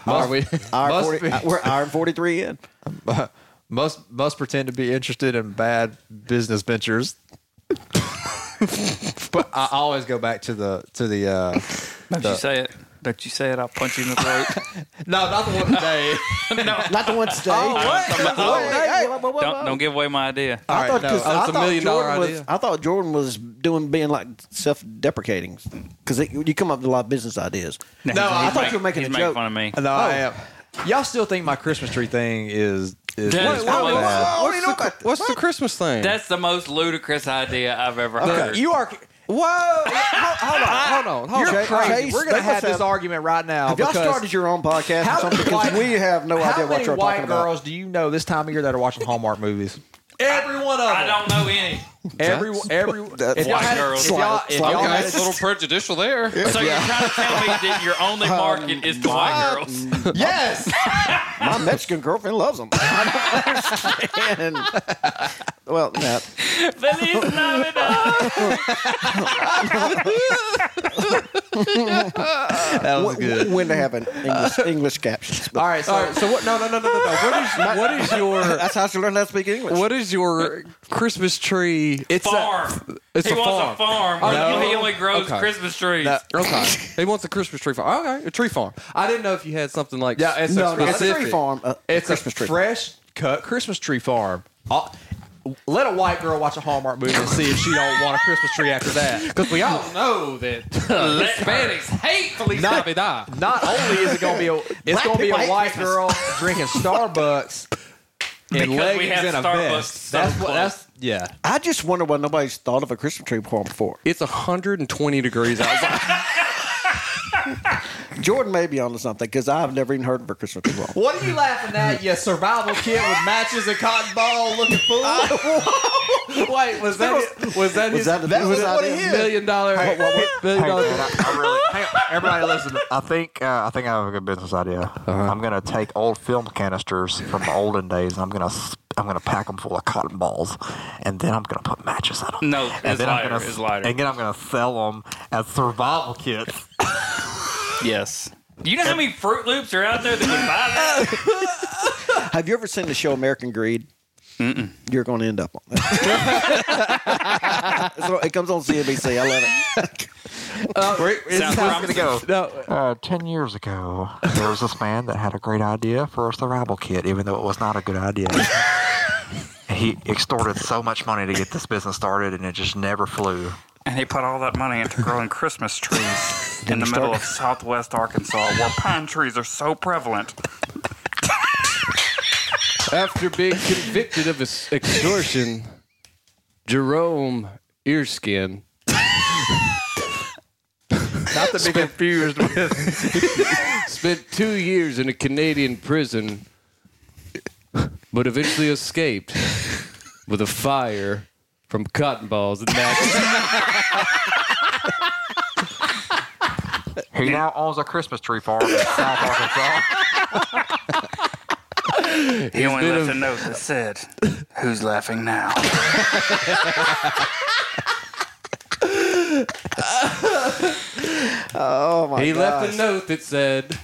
D: Are we?
C: hour
F: Must
C: 40,
F: be.
C: uh, we're hour and 43 in.
F: *laughs* Must must pretend to be interested in bad business ventures. *laughs* but I always go back to the to the uh
A: Don't you say it. Don't you say it. I'll punch you in the throat.
F: No, not the one
A: *laughs*
F: today.
C: Not the one today.
D: Oh,
A: don't, don't give away my idea.
C: I thought,
F: All right, no.
C: 'cause
D: Oh,
C: I,
D: it's a
C: thought
D: million dollar
C: Jordan was,
D: idea.
C: I thought Jordan was doing being like self-deprecating because you come up with a lot of business ideas.
A: No,
C: I thought you were making
A: he's
C: a
A: making
C: joke.
F: Oh.
A: fun of me.
F: No, I am. Y'all still think my Christmas tree *laughs* thing is
X: is
A: That
X: is
A: is probably-
X: bad.
A: Whoa,
X: what's the, what's the Christmas thing?
A: That's the most ludicrous idea I've ever
X: Okay,
A: heard.
X: you are. Whoa!
F: Hold on, hold on, hold on.
C: You're crazy.
F: We're gonna
C: They
F: have
C: must
F: this
C: have-
F: argument right now.
C: Have y'all
F: because
C: started your own podcast
F: How
C: or something?
F: many
C: Because
F: white-
C: we have no
F: how
C: idea what
F: many
C: you're
F: white
C: talking about.
F: girls do you know this time of year that are watching Hallmark movies? Every one of them.
A: I don't know any.
F: Every every
A: That's
F: if y'all
A: white
F: had,
A: girls.
F: If y'all, if y'all
Y: okay,
F: had,
Y: it's a little prejudicial there.
D: *laughs*
A: So you're trying to tell me that your only
D: Uh,
A: market is the white girls?
C: Yes, *laughs* my Mexican girlfriend loves them. I don't understand. Well, no.
A: Feliz
C: that
F: was good.
C: When they have an English, English captions.
F: all right, so,
C: All
F: all
C: right,
F: right, so what? No, no, no, no, no. no. What is what is your?
C: That's how she learned how to speak English.
D: What is your Christmas tree?
F: It's a-
A: farm.
D: It's
A: he
D: a
A: wants
D: farm.
A: a farm.
D: Oh,
A: but
D: no.
A: He only grows
D: Okay.
A: Christmas trees.
D: No, okay, he wants a Christmas tree farm. Okay, a tree farm. I didn't know if you had something like
F: Yeah, it's
D: no,
F: a,
D: specific.
F: specific- it's
D: Christmas
F: a
D: tree.
F: fresh cut Christmas tree farm. I'll- let a white girl watch a Hallmark movie and see if she don't want a Christmas tree after that.
D: Because we all know that
F: Let
D: Hispanics hate Feliz
F: Not-
D: Navidad.
F: Not only is it gonna be
D: *laughs*
F: a, it's
D: ah. Black
F: gonna be a
D: people hate
F: white
D: Christmas.
F: girl drinking Starbucks
A: Because
F: and
A: we
F: leggings
A: have
F: and a
A: Starbucks
F: vest.
A: so
F: That's what.
A: close.
F: That's yeah.
C: I just wonder why nobody's thought of a Christmas tree farm before.
D: It's 120 degrees outside.
C: *laughs* Jordan may be onto something because I've never even heard of a Christmas tree farm.
F: What are you laughing at, you survival kid with matches and cotton ball looking
D: *laughs*
F: fool? *laughs* Wait, was that was, that his,
C: that the-
F: that
C: was
F: was
C: that
F: one
C: it?
F: of his million dollar million dollar
M: Everybody, listen. I think uh, I think I have a good business idea.
F: Uh-huh.
M: I'm gonna take old film canisters from the olden days, and I'm gonna s- I'm gonna pack them full of cotton balls, and then I'm gonna put matches in them.
A: No,
M: and
A: it's
M: then I'm
A: lighter.
M: gonna
A: It's
M: s-
A: lighter.
M: and then I'm gonna sell them as survival kits.
A: *laughs* yes. You know how many Fruit Loops are out there that would buy that?
C: Have you ever seen the show American Greed? You're going to end up on that. *laughs* so it comes on CNBC. I love it.
D: Uh,
C: *laughs*
A: Sounds
M: gonna go. Uh, Ten years ago, there was this man that had a great idea for a survival kit, even though it was not a good
A: *laughs*
M: idea. he extorted so much money to get this business started, and it just never flew.
A: *laughs* And he put all that money into growing Christmas
F: *laughs*
A: trees in the middle of southwest Arkansas where pine trees are so prevalent.
D: *laughs* After being convicted of ex- extortion, Jerome Earskin
F: Not the big
D: confused with *laughs* spent two years in a Canadian prison, but eventually escaped with a fire from cotton
M: *laughs*
D: balls and matches.
M: He now owns a Christmas tree farm in South Arkansas.
A: He only left a note that said, Who's
F: *laughs*
A: laughing now?
C: Oh my
D: he left
C: gosh.
D: a note that said,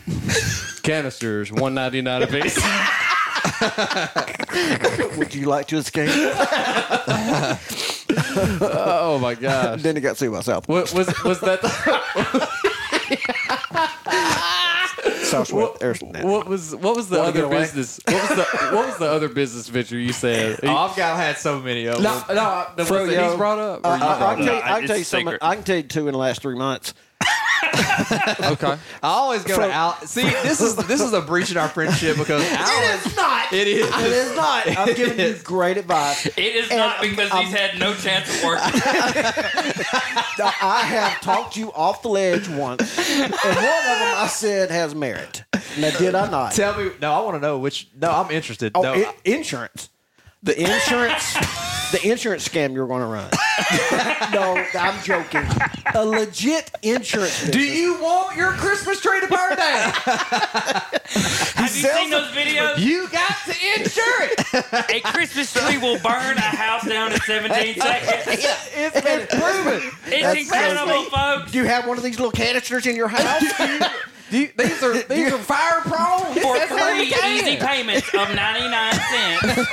D: "Canisters, one ninety nine a piece."
C: *laughs* Would you like to escape?
D: oh my gosh!
C: then he got sued by South.
D: What was was that?
C: *laughs*
D: The,
C: Southwest Airline.
D: *laughs* what was what was the
F: Wanna
D: other
F: get away?
D: business? What was the what was the other business venture you *laughs* said?
F: Oh, I've got had so many of them.
D: No, no, the ones that he's brought up.
C: Uh,
D: or
C: I,
D: you
C: I,
D: brought
C: can tell you,
D: up?
C: I can tell you something. I can *laughs*
D: *laughs*
C: tell you two in the last three months.
D: Okay.
F: I always go to Al. See, this is this is a breach in our friendship because Al is
C: not.
F: It is.
C: It is
F: *laughs*
C: not. I'm
F: It
C: giving you
F: is.
C: great advice.
A: It is
C: And
A: not because he's had no chance
F: *laughs*
A: of working.
C: Now, I have talked you off the ledge once, and one of them I said has merit. Now, did I not?
F: Tell me. No, I want to know which. No, I'm interested.
C: Oh,
F: no,
C: i- insurance. The insurance, the insurance scam you're going to run. no, I'm joking. A legit insurance.
F: Do
C: business.
F: you want your Christmas tree to burn down?
A: Have you seen those videos?
F: You got to insure it.
A: a Christmas tree will burn a house down in
C: *laughs*
F: *laughs*
A: 17 seconds.
F: It's been proven.
A: It's incredible, folks.
C: Do you have one of these little canisters
F: *laughs*
C: in your house?
F: Do you- these are these are fire prone.
A: For
F: That's how
A: three
F: you can.
A: easy payments of 99 cents.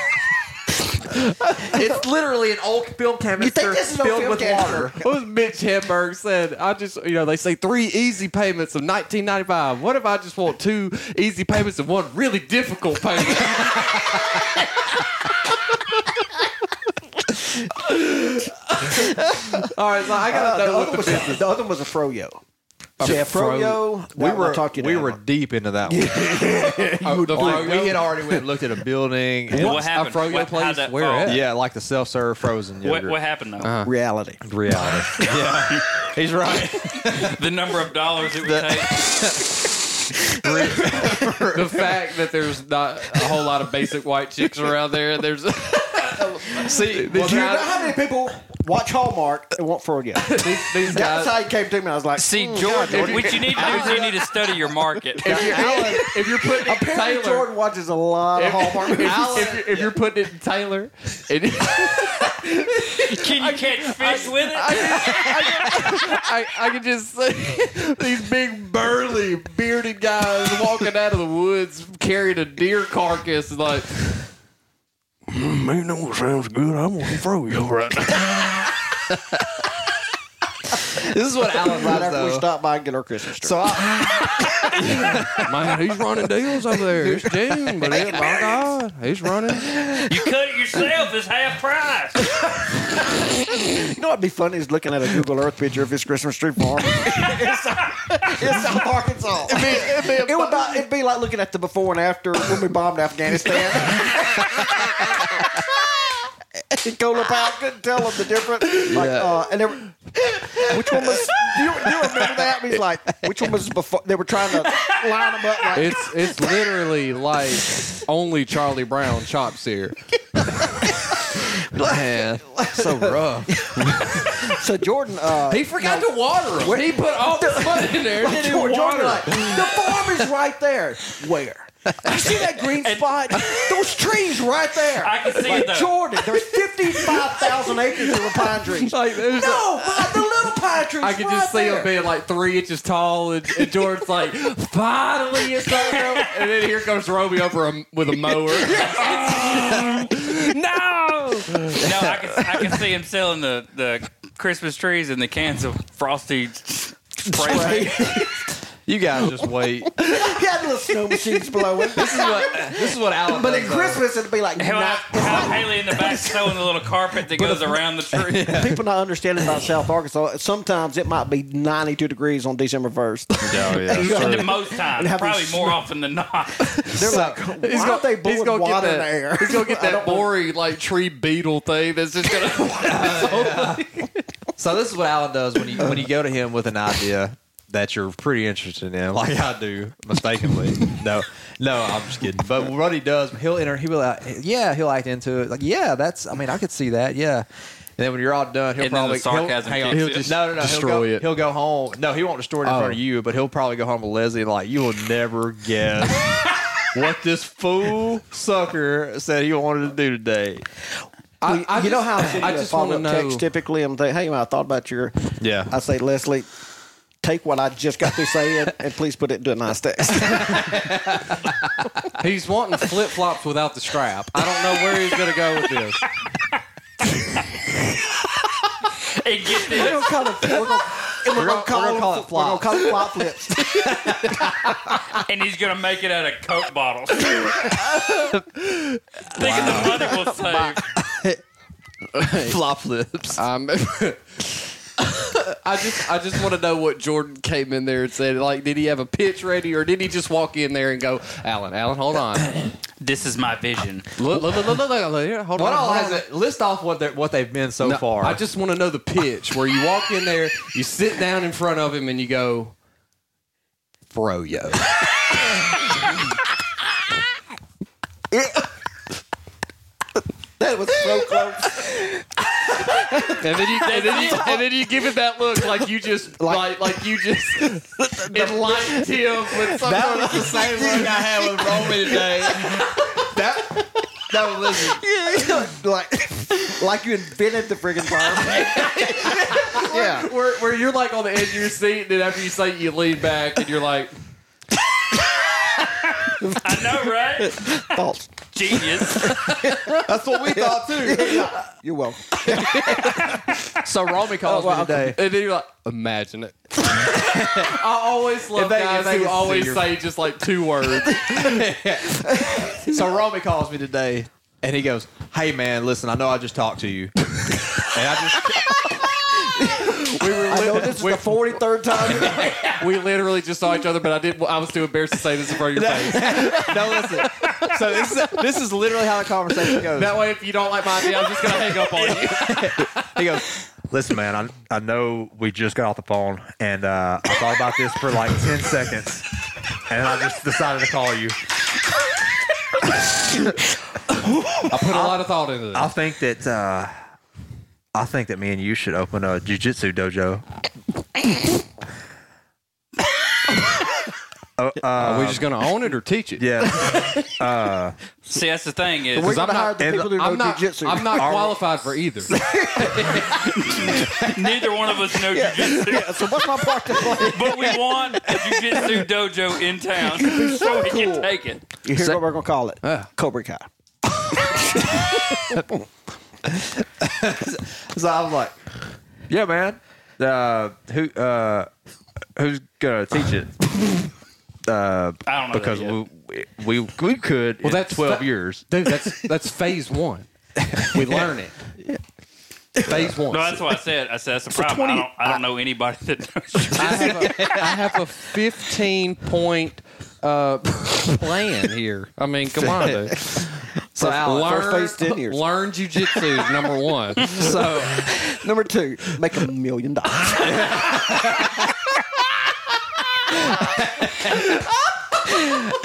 F: It's literally an old film canister
C: this is an old
F: filled
C: film
F: with
C: canister?
F: water.
D: What was Mitch Hedberg said? I just, you know, they say three easy payments of nineteen ninety five. What if I just want two easy payments and one really difficult payment?
C: *laughs*
F: All right, so I
C: Uh,
F: gotta
C: the,
F: know
C: other
F: what the Uh,
C: was a, the other one was a froyo. Jeff Froyo.
F: We
C: That one
F: were
C: I talked you
F: we
C: down
F: were
C: on.
F: deep into that one. *laughs*
C: *laughs*
D: Oh, the
F: Like,
D: Froyo?
F: we had already went and looked at a building.
D: And what happened? Froyo What- place? how'd that Where fall? at? Uh-huh.
F: Yeah, like the self serve frozen
A: What-
F: yogurt.
A: what happened, though?
C: Reality.
F: Reality. yeah, he's right.
A: *laughs* the number of dollars it
D: *laughs*
A: would
D: the fact that there's not a whole lot of basic white chicks around there. There's *laughs* see,
C: Do you know how many people watch Hallmark and won't forget?
D: *laughs* these, these uh,
C: That's
D: guys,
C: how he came to me. I was like,
A: take. See,
C: mm,
A: Jordan,
C: God,
A: what you
C: *laughs*
A: need to do is you need to study your market.
D: if you're,
A: *laughs*
D: if you're putting it in
C: Apparently,
D: Taylor,
C: Jordan watches a lot of
D: if,
C: Hallmark.
D: *laughs* if,
C: movies.
D: if you're, if you're putting it in Taylor, and
A: *laughs* Can you catch fish with it?
D: I, I could just *laughs* see these big burly bearded guys walking out of the woods carrying a deer carcass and like
J: Man, you know what sounds good? I want to throw
D: *laughs*
J: you right now.
D: this is what
C: right
D: Alan loves
C: after we
D: though.
C: stop by and get our Christmas tree.
F: So I,
D: *laughs* Man, he's running deals over there. It's June, but it, my God, he's running.
A: You cut it yourself. It's half price.
C: *laughs* you know what'd be funny is looking at a Google Earth picture of his Christmas tree farm.
D: *laughs*
C: it's, it's South Arkansas. It'd be, it'd be, it'd be like looking at the before and after when we bombed Afghanistan. *laughs* You go look out, couldn't tell them the difference. Like,
D: Yeah.
C: uh, and they were, which one was? Do you, do you remember that? And he's like, which one was before? They were trying to line them up. Like,
D: It's it's literally like only Charlie Brown
C: *laughs*
D: chops here. Man, so rough.
C: *laughs* so Jordan, uh,
D: He forgot to water him. He put all the mud in there. He didn't
C: Jordan,
D: water
C: like,
D: it.
C: the farm is right there. Where? You see that green
D: *laughs*
C: spot? Those trees right there.
A: I can see
C: like
A: it, though.
C: Jordan, there's
D: *laughs*
C: 55,000 acres of pine trees.
D: Like, there's a-
C: no, but the little pine trees.
D: I could
C: right
D: just see
C: there.
D: him being like three inches tall, and, and Jordan's like, finally it's over. And then here comes Roby over a, with a *laughs* mower.
J: *laughs*
D: no!
A: No, I can, I can see him selling the, the Christmas trees and the cans of frosty spray.
F: you guys just wait.
C: *laughs* Yeah, the little snow machines blowing.
D: *laughs* This is what, this is what Alan
C: But
D: does,
C: at
D: though.
C: Christmas, it'd be like, *laughs*
D: *laughs*
A: Hell, I,
C: not,
A: how Haley in the back sewing the little carpet that goes around
F: *laughs*
A: the tree.
C: people not understanding about South Arkansas, sometimes it might be 92 degrees on December 1st.
F: Oh,
C: *laughs*
A: *laughs*
F: yeah.
A: And the most times,
C: having
A: probably more often than not. *laughs*
C: They're like, why
D: He's
C: aren't they
D: gonna, he's
C: blowing
D: gonna get
C: water in
D: that,
C: the air?
D: He's *laughs* gonna get that boring like tree beetle thing that's just *laughs* gonna.
F: *laughs* So this is what Alan does when you when you go to him with an idea that you're pretty interested in, like I do mistakenly. no, no, I'm just kidding. But what he does, he'll enter. He will, act- yeah, he'll act into it. Like, yeah, that's. I mean, I could see that. Yeah. And then when you're all done, he'll
A: And then the
F: probably
A: sarcasm
F: he'll, hang on,
A: kicks
F: he'll
A: in.
F: just no, no, no.
D: Destroy
F: he'll go,
D: it.
F: He'll go home. No, he won't destroy it in
D: Oh.
F: front of you, but he'll probably go home with Leslie. Like, you will never
D: *laughs*
F: guess what this fool sucker said he wanted to do today.
D: I, I
C: you know
D: just-
F: *coughs*
C: how I,
D: I just want to know.
C: text typically. I'm like, hey, man, I thought about your.
F: Yeah.
C: I say, Leslie, take what I just got through
F: *laughs*
C: saying and please put it into a nice text.
D: He's wanting flip flops without the strap. I don't know where he's gonna go with this.
A: It gets
C: we're
A: the,
C: gonna call it. We're gonna, we're gonna
F: gonna- we're gonna
C: them
F: call it
C: fl- We're gonna
F: flops.
C: call it flop flips.
A: and he's gonna make it out of
C: *laughs*
A: Coke bottles. Thinking the money will save.
F: *laughs* Flop lips.
D: Um, I just I just want to know what Jordan came in there and said. Like, did he have a pitch ready, or did he just walk in there and go, Alan, Alan, hold
F: *coughs*
D: on,
A: This is my vision.
D: look, look, look, look, look, look, here, hold
F: What
D: on,
F: all
D: hold
F: has
D: on.
F: it? List off what they're- what they've been so
D: No,
F: far.
D: I just want to know the pitch where you walk in there, you sit down in front of him, and you go, Froyo.
C: *laughs* That was so close.
D: And then you and then you, and then you give him that look like you just like like you
C: *laughs*
D: just enlightened him with some
F: that
D: sort
F: was
D: of-
C: *laughs*
F: the same look I had with Roman today. That that was
C: *laughs*
F: listen.
C: like, like you invented the friggin' bomb. yeah.
D: where, where you're like on the edge of your seat, and then after you say it, you lean back and you're like,
A: I know, right?
C: False.
A: Genius.
F: *laughs* That's what we thought too.
C: You're welcome.
F: *laughs*
D: so Romy calls
F: Oh, well,
D: me today,
F: okay.
D: and then you're like, imagine it. I
F: "Oh, *laughs*
D: always love
F: If they- if
D: guys
F: they
D: who
F: could see
D: always
F: your-
D: say just like two
C: *laughs*
D: words.
F: So Romy calls me today, and he goes, *laughs* "Hey man, listen, I know I just talked to you, and I just." *laughs* We were
C: I know this is the forty third time.
D: *laughs* we literally just saw each other, but I didn't. I was too embarrassed to say this in front of your face.
B: no, listen. So this is, this is literally how the conversation goes.
D: That way, if you don't like my idea, I'm just gonna hang up on you.
B: he goes,
N: Listen, man, I, I know we just got off the phone, and uh, I thought about this for like 10 seconds, and I just decided to call you.
D: I put a lot of thought into this.
N: I think that uh, I think that me and you should open a jujitsu dojo. Uh,
D: Are we just gonna own it or teach it?
N: Yeah.
C: *laughs*
N: Uh,
A: See, that's the thing is,
C: We're
D: I'm
C: gonna
D: not-
C: hire the people who know
D: I'm not,
C: jujitsu.
D: I'm not
C: Are we-
D: qualified for either.
C: *laughs*
A: *laughs* neither one of us know jujitsu,
C: Yeah, so what's my part to play?
A: *laughs* but we want a jujitsu dojo in town, so we can take it.
C: You hear what we're gonna call it?
F: Uh.
C: Cobra Kai.
N: so I was like, "Yeah, man. Uh, who uh, who's gonna teach
D: *laughs*
N: it?" Uh,
A: I don't know that
N: because
A: yet.
N: we, we we could.
D: Well,
N: in
D: that's
N: twelve
D: fa-
N: years.
D: Dude, that's that's phase one. We
C: *laughs*
D: learn it. Phase one.
A: No, that's what I said. I said that's the problem. I,
C: 20
A: don't, I don't know anybody that knows
D: I have a, I have a 15 point uh, plan here. I mean, come
C: *laughs*
D: on, dude.
C: So Alan,
D: learn,
C: first phase ten years.
D: learn jujitsu is
C: *laughs*
D: number one.
C: So number two, make a million dollars.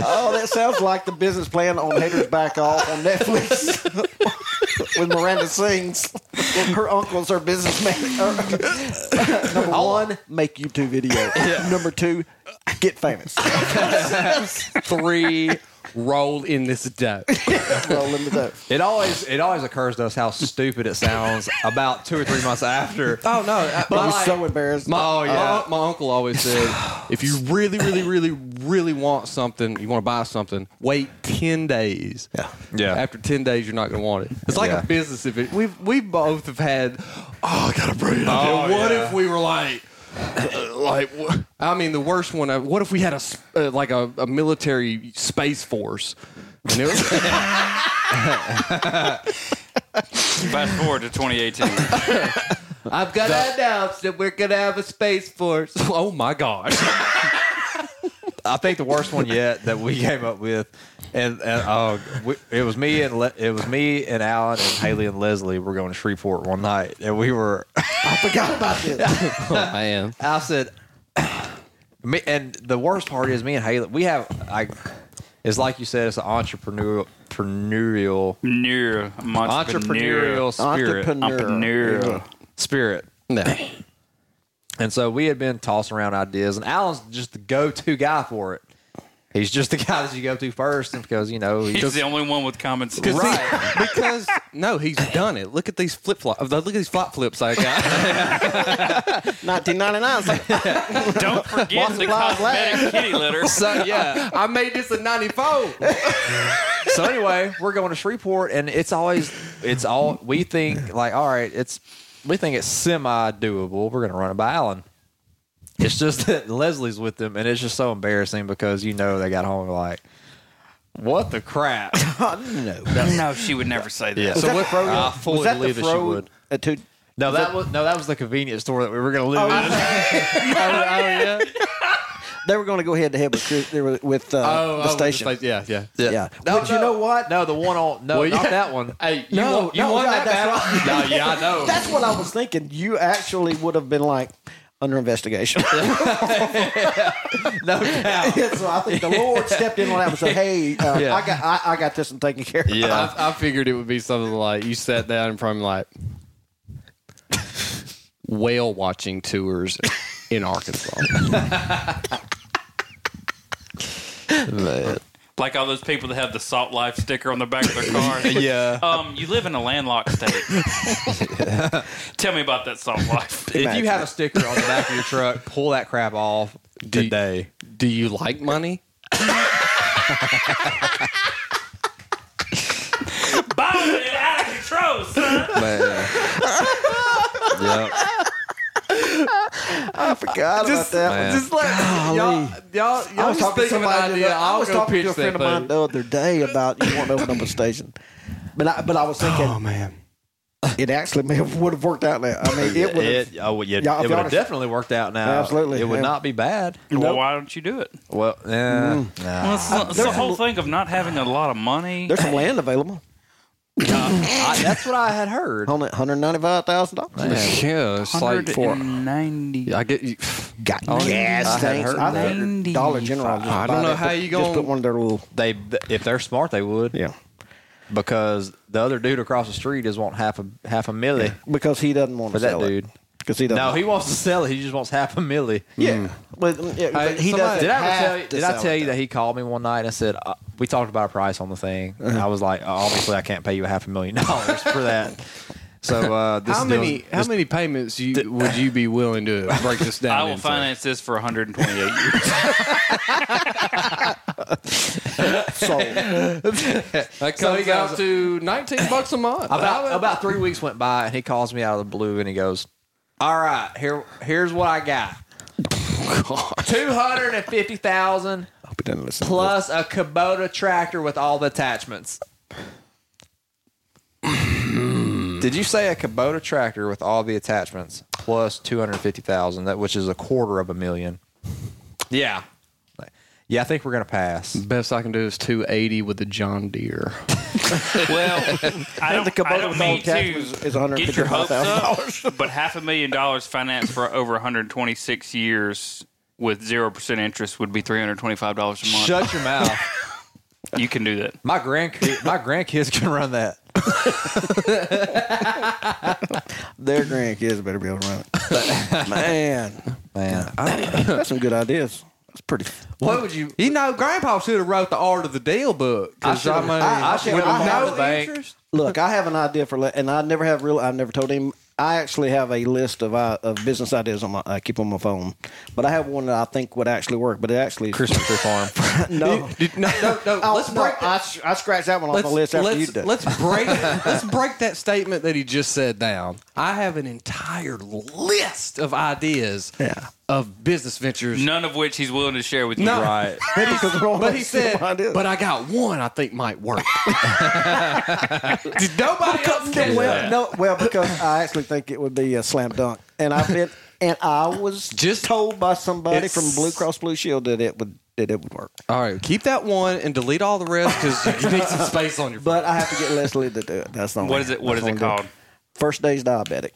C: oh, that sounds like the business plan on Haters Back Off on Netflix. *laughs* When Miranda sings, her uncle's her businessman. *laughs* Number one, make *laughs* YouTube video. Number two, get famous.
D: *laughs* Three, roll in this dough.
C: Roll in the dough.
F: *laughs* It always it always occurs to us how stupid it sounds about two or three months after.
D: Oh no! I-
C: But
D: my,
C: I'm so embarrassed.
D: my- uh,
F: Oh, yeah.
D: my, my uncle always
F: *sighs*
D: said, if you really, really, really, really want something, you want to buy something, wait ten days. Yeah,
F: Yeah.
D: After ten days, you're not going to want it. It's like
F: Yeah.
D: a business event. We've we both have had. Oh, I got a brilliant idea.
F: Oh,
D: what
F: yeah.
D: if we were like. uh, Like, wha- I mean, the worst one. uh, What if we had a s- uh, like a, a military space force? And it was- *laughs*
A: Fast forward to 2018.
D: I've got to announce that we're gonna have a space force. *laughs* oh my gosh!
F: I think the worst one yet that we came up with, and, and uh, we, it was me and Le- it was me and Alan and Haley and Leslie were going to Shreveport one night, and we were.
C: I forgot about this.
D: *laughs* Oh man!
F: I said, *clears throat* me, and the worst part is me and Haley. We have like, it's like you said, it's an entrepreneurial, entrepreneurial,
A: Near
F: entrepreneurial
A: entrepreneurial.
F: spirit,
A: Entrepreneur.
F: spirit.
D: No.
F: *clears throat* And so we had been tossing around ideas, and Alan's just the go-to guy for it. He's just the guy that you go to first, and because you know
A: He's the only one with common sense.
D: Right. because no, he's done it. Look at these flip flops. Look at these flop flips I got.
C: 1999. It's like,
A: *laughs* Don't forget the
C: Live
A: cosmetic kitty litter.
D: so yeah, I made this in '94.
F: so anyway, we're going to Shreveport, and it's always it's all we think like all right, it's we think it's semi doable. We're gonna run it by Allen. It's just *laughs* that Leslie's with them, and it's just so embarrassing because you know they got home like, what
C: *laughs*
F: the crap?
A: No, she would never say that.
C: was that
D: what-
C: the Froyo?
D: I fully
C: was that
D: believe
C: the uh,
D: that she
C: Froyo
D: would.
C: At two,
F: No, that was no, that was the convenience store that we were
C: Oh,
F: gonna live in.
C: they were going to go head to head with Chris- they were with uh,
D: Oh,
C: the
D: oh,
C: station.
D: station. Yeah, yeah.
C: yeah.
F: No,
C: but
F: no.
C: you know what?
F: No, the one on no,
D: Well,
F: not
D: yeah.
F: that one.
D: Hey, you
C: No,
D: won, you
C: no,
D: won
C: yeah,
D: that
C: that's
D: battle. no, yeah, I know.
C: That's what I was thinking. You actually would have been like under
D: *laughs*
C: investigation.
F: No doubt.
C: so I think the Lord stepped in on that and said, "Hey, uh, I got I, I got this one taken care of."
F: yeah.
D: I, I figured it would be something like you sat down in front of me like whale watching tours in Arkansas.
A: Like all those people that have the salt life sticker on the back of
F: *laughs*
A: their car.
F: Yeah.
A: Um, you live in a landlocked
F: *laughs*
A: state. *laughs* Tell me about that salt life.
F: If you have a sticker on the back of your
D: *laughs*
F: truck, pull that crap off
D: Do-
F: today.
D: Do you like
F: *laughs*
D: money?
A: Bottom it out of control, son.
J: *laughs*
C: I forgot about that.
F: Man.
D: Just like y'all, y'all, y'all
C: I was
D: just
C: Uh, talking
D: think
C: to
D: of an
C: somebody.
D: idea.
C: the- I
D: I'll
C: was
D: go
C: talking
D: pitch
C: to a friend of
D: that
C: mine
D: thing.
C: the other day about you want to open up a station, but I but I was thinking,
D: Oh, man,
C: *laughs* It actually may have would have worked out now. I mean, it would have.
F: It, oh, yeah,
C: Yeah, I'll
F: it
C: be
F: would have
C: honest.
F: definitely worked out now.
C: Absolutely,
F: It would
C: yeah.
F: not be bad.
A: Well, why don't you do it?
F: Well, yeah.
C: Mm.
F: nah.
A: Well, it's, it's the whole thing of not having a lot of money.
C: There's some land available.
F: I, that's what I had heard.
C: One hundred ninety-five thousand dollars.
D: Yeah, it's like for.
A: 190.
D: I get you.
C: Got
D: Oh, yeah. I
C: gas
D: had
C: tanks.
D: heard
C: I
D: that.
C: think Dollar *laughs* General. Just
F: I don't
C: buy
F: know
C: that,
F: how
C: put-
F: you
C: just
F: gonna-
C: put one of their little.
F: They if they're smart, they would.
C: Yeah.
F: Because the other dude across the street is want half a half a milli
C: Because he doesn't want
F: for
C: to
F: that
C: sell it.
F: dude.
C: Because he doesn't.
F: No, he wants to sell it. He just wants half a milli.
C: Yeah,
D: Hmm.
C: but, yeah, but he doesn't.
F: Did I ever
C: have
F: tell you?
C: to
F: Did I
C: sell
F: tell
C: it,
F: you
C: though.
F: that he called me one night and said uh, we talked about a price on the thing?
C: Uh-huh.
F: And I was like, oh, obviously, I can't pay you a half a million dollars *laughs* for that. So uh, this
D: how
F: is
D: many
F: doing-
D: how many payments you, would you be willing to break this down?
A: I will
D: into?
A: finance this for 128 years.
D: *laughs* That comes out to nineteen bucks a month.
F: About about three weeks went by, and he calls me out of the blue, and he goes, "All right, here here's what I got: two hundred and fifty thousand
C: Hope he doesn't listen.
F: plus a Kubota tractor with all the attachments." Did you say a Kubota tractor with all the attachments plus two hundred fifty thousand? That which is a quarter of a million. Yeah, yeah. I think we're gonna pass.
D: Best I can do is two eighty with the John Deere.
A: well, I
C: And *laughs* the
A: don't, I
C: Kubota
A: don't
C: with all
A: mean
C: the attachments
A: to
C: is
A: get your hopes *laughs*
C: $155,000.
A: up, but half a million dollars financed for over 126 years with 0% interest would be $325 a month.
F: Shut your mouth.
A: *laughs* you can do that.
F: My grandkid, *laughs* my grandkids can run that.
C: *laughs* Their grandkids better be able to run
D: *laughs*
C: it. Man,
F: man,
C: that's some good ideas. That's pretty.
D: What would you? You know, Grandpa should have wrote the art of the deal book. 'cause I mean, with no interest.
C: Look, I have an idea for, le- and I never have real. I never told him. I actually have a list of uh, of business ideas on my. I keep on my phone, but I have one that I think would actually work. But it actually
F: Christmas tree farm.
C: *laughs* no.
D: No, no, no.
C: *laughs* Oh,
D: let's
C: no,
D: break.
C: I, sh- I scratched that one off
D: Let's,
C: my list after
D: let's-
C: you did.
D: let's
C: *laughs*
D: break. let's break that statement that he just said down. I have an entire list of ideas of business
C: Mm.
D: ventures.
A: None of which he's willing to share with you.
D: No.
A: *laughs*
C: *laughs*
F: Right.
D: But he said, but I got one I think might
C: *laughs*
D: work. Did nobody else catch
C: well,
D: that?
C: no, well, because I actually think it would be a slam dunk, and I've been, and I was
D: Just-
C: told by somebody
D: It's-
C: from Blue Cross Blue Shield that it would that it would work.
D: All right, keep that one and delete all the rest because you need some space
C: *laughs*
D: on your.
C: But I have to get Leslie to do it. That's the only.
A: What is it? What
C: that's
A: is
C: the
A: it
C: only
A: called?
C: First day's diabetic.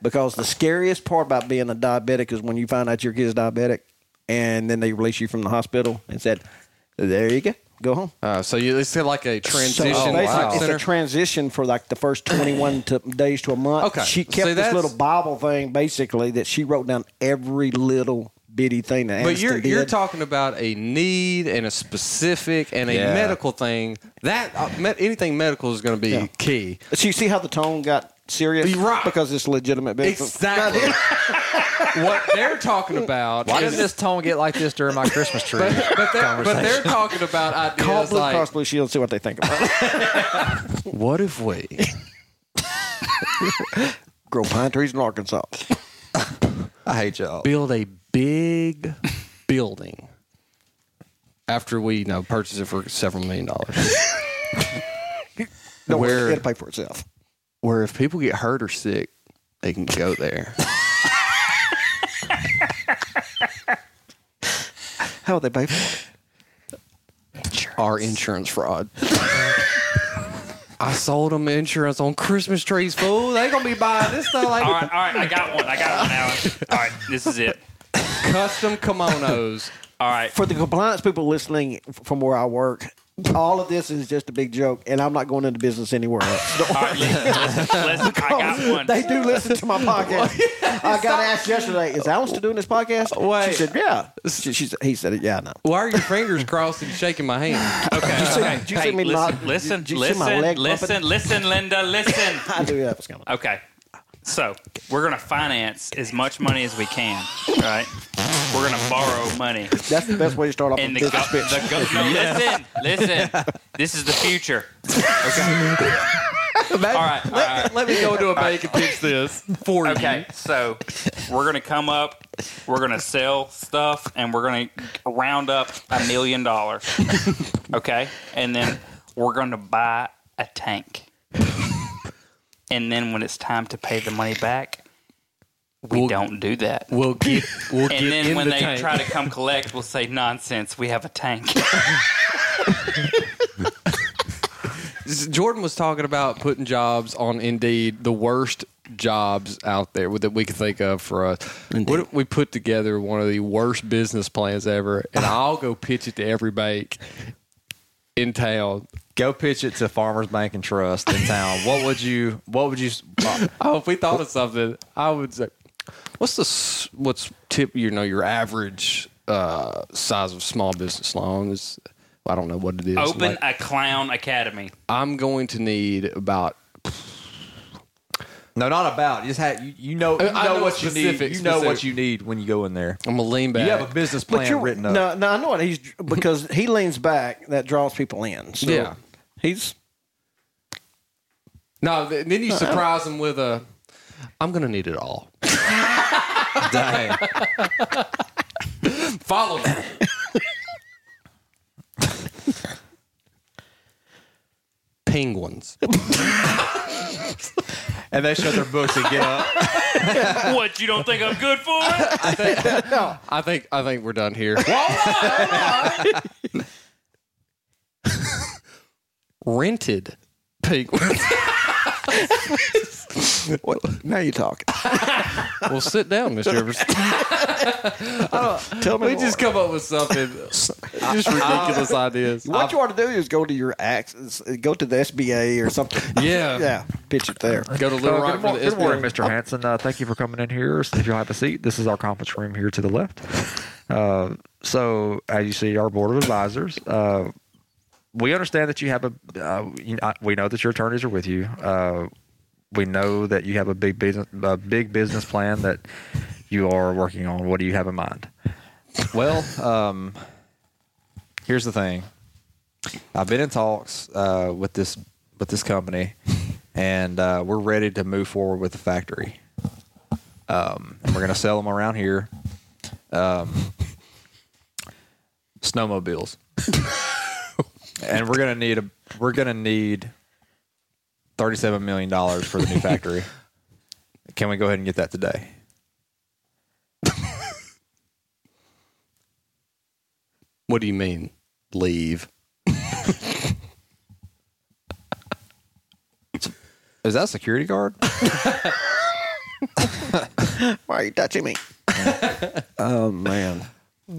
C: Because the scariest part about being a diabetic is when you find out your kid's diabetic, and then they release you from the hospital and said, "There you go, go home."
D: Uh, so you it's like a
C: So uh,
D: transition
C: basically,
D: wow.
C: it's a
D: center.
C: transition for like the first 21 to, days to a month.
D: Okay.
C: She
D: See,
C: kept this
D: that's-
C: little Bible thing basically that she wrote down every little bitty thing that
D: but
C: Aniston
D: you're you're
C: did.
D: talking about a need and a specific and a
F: Yeah.
D: medical thing that uh, med- anything medical is going to be
C: Yeah.
D: key.
C: So you see how the tone got serious?
D: You're right.
C: Because it's legitimate business.
D: Exactly. *laughs* what they're talking about.
F: Why
D: is,
F: did this tone get like this during my Christmas
D: *laughs*
F: tree?
D: But, but they're, but
F: conversation?
D: they're talking about
C: Call
D: ideas
C: Blue
D: like
C: Cross Blue Shield and see what they think about it. *laughs*
D: *laughs* what if we
C: Grow pine trees in
D: *laughs*
C: Arkansas.
F: I hate y'all.
D: build a *laughs* big building after we you know purchase it for several
C: *laughs*
D: million dollars.
C: Don't worry,
D: Where-
C: it'll pay for itself.
D: where if people get hurt or sick, they can go there.
C: *laughs* How would they pay for it?
D: Our insurance fraud. *laughs* I sold them insurance on Christmas trees, fool. They gonna be buying this stuff like
A: All right, all right. I got one. I got one, Alan. All right, this is it.
D: custom kimonos.
A: *laughs* All right.
C: For the compliance people listening f- from where I work, all of this is just a big joke, and I'm not going into business anywhere else. Don't
A: *laughs* All right, let's, let's,
C: *laughs*
A: I got one.
C: They do listen
D: *laughs*
C: to my podcast. I got asked yesterday, is Alan still doing this podcast? She
D: Wait.
C: said, yeah. She, she said, he said, yeah, I know.
D: Why are your fingers crossed and shaking my hand?
A: *laughs* Okay.
C: said-
A: okay.
C: you said me
A: listen,
C: not-
A: listen,
C: you- you said my
A: listen,
C: leg
A: listen,
C: bumping.
A: listen, Linda, listen.
C: *laughs* I knew that was coming.
A: Okay. So we're gonna finance as much money as we can, right? We're gonna borrow money.
C: That's the best way to start off a
A: And the,
C: business
A: go- the
C: pitch.
A: go- *laughs* no,
C: *laughs*
A: listen, listen. This is the future. Okay. all right, all right.
D: Let me go to a bank and pitch this for you.
A: Okay, so we're gonna come up, we're gonna sell stuff, and we're gonna round up a million dollars. Okay, and then we're gonna buy a tank, and then when it's time to pay the money back, we don't do that.
D: We'll get. We'll
A: and
D: get
A: then
D: in
A: when
D: the
A: they
D: tank.
A: try to come collect, we'll say nonsense. We have a tank.
D: Jordan was talking about putting jobs on Indeed, the worst jobs out there that we could think of for us. What if we put together one of the worst business plans ever, and I'll go pitch it to every bank in town.
F: Go pitch it to Farmers Bank and Trust in town. what would you? What would you? uh, s-
D: *laughs* Oh, if we thought of something, I would say, what's the s- what's tip? You know, your average uh, size of small business loan is. I don't know what it is.
A: Open
D: like-
A: a clown academy. *laughs*
D: I'm going to need about.
F: No, not about. You just had you, you know you know,
D: I know
F: what you need.
D: specific-
F: You know what
D: specific.
F: you need when you go in there.
D: I'm gonna lean
F: You have a business
C: But
F: plan
C: you're-
F: written up.
C: No, no, I know what he's because he leans back. That draws people in. So
D: Yeah.
C: he's
D: No, th- then
F: Uh-uh.
D: you surprise them with a. I'm gonna need it all.
F: *laughs* Dang.
D: Follow
J: *laughs*
D: me. Penguins.
F: and they shut their books and get up.
A: what you don't think I'm good for?
C: *laughs*
D: I think, *laughs* I think I think we're done here. Rented penguins.
C: what, now you talk.
D: well, sit down, Mr. Evers.
C: Tell me Uh,
D: we just come up with something. just ridiculous ideas.
C: What you want to do is go to your acts, go to the SBA or something.
D: Yeah.
C: yeah. Pitch it there.
D: Go to
N: Uh, good, mor- good morning, Mr. Hanson. Uh, thank you for coming in here. If you'll have a seat, this is our conference room here to the left. Uh, so, as you see, our board of advisors. Uh, we understand that you have a. Uh, you, I, we know that your attorneys are with you. Uh, we know that you have a big business, a big business plan that you are working on. What do you have in mind?
F: Well, um, here's the thing. I've been in talks uh, with this with
C: *laughs*
F: this company, and uh, we're ready to move forward with the factory. Um, and we're gonna sell them around here. Um,
C: *laughs*
F: snowmobiles, and we're gonna need a we're gonna need thirty seven million dollars for the new factory. Can we go ahead and get that today?
D: What do you mean? Leave.
F: Is that a
D: *laughs*
F: security guard?
C: Why are you touching me? *laughs* oh man.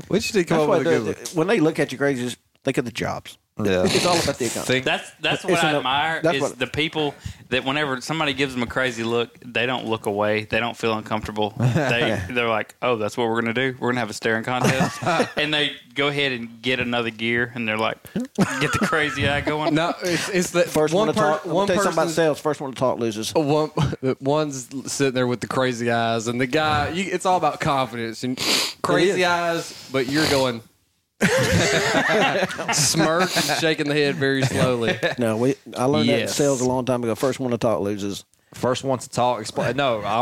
D: We just did
A: come up with a good
C: When they look at you crazy, just think of the jobs.
F: Yeah.
C: *laughs* It's all about the economy.
A: that's that's
C: It's
A: what I
C: an-
A: admire
C: that's
A: is
C: what-
A: the people that whenever somebody gives them a crazy look, they don't look away. They don't feel uncomfortable.
C: *laughs*
A: They they're like, oh, that's what we're gonna do. We're gonna have a staring contest, and they go ahead and get another gear, and they're like, get the crazy
C: *laughs*
A: eye going.
D: No, Uh, it's, it's the
C: First one, to
D: per-
C: talk. One
D: one
C: tell you something about
D: person's-
C: sales. First one to talk loses.
D: One, *laughs* one's sitting there with the crazy eyes, and the guy, you, it's all about confidence and crazy eyes, but you're going *laughs* smirk, and shaking the head
F: *laughs*
D: very slowly.
C: No, we. I learned that in
D: Yes.
C: sales a long time ago. First one to talk loses.
F: First one to talk. Explain. No, I,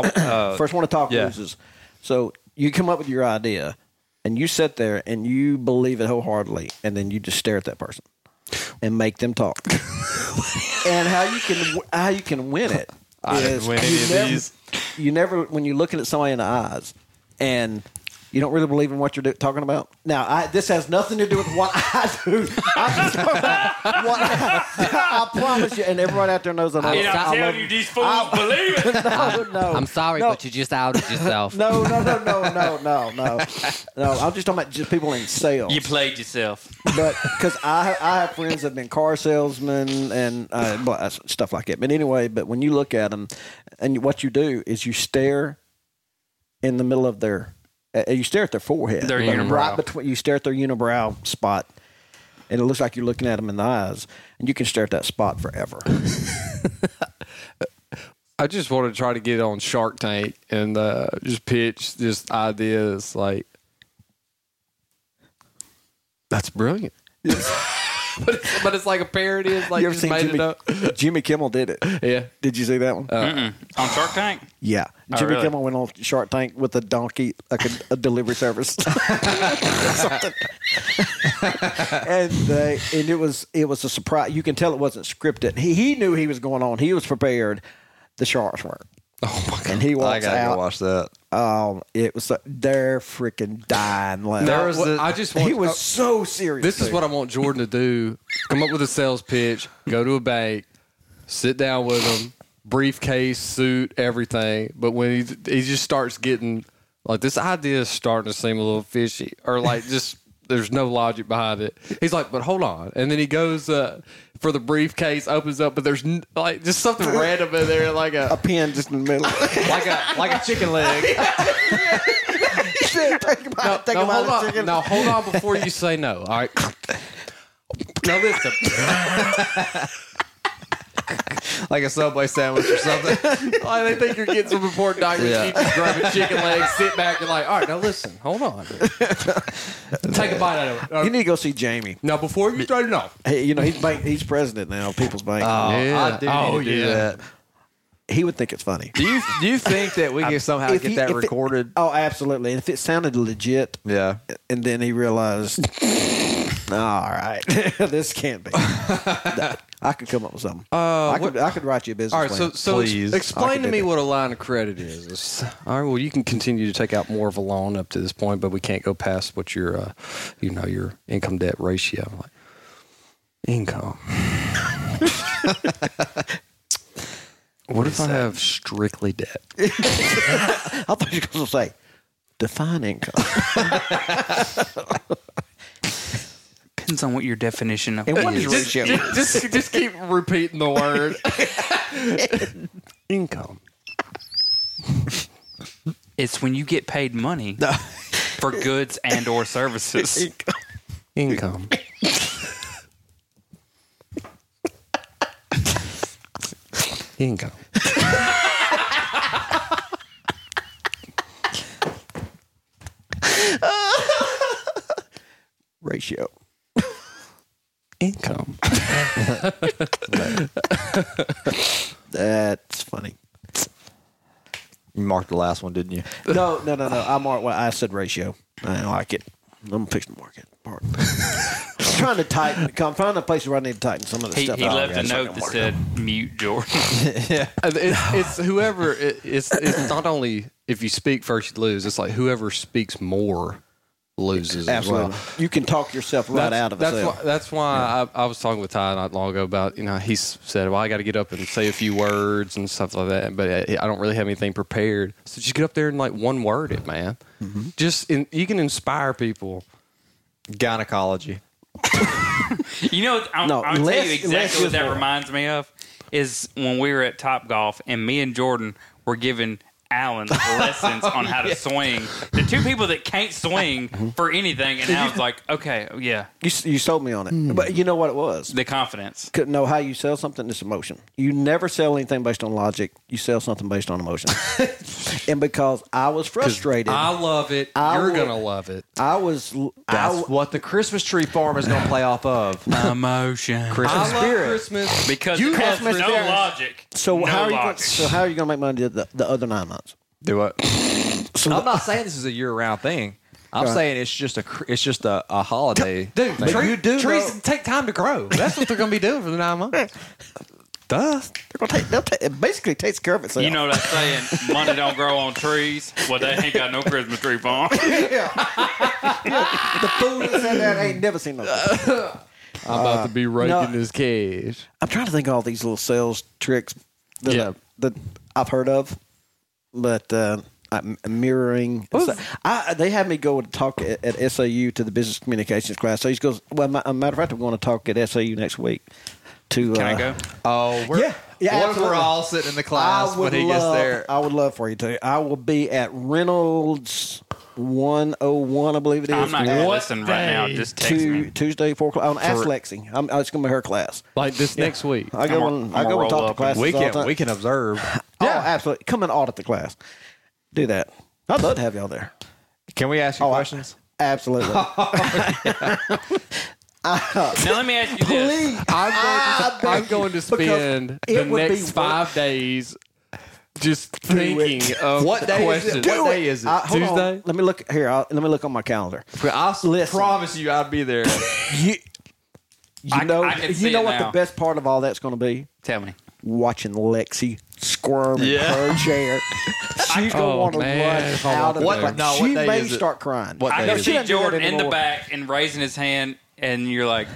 C: *coughs*
F: uh,
C: First one to talk
F: yeah.
C: loses. So you come up with your idea, and you sit there and you believe it wholeheartedly, and then you just stare at that person and make them talk. *laughs* and how you can w- how you can win it
F: I didn't
C: is
F: win any
C: you
F: of
C: never,
F: these.
C: You never when you're looking at somebody in the eyes and. You don't really believe in what you're do- talking about. Now, I, this has nothing to do with what *laughs* I do. I'm just talking about what I, *laughs* I promise you, and everybody out there knows I know.
G: And I'm
C: I
G: telling
C: love
G: you,
C: you.
G: these fools believe
D: *laughs*
G: it.
C: No, no.
G: I'm sorry,
C: No.
G: but you just outed yourself.
C: No, no, no, no, no, no, no, no. I'm just talking about just people in sales.
A: You played yourself.
C: But because I I have friends that have been car salesmen and uh, blah, uh, stuff like that. But anyway, but when you look at them, and what you do is you stare in the middle of their, uh, you stare at their forehead,
A: Their
C: Like,
A: unibrow.
C: right between. You stare at their unibrow spot, and it looks like you're looking at them in the eyes, and you can stare at that spot forever.
D: I just want to try to get on Shark Tank and uh, just pitch just ideas like that's brilliant. but, it's, but it's like a parody. It's *laughs* like
C: you
D: you
C: ever
D: just
C: seen
D: made it
C: Jimmy,
D: up.
C: Jimmy Kimmel did
A: *laughs*
C: it?
D: Yeah.
C: Did you see that one?
A: Mm-mm. On Shark Tank,
C: Yeah,
A: Oh,
C: Jimmy
A: really?
C: Kimmel went on Shark Tank with a donkey, like a, a delivery
D: *laughs*
C: service, *laughs* Something. and they and it was it was a surprise. You can tell it wasn't scripted. He he knew he was going on. He was prepared. the sharks were. Oh my god! And he walks
N: gotta go
C: out.
N: watch that.
C: Um, it was they're freaking dying. Laughing.
D: There was the- I just want-
C: he was
D: uh,
C: so serious.
D: This is
C: dude.
D: what I want Jordan to do: come up with a sales pitch, go to a bank, sit down with them, briefcase, suit, everything. But when he he just starts getting like this idea is starting to seem a little fishy, or like just there's no logic behind it. He's like, but hold on, and then he goes uh, for the briefcase, opens up, but there's n- like
C: *laughs*
D: just something random in there, like a,
C: a pin just in the middle,
D: *laughs* like a like a
C: *laughs*
D: chicken leg.
C: no,
D: no, hold on. Now hold on
J: *laughs*
D: before you say no. All right. Now listen.
J: like a Subway sandwich or
D: *laughs*
J: something.
D: like they think you're getting some important doctor.
J: Yeah.
D: You just grab a chicken leg, sit back, and like, all right, now listen, hold on. Take a bite out of it.
C: you need to go see Jamie.
D: Now, before you start it off,
C: hey, you know he's bank, he's president now, of People's Bank.
J: Oh, Yeah. I do need Oh, to do yeah. that.
C: He would think it's funny.
J: Do you do you think that we can somehow
C: If
J: get
C: he-
J: that
C: if it-
J: recorded?
C: oh, absolutely. And if it sounded legit,
J: yeah.
C: And then he realized, *laughs* all right, *laughs* this can't be. I could come up with something. I could, I could write you a business.
D: all right, so
C: plan.
D: so ex- explain to me what a line of credit
C: *laughs*
D: is. It's- all right, well, you can continue to take out more of a loan up to this point, but we can't go past what your, uh, you know, your income debt ratio. Like,
C: *laughs*
D: income. what if I have strictly debt?
C: I thought you were going to say define income.
A: Depends on what your definition of
C: And what
A: is.
C: is ratio?
D: Just, just, just keep repeating
C: *laughs*
D: the word. Income.
A: It's when you get paid money for goods and
C: *laughs*
A: or services.
D: Income. Income.
C: *laughs* Ratio.
D: Income.
C: That's funny.
N: You marked the last one, didn't you?
C: *laughs* No, no, no, no. I mark what I said ratio. I didn't like it. I'm gonna fix the market part. *laughs* I'm trying to tighten. I'm trying to place where I need to tighten some of the
A: He,
C: stuff.
A: he
C: out.
A: left
C: Oh, Yeah,
A: a
C: it's not
A: note
C: gonna
A: that
C: work.
A: said mute Jordan. *laughs*
C: *laughs*
D: yeah. It's, it's whoever, it, it's, it's not only if you speak first, you lose. It's like whoever speaks more loses as
C: Absolutely.
D: well.
C: You can talk yourself right out of
D: that's
C: it.
D: Why, that's why I, I was talking with Ty not long ago about you know he s- said well I got to get up and say a few words and stuff like that but uh, I, I don't really have anything prepared so just get up there and like one word it man
C: Mm-hmm.
D: just in, you can inspire people
J: Gynecology.
A: You know, I'm,
J: No,
A: I'm gonna tell
J: less-
A: you
J: less
A: exactly
J: is
A: what that
J: more.
A: reminds me of is when we were at Top Golf and me and Jordan were giving
C: *laughs*
A: Alan lessons on how to
J: Yeah.
A: swing. The two people that can't swing
C: Mm-hmm.
A: for anything, and Alan's like, okay, yeah,
C: You, s- you sold me on it,
D: Hmm.
A: Hmm.
C: but you know what it was?
A: the confidence.
C: Couldn't know how you sell something. It's emotion. You never sell anything based on logic. You sell something based
J: *laughs*
C: on emotion. and because I was frustrated,
D: I love it
C: I
D: you're
C: would-
D: gonna love it
C: I was. l- I
J: That's
C: w-
J: what the Christmas tree farm is going to play off of.
A: Emotion.
J: Christmas
D: I love
J: spirit.
D: Christmas
A: Because
J: You
A: it has
J: have
A: no
J: mistakes.
A: logic.
C: so
A: no
C: how are you going,
A: logic.
C: so how are you going to make money the, the other nine months?
J: Do what?
N: I'm
J: *laughs*
N: not saying this is a year-round thing. I'm
C: Right.
N: saying it's just a cr- it's just a, a holiday.
J: Dude,
N: thing.
J: tree-
N: you do
J: trees
N: know-
J: take time to grow. That's what they're going to be doing for the nine months.
N: Duh.
C: They're going to take. They'll take it basically takes care of itself.
A: You know that saying, money don't grow on trees. Well, they ain't got no Christmas
C: *laughs*
A: tree farm.
C: *laughs* the fool that said that ain't never
J: *laughs*
C: seen no.
D: I'm about to be raking
C: no.
D: this cash
C: I'm trying to think of all these little sales tricks that,
D: Yeah.
C: that I've heard of, but uh, I'm mirroring. So I, they had me go and talk at, at SAU to the business communications class. So he goes, well, ma- a matter of fact, I'm going to talk at SAU next week. To
J: Can
C: uh,
J: I go? Oh, we're,
C: Yeah, yeah.
J: what if we're
C: absolutely.
J: all sitting in the class
C: I would
J: when he gets
C: love-
J: there?
C: I would love for you to. I will be at Reynolds 101, I believe it is.
A: I'm not gonna
C: at-
A: listen right now. Just text
C: Tu-
A: me.
C: Tuesday, four o'clock. On
A: For-
C: Ask Lexi. I'm, uh, it's going to be her class.
D: like this next week.
C: I go
A: I'm
C: and I
A: gonna
C: go
A: roll
C: and talk
A: up
C: to
A: and-
C: classes.
N: We
C: all the
N: can
C: time.
N: we can observe.
C: Oh, absolutely. Come and audit the class. Do that. I'd love to have y'all there. Oh,
N: Can we ask you questions?
C: Absolutely. *laughs* uh,
A: Now let me ask you this.
D: I'm going, I'm
C: beg
D: going
C: you,
D: to
C: because
D: spend
C: it
D: the
C: would be
D: next
C: worth-
D: five days just thinking of
J: What
D: the
J: day is it?
D: questions.
J: Do What day is it? Uh,
C: I- hold on.
D: Tuesday?
C: Let me look here. I'll, let me look on my calendar.
J: I promise you, I'd be *laughs* there.
C: You, you
A: I-
C: know,
A: I can
C: you
A: see
C: know
A: it
C: what
A: now.
C: the best part of all that's going to be?
A: Tell me.
C: watching Lexi squirm in her
A: *laughs*
C: chair. She's gonna
A: Oh,
C: want to
A: man.
C: rush
A: Oh,
C: out of
A: what-
C: there.
A: no, what
C: she
A: day
C: may
A: is it?
C: start crying.
A: I
C: No,
A: can
C: doesn't do
A: see
C: that
A: Jordan in the
C: anymore.
A: back and raising his hand, and you're like,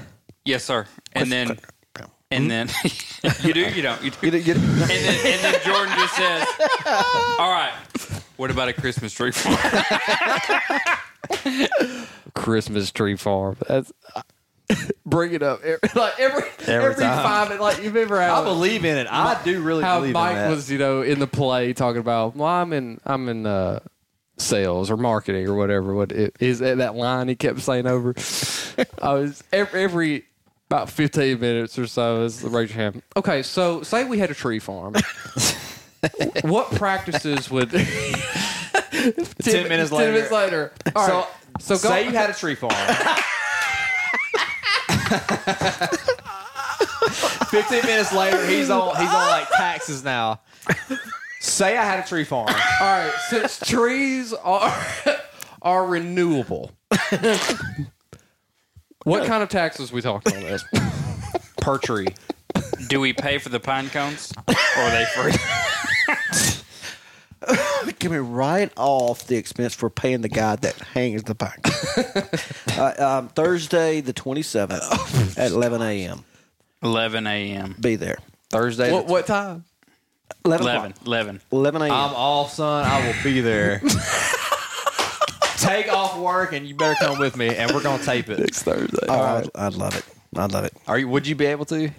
A: "Yes, sir." And then,
C: hmm?
A: and then *laughs* you do, you don't, you do. And then, and then Jordan just says, "All right, what about a Christmas tree farm?"
D: Christmas tree farm. That's
J: Bring it up. *laughs* Every, like every
D: Every
J: every,
D: time.
J: five. Like you've ever.
D: I
J: Had,
D: believe in it. I do really
J: how
D: believe in
J: Mike
D: that.
J: was.
D: you know in the play talking about well I'm in I'm in uh, sales or marketing or whatever what it is that that line he kept saying over. *laughs* I was every, every about 15 minutes or so is the raise your hand. Okay, so say we had a tree *laughs* farm. what practices would *laughs* 10,
J: minutes
D: Ten minutes later. All right. So, go,
B: say you had a
F: *laughs*
B: tree farm. 15 minutes later, he's on he's on like taxes now. Say I had a tree farm.
J: All right, since trees
D: *laughs*
J: are are renewable,
D: what kind of taxes we talking on this?
A: per tree. Do we pay for the pine cones, or are they free?
C: *laughs* Give me right off the expense for paying the guy that hangs the pine.
A: *laughs*
C: uh, um, Thursday the twenty
A: *laughs*
C: seventh at eleven a.m.
A: 11 a.m.
C: Be there
B: Thursday.
J: what what time?
C: 11
A: 11. 11.
C: 11 a.m.
B: I'm off, son. I will be there. Take off work and you better come with me, and we're gonna tape it next
D: Thursday.
C: Oh, I'd, I'd love it. I'd love it.
B: Are you? Would you be able to?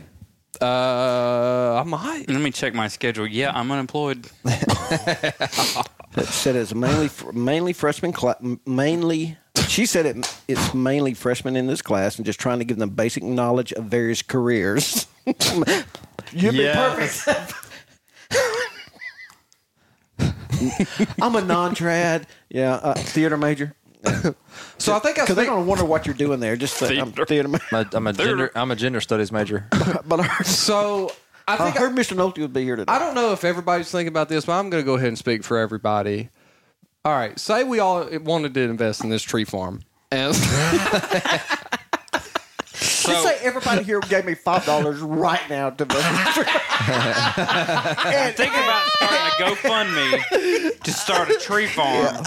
A: Uh,
D: I might.
A: Let me check my schedule. Yeah, I'm unemployed.
C: It said it's mainly mainly freshman class. Mainly, she said it. It's mainly freshmen in this class, and just trying to give them basic knowledge of various careers. You'd be
B: Yes.
C: perfect. *laughs* I'm a non-trad. Yeah, uh, theater major.
B: So I think I
C: because they're gonna wonder what you're doing there. Just that I'm theater major.
F: I'm a, I'm a gender. I'm a gender studies major.
C: *laughs* But I heard,
D: so
C: I, heard Mr. Nolte would be here today.
D: I don't know if everybody's thinking about this, but I'm going to go ahead and speak for everybody. All right, say we all wanted to invest in this tree farm, and *laughs*
C: Just say everybody here gave me five dollars right now to *laughs* vote.
A: I'm thinking about starting a GoFundMe to start a tree farm,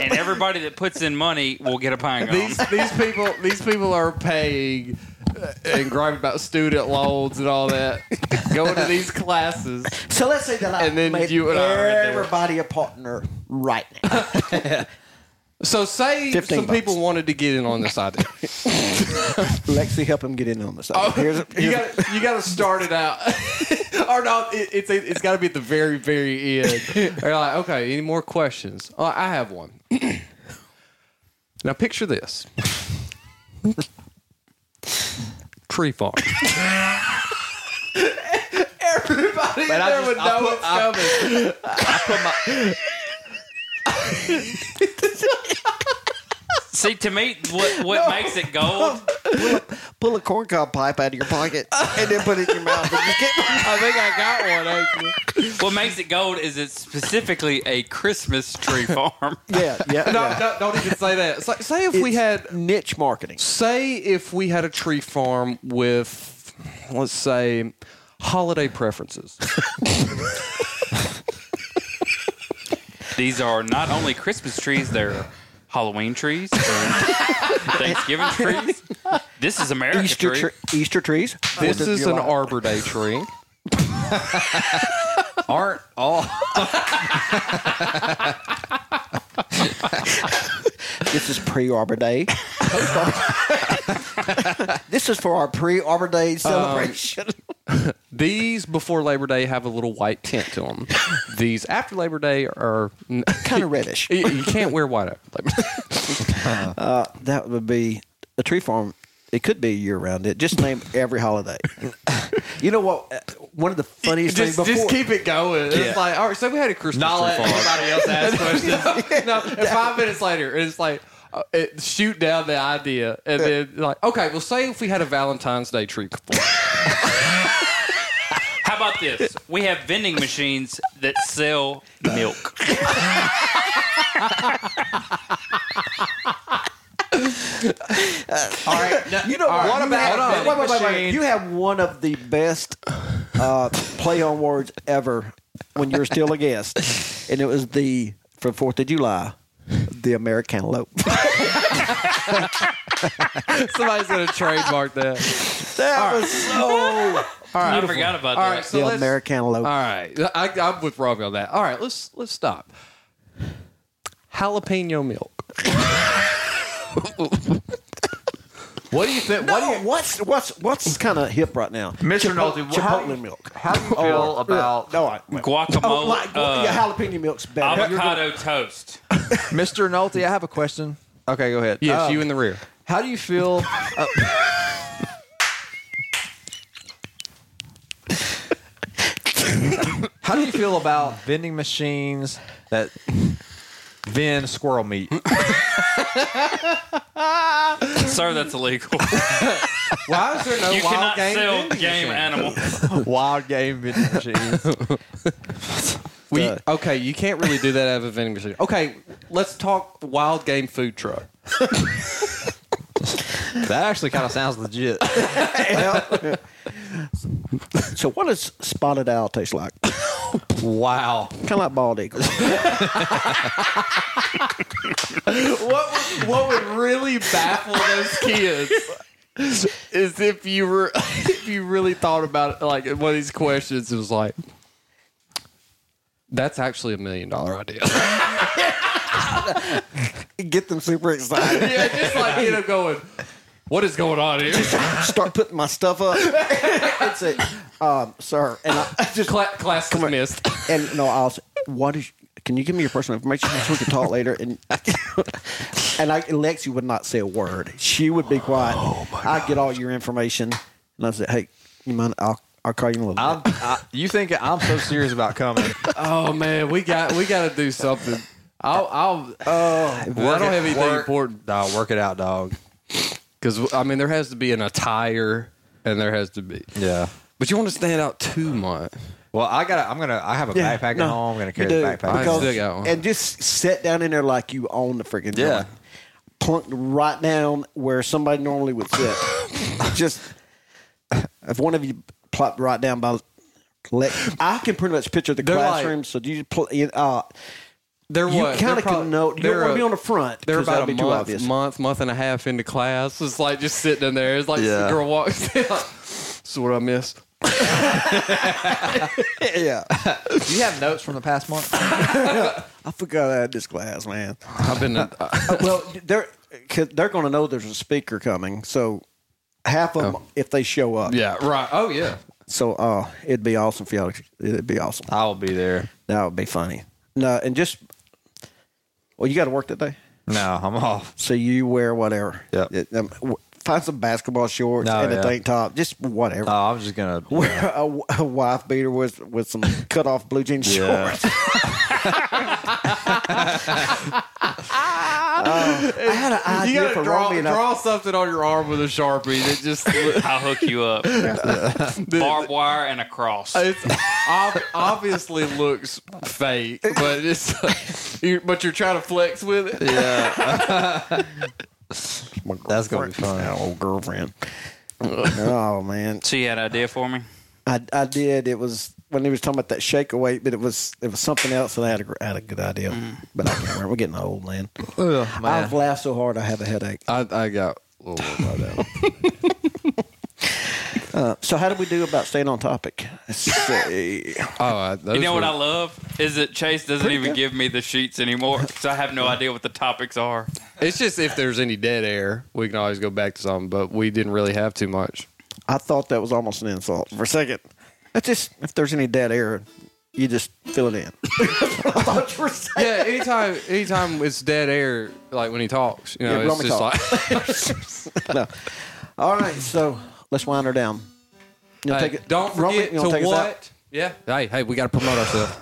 A: and everybody that puts in money will get a pine cone.
J: These these people these people are paying uh, and griping about student loans and all that.
D: going to these classes.
C: so let's say that I
D: And then
C: made
D: you and I are in there.
C: everybody a partner right now.
D: So say
C: 15
D: some
C: bucks.
D: people wanted to get in on
C: *laughs*
D: this idea.
C: *laughs* Lexi, help him get in on this.
D: Oh.
C: here's a,
J: You
C: here's a-
J: got you got to start it
D: *laughs*
J: out, or no? It, it's it's got to be at the very very end.
D: They're like, okay, any more questions? Oh, I have one. *clears throat* now picture this *laughs* tree farm.
J: *laughs* Everybody
D: Man, I
J: there
D: just-
J: would know
D: I put-
J: what's
D: I-
J: coming.
A: See, to me, what what makes it gold?
C: pull, a, pull a corncob pipe out of your pocket
D: *laughs*
C: and then put it in your mouth. And just get
D: I think I got one actually.
A: What makes it gold is it's specifically a Christmas
C: *laughs*
A: tree farm.
C: *laughs* Yeah,
A: *laughs*
C: yeah.
D: No,
C: yeah.
D: no, don't even say that. Say, say if we
C: It's
D: had
C: niche marketing.
D: Say if we had a tree farm with, let's say, holiday preferences.
A: These are not only Christmas trees; they're Halloween trees,
C: *laughs*
A: Thanksgiving trees. This is America
C: Easter
A: tree.
C: tre- Easter trees.
D: This
C: Fourth of
D: is an
C: July.
D: Arbor Day tree.
B: Aren't all?
C: *laughs* This is pre
B: *laughs*
C: Arbor Day. this is for our pre Arbor
B: Uh, *laughs*
C: Day celebration.
D: *laughs* These before Labor Day have a little white tint to them. These after Labor Day are *laughs*
C: kind of reddish.
D: You, you can't wear white after Labor Day.
C: *laughs* uh, that would be a tree farm. It could be year round. It just name every holiday. *laughs* you know what? uh, One of the funniest
J: Just,
C: things before
J: just keep it going.
C: Yeah.
J: It's like, all right, so we had a Christmas
D: Not
J: tree
D: let
J: farm.
D: anybody else *laughs* ask
C: *laughs*
J: questions. no, and five minutes later, it's like, uh, it, shoot down the idea.
D: And then like, okay, well, say if we had a Valentine's Day tree farm.
A: How about this? We have vending machines that sell milk.
J: All right,
C: You know
J: all right,
C: what?
J: you
C: about
J: have-
C: wait, wait, wait, wait. You have one of the best uh, play on words ever when you're still a guest, and it was the from Fourth of July, the American Cantaloupe.
D: *laughs* Somebody's gonna trademark that.
C: That
D: All right.
C: was so.
D: All right.
C: I forgot
D: All
C: about
D: right,
C: that.
D: so
C: The
D: let's-
C: American Cantaloupe.
D: All right, I, I'm with Robbie on that. All right, let's let's stop.
N: *laughs*
D: Jalapeno milk.
C: What do you think? No, what's what's what's kind of hip right now?
N: Mr. Nolte,
C: Chipotle,
N: wh- how-
C: Chipotle milk.
N: how do you
C: Or-
N: feel about-
C: no, I-
A: Guacamole,
C: Oh, like,
A: uh,
C: yeah, jalapeno milk's better.
A: Avocado toast.
F: Mr. Nolte, I have a question. Okay, go ahead.
D: Yes,
F: Uh,
D: you in the rear.
F: How do you feel? uh, how do you feel about vending machines that vend
D: *laughs*
F: squirrel meat? *laughs*
A: Sir, that's illegal.
F: Why is there no
A: you
F: wild
A: cannot
F: game
A: sell
F: vending
A: game
F: machine?
A: animal.
F: wild game vending machines?
D: *laughs* We, okay, you can't really do that out of a vending machine. Okay, let's talk wild game food
C: *laughs*
D: truck.
F: that actually kind of sounds
C: *laughs*
D: *laughs*
F: legit.
C: So what does spotted owl taste
F: *laughs*
C: like?
D: wow,
C: kind of like bald eagle.
D: what would, what would really baffle those kids is if you were *laughs* if you really thought about it, like one of these questions it was like that's actually a million dollar idea.
C: *laughs* Get them super excited.
D: yeah, just like you know going, what is going on here?
C: Start putting my stuff
F: *laughs*
C: up. it's a, um,
F: er,
C: sir, and I, I *laughs* just
D: Cla- class
C: come here.
D: missed.
C: *laughs* And no, I was. What is? Can you give me your personal information so we can talk later? And *laughs* and I, Lexi would not say a word. She would be quiet. I get all your information, and I said, "Hey, you mind? I'll I'll call you in a little bit."
F: I'm, I, you think I'm so serious about coming?
D: Oh man, we got we got to do something. I'll
F: uh,
D: I'll oh, I don't have anything important.
F: No, work it out, dog.
D: Because I mean, there has to be an attire, and there has to be
F: yeah.
D: But you want to stand out too much.
F: Well, I got. to I'm gonna. I have a
C: Yeah,
F: backpack
C: no,
F: at home. I'm gonna
C: you
F: carry
C: do,
F: the backpack.
C: because- and just sit down in there like you own the freaking
F: Yeah.
C: joint. Plunked right down where somebody normally would
F: *laughs*
C: sit. just if one of you plopped right down by, let, I can pretty much picture the
D: They're like-
C: classroom. so do you pl- you- uh,
D: They're
C: you
D: what?
C: kind
D: They're
C: of
D: prob-
C: can know. You
D: they're
C: don't want
D: a-
C: to be on the front.
D: They're
C: 'cause that'll
D: about a
C: be too
D: month,
C: obvious.
D: month, month and a half into class. It's like just sitting in there. It's like
C: Yeah.
D: the girl walks in.
F: *laughs*
D: Like, this is what I miss.
C: yeah.
F: Do you have notes from the past month?
C: I forgot I had this class, man. Uh,
D: I've
C: *laughs*
D: been.
C: well, they're they they're going to know there's a speaker coming. So half of them, if they show up,
D: Oh. Yeah. Right. Oh yeah.
C: So uh, it'd be awesome for y'all. to- It'd be awesome.
F: I'll be there.
C: That would be funny. No, and just well, you got to work that day.
F: No, I'm off.
C: So you wear whatever.
F: Oh. Yep.
C: It- um, w- find some basketball shorts
F: No,
C: and a
F: yeah.
C: tank top, oh, just whatever.
F: No, I'm just gonna.
C: Wear a, w- a wife beater with with some *laughs* cut off blue jean
F: Yeah.
C: shorts. Uh, I had an
D: you
C: idea
D: gotta
C: for
D: draw,
C: Romy and I-
D: draw something on your arm with a sharpie that just.
A: *laughs* I'll hook you up. *laughs* Barbed wire and a cross.
D: It's ob- obviously looks fake, but it's *laughs* you but you're trying to flex with it.
F: Yeah.
C: *laughs* That's gonna be fun. old girlfriend. oh man,
A: So you had an idea for me?
C: I, I did. It was when he was talking about that shake away, but it was it was something else, and I had a, gr- I had a good idea, but I can't remember. We're getting old, man.
D: *laughs* man.
C: I've laughed so hard, I have a headache.
D: I, I got a little bit about that.
C: *laughs* Uh, so how do we do about staying on topic?
D: *laughs*
C: Say-
D: Oh,
A: you know what I love is that Chase doesn't even give me the sheets anymore, so I have no idea what the topics are.
D: *laughs* It's just if there's any dead air, we can always go back to something. But we didn't really have too much.
C: I thought that was almost an insult for a second. That's just if there's any dead air, you just fill it in.
D: *laughs*
C: *laughs*
D: Yeah, anytime, anytime it's dead air, like when he talks, you know,
C: Yeah,
D: it's
C: Roman
D: just
C: talk.
D: *laughs* like.
C: no. All right, so let's wind her down. You'll
D: Hey,
C: take it-
D: don't
C: Roman,
D: forget
C: you'll take
D: to
C: us out?
D: what? Yeah. Hey, hey, we got to promote ourselves.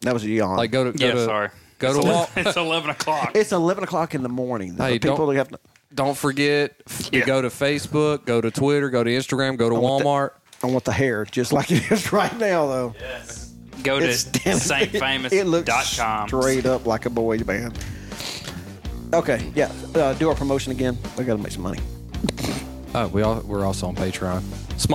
C: That was a yawn.
D: Like go to go
A: Yeah,
D: to
A: sorry.
D: go
A: It's
D: to
A: ele-
D: walk.
A: *laughs* It's 11 o'clock.
C: It's eleven o'clock in the morning.
D: *laughs* Hey,
C: people
D: don't-
C: who have to,
D: Don't forget to go to Facebook, go to Twitter, go to Instagram, go to Walmart.
C: I want the hair just like it is right now, though.
A: Go to
C: It's damn-
D: *laughs*
C: It looks
A: saintfamous.com.
C: straight up like a boy band. Okay, yeah. Uh, do our promotion again. We got to make some money.
D: Uh, we all, we're also on Patreon.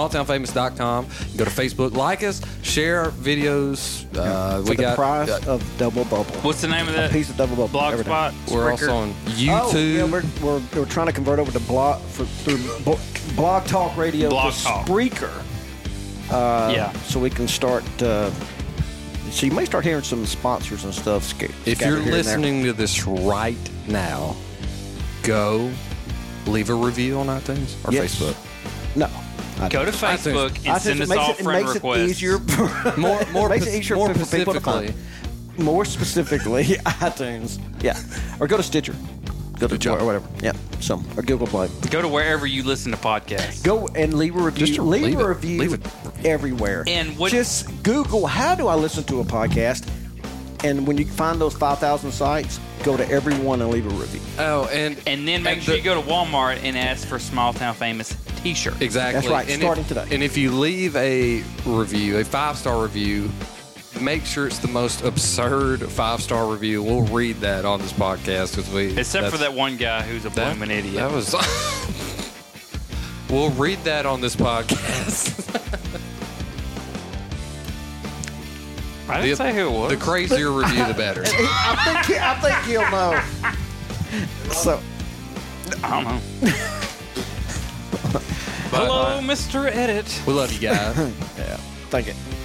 D: SmallTownFamous.com. Go to Facebook, like us, share our videos. Uh,
C: For
D: we
C: the
D: got
C: price
D: uh,
C: of double bubble.
A: What's the name of
C: A
A: that?
C: piece of double bubble.
A: Blog
C: every day.
A: spot.
D: We're also on
C: Oh, yeah,
D: YouTube.
C: we're, we're, we're trying to convert over to blog for, through Bo- Oh, Blog Talk Radio
A: Blog
C: to
A: Talk.
C: Spreaker. Uh,
A: Yeah.
C: So we can start. Uh, so you may start hearing some sponsors and stuff. sca-
D: if
C: scattered
D: you're
C: here and there.
D: listening to this right now, go leave a review on iTunes or
C: Yes.
D: Facebook.
C: No.
A: Go to Facebook and
C: iTunes,
A: send
C: it
A: us
C: makes
A: all
C: it- it
A: friend
C: makes it
A: requests. *laughs*
C: easier-
D: *laughs*
C: *laughs*
D: More, more,
C: makes
D: pos-
C: it easier
D: more
C: for people to
D: specifically.
C: find. More specifically, iTunes. Yeah. Or go to Stitcher. Go to or whatever. Yeah. Some or Google Play.
A: Go to wherever you listen to podcasts.
C: Go and leave a review.
A: Just
C: leave,
A: leave
C: a
A: it.
C: review
A: Leave it.
C: everywhere.
A: And what-
C: just Google how do I listen to a podcast? And when you find those five thousand sites, go to every one and leave a review.
D: Oh, and
A: and then make sure you go to Walmart and ask for Small Town Famous T-shirt.
D: Exactly. And if, And if you leave a review, a five star review, make sure it's the most absurd five star review. We'll read that on this podcast because we
A: Except for
D: that's-
A: that one guy who's a
D: that-
A: blooming idiot.
D: That was. *laughs* we'll read that on this podcast. *laughs*
A: I didn't say who it was.
D: The crazier review,
C: *laughs*
D: the better.
C: I think I think he'll know. So
A: I don't know. Hello, Mr. Edit.
D: We love you guys.
C: yeah. Thank you.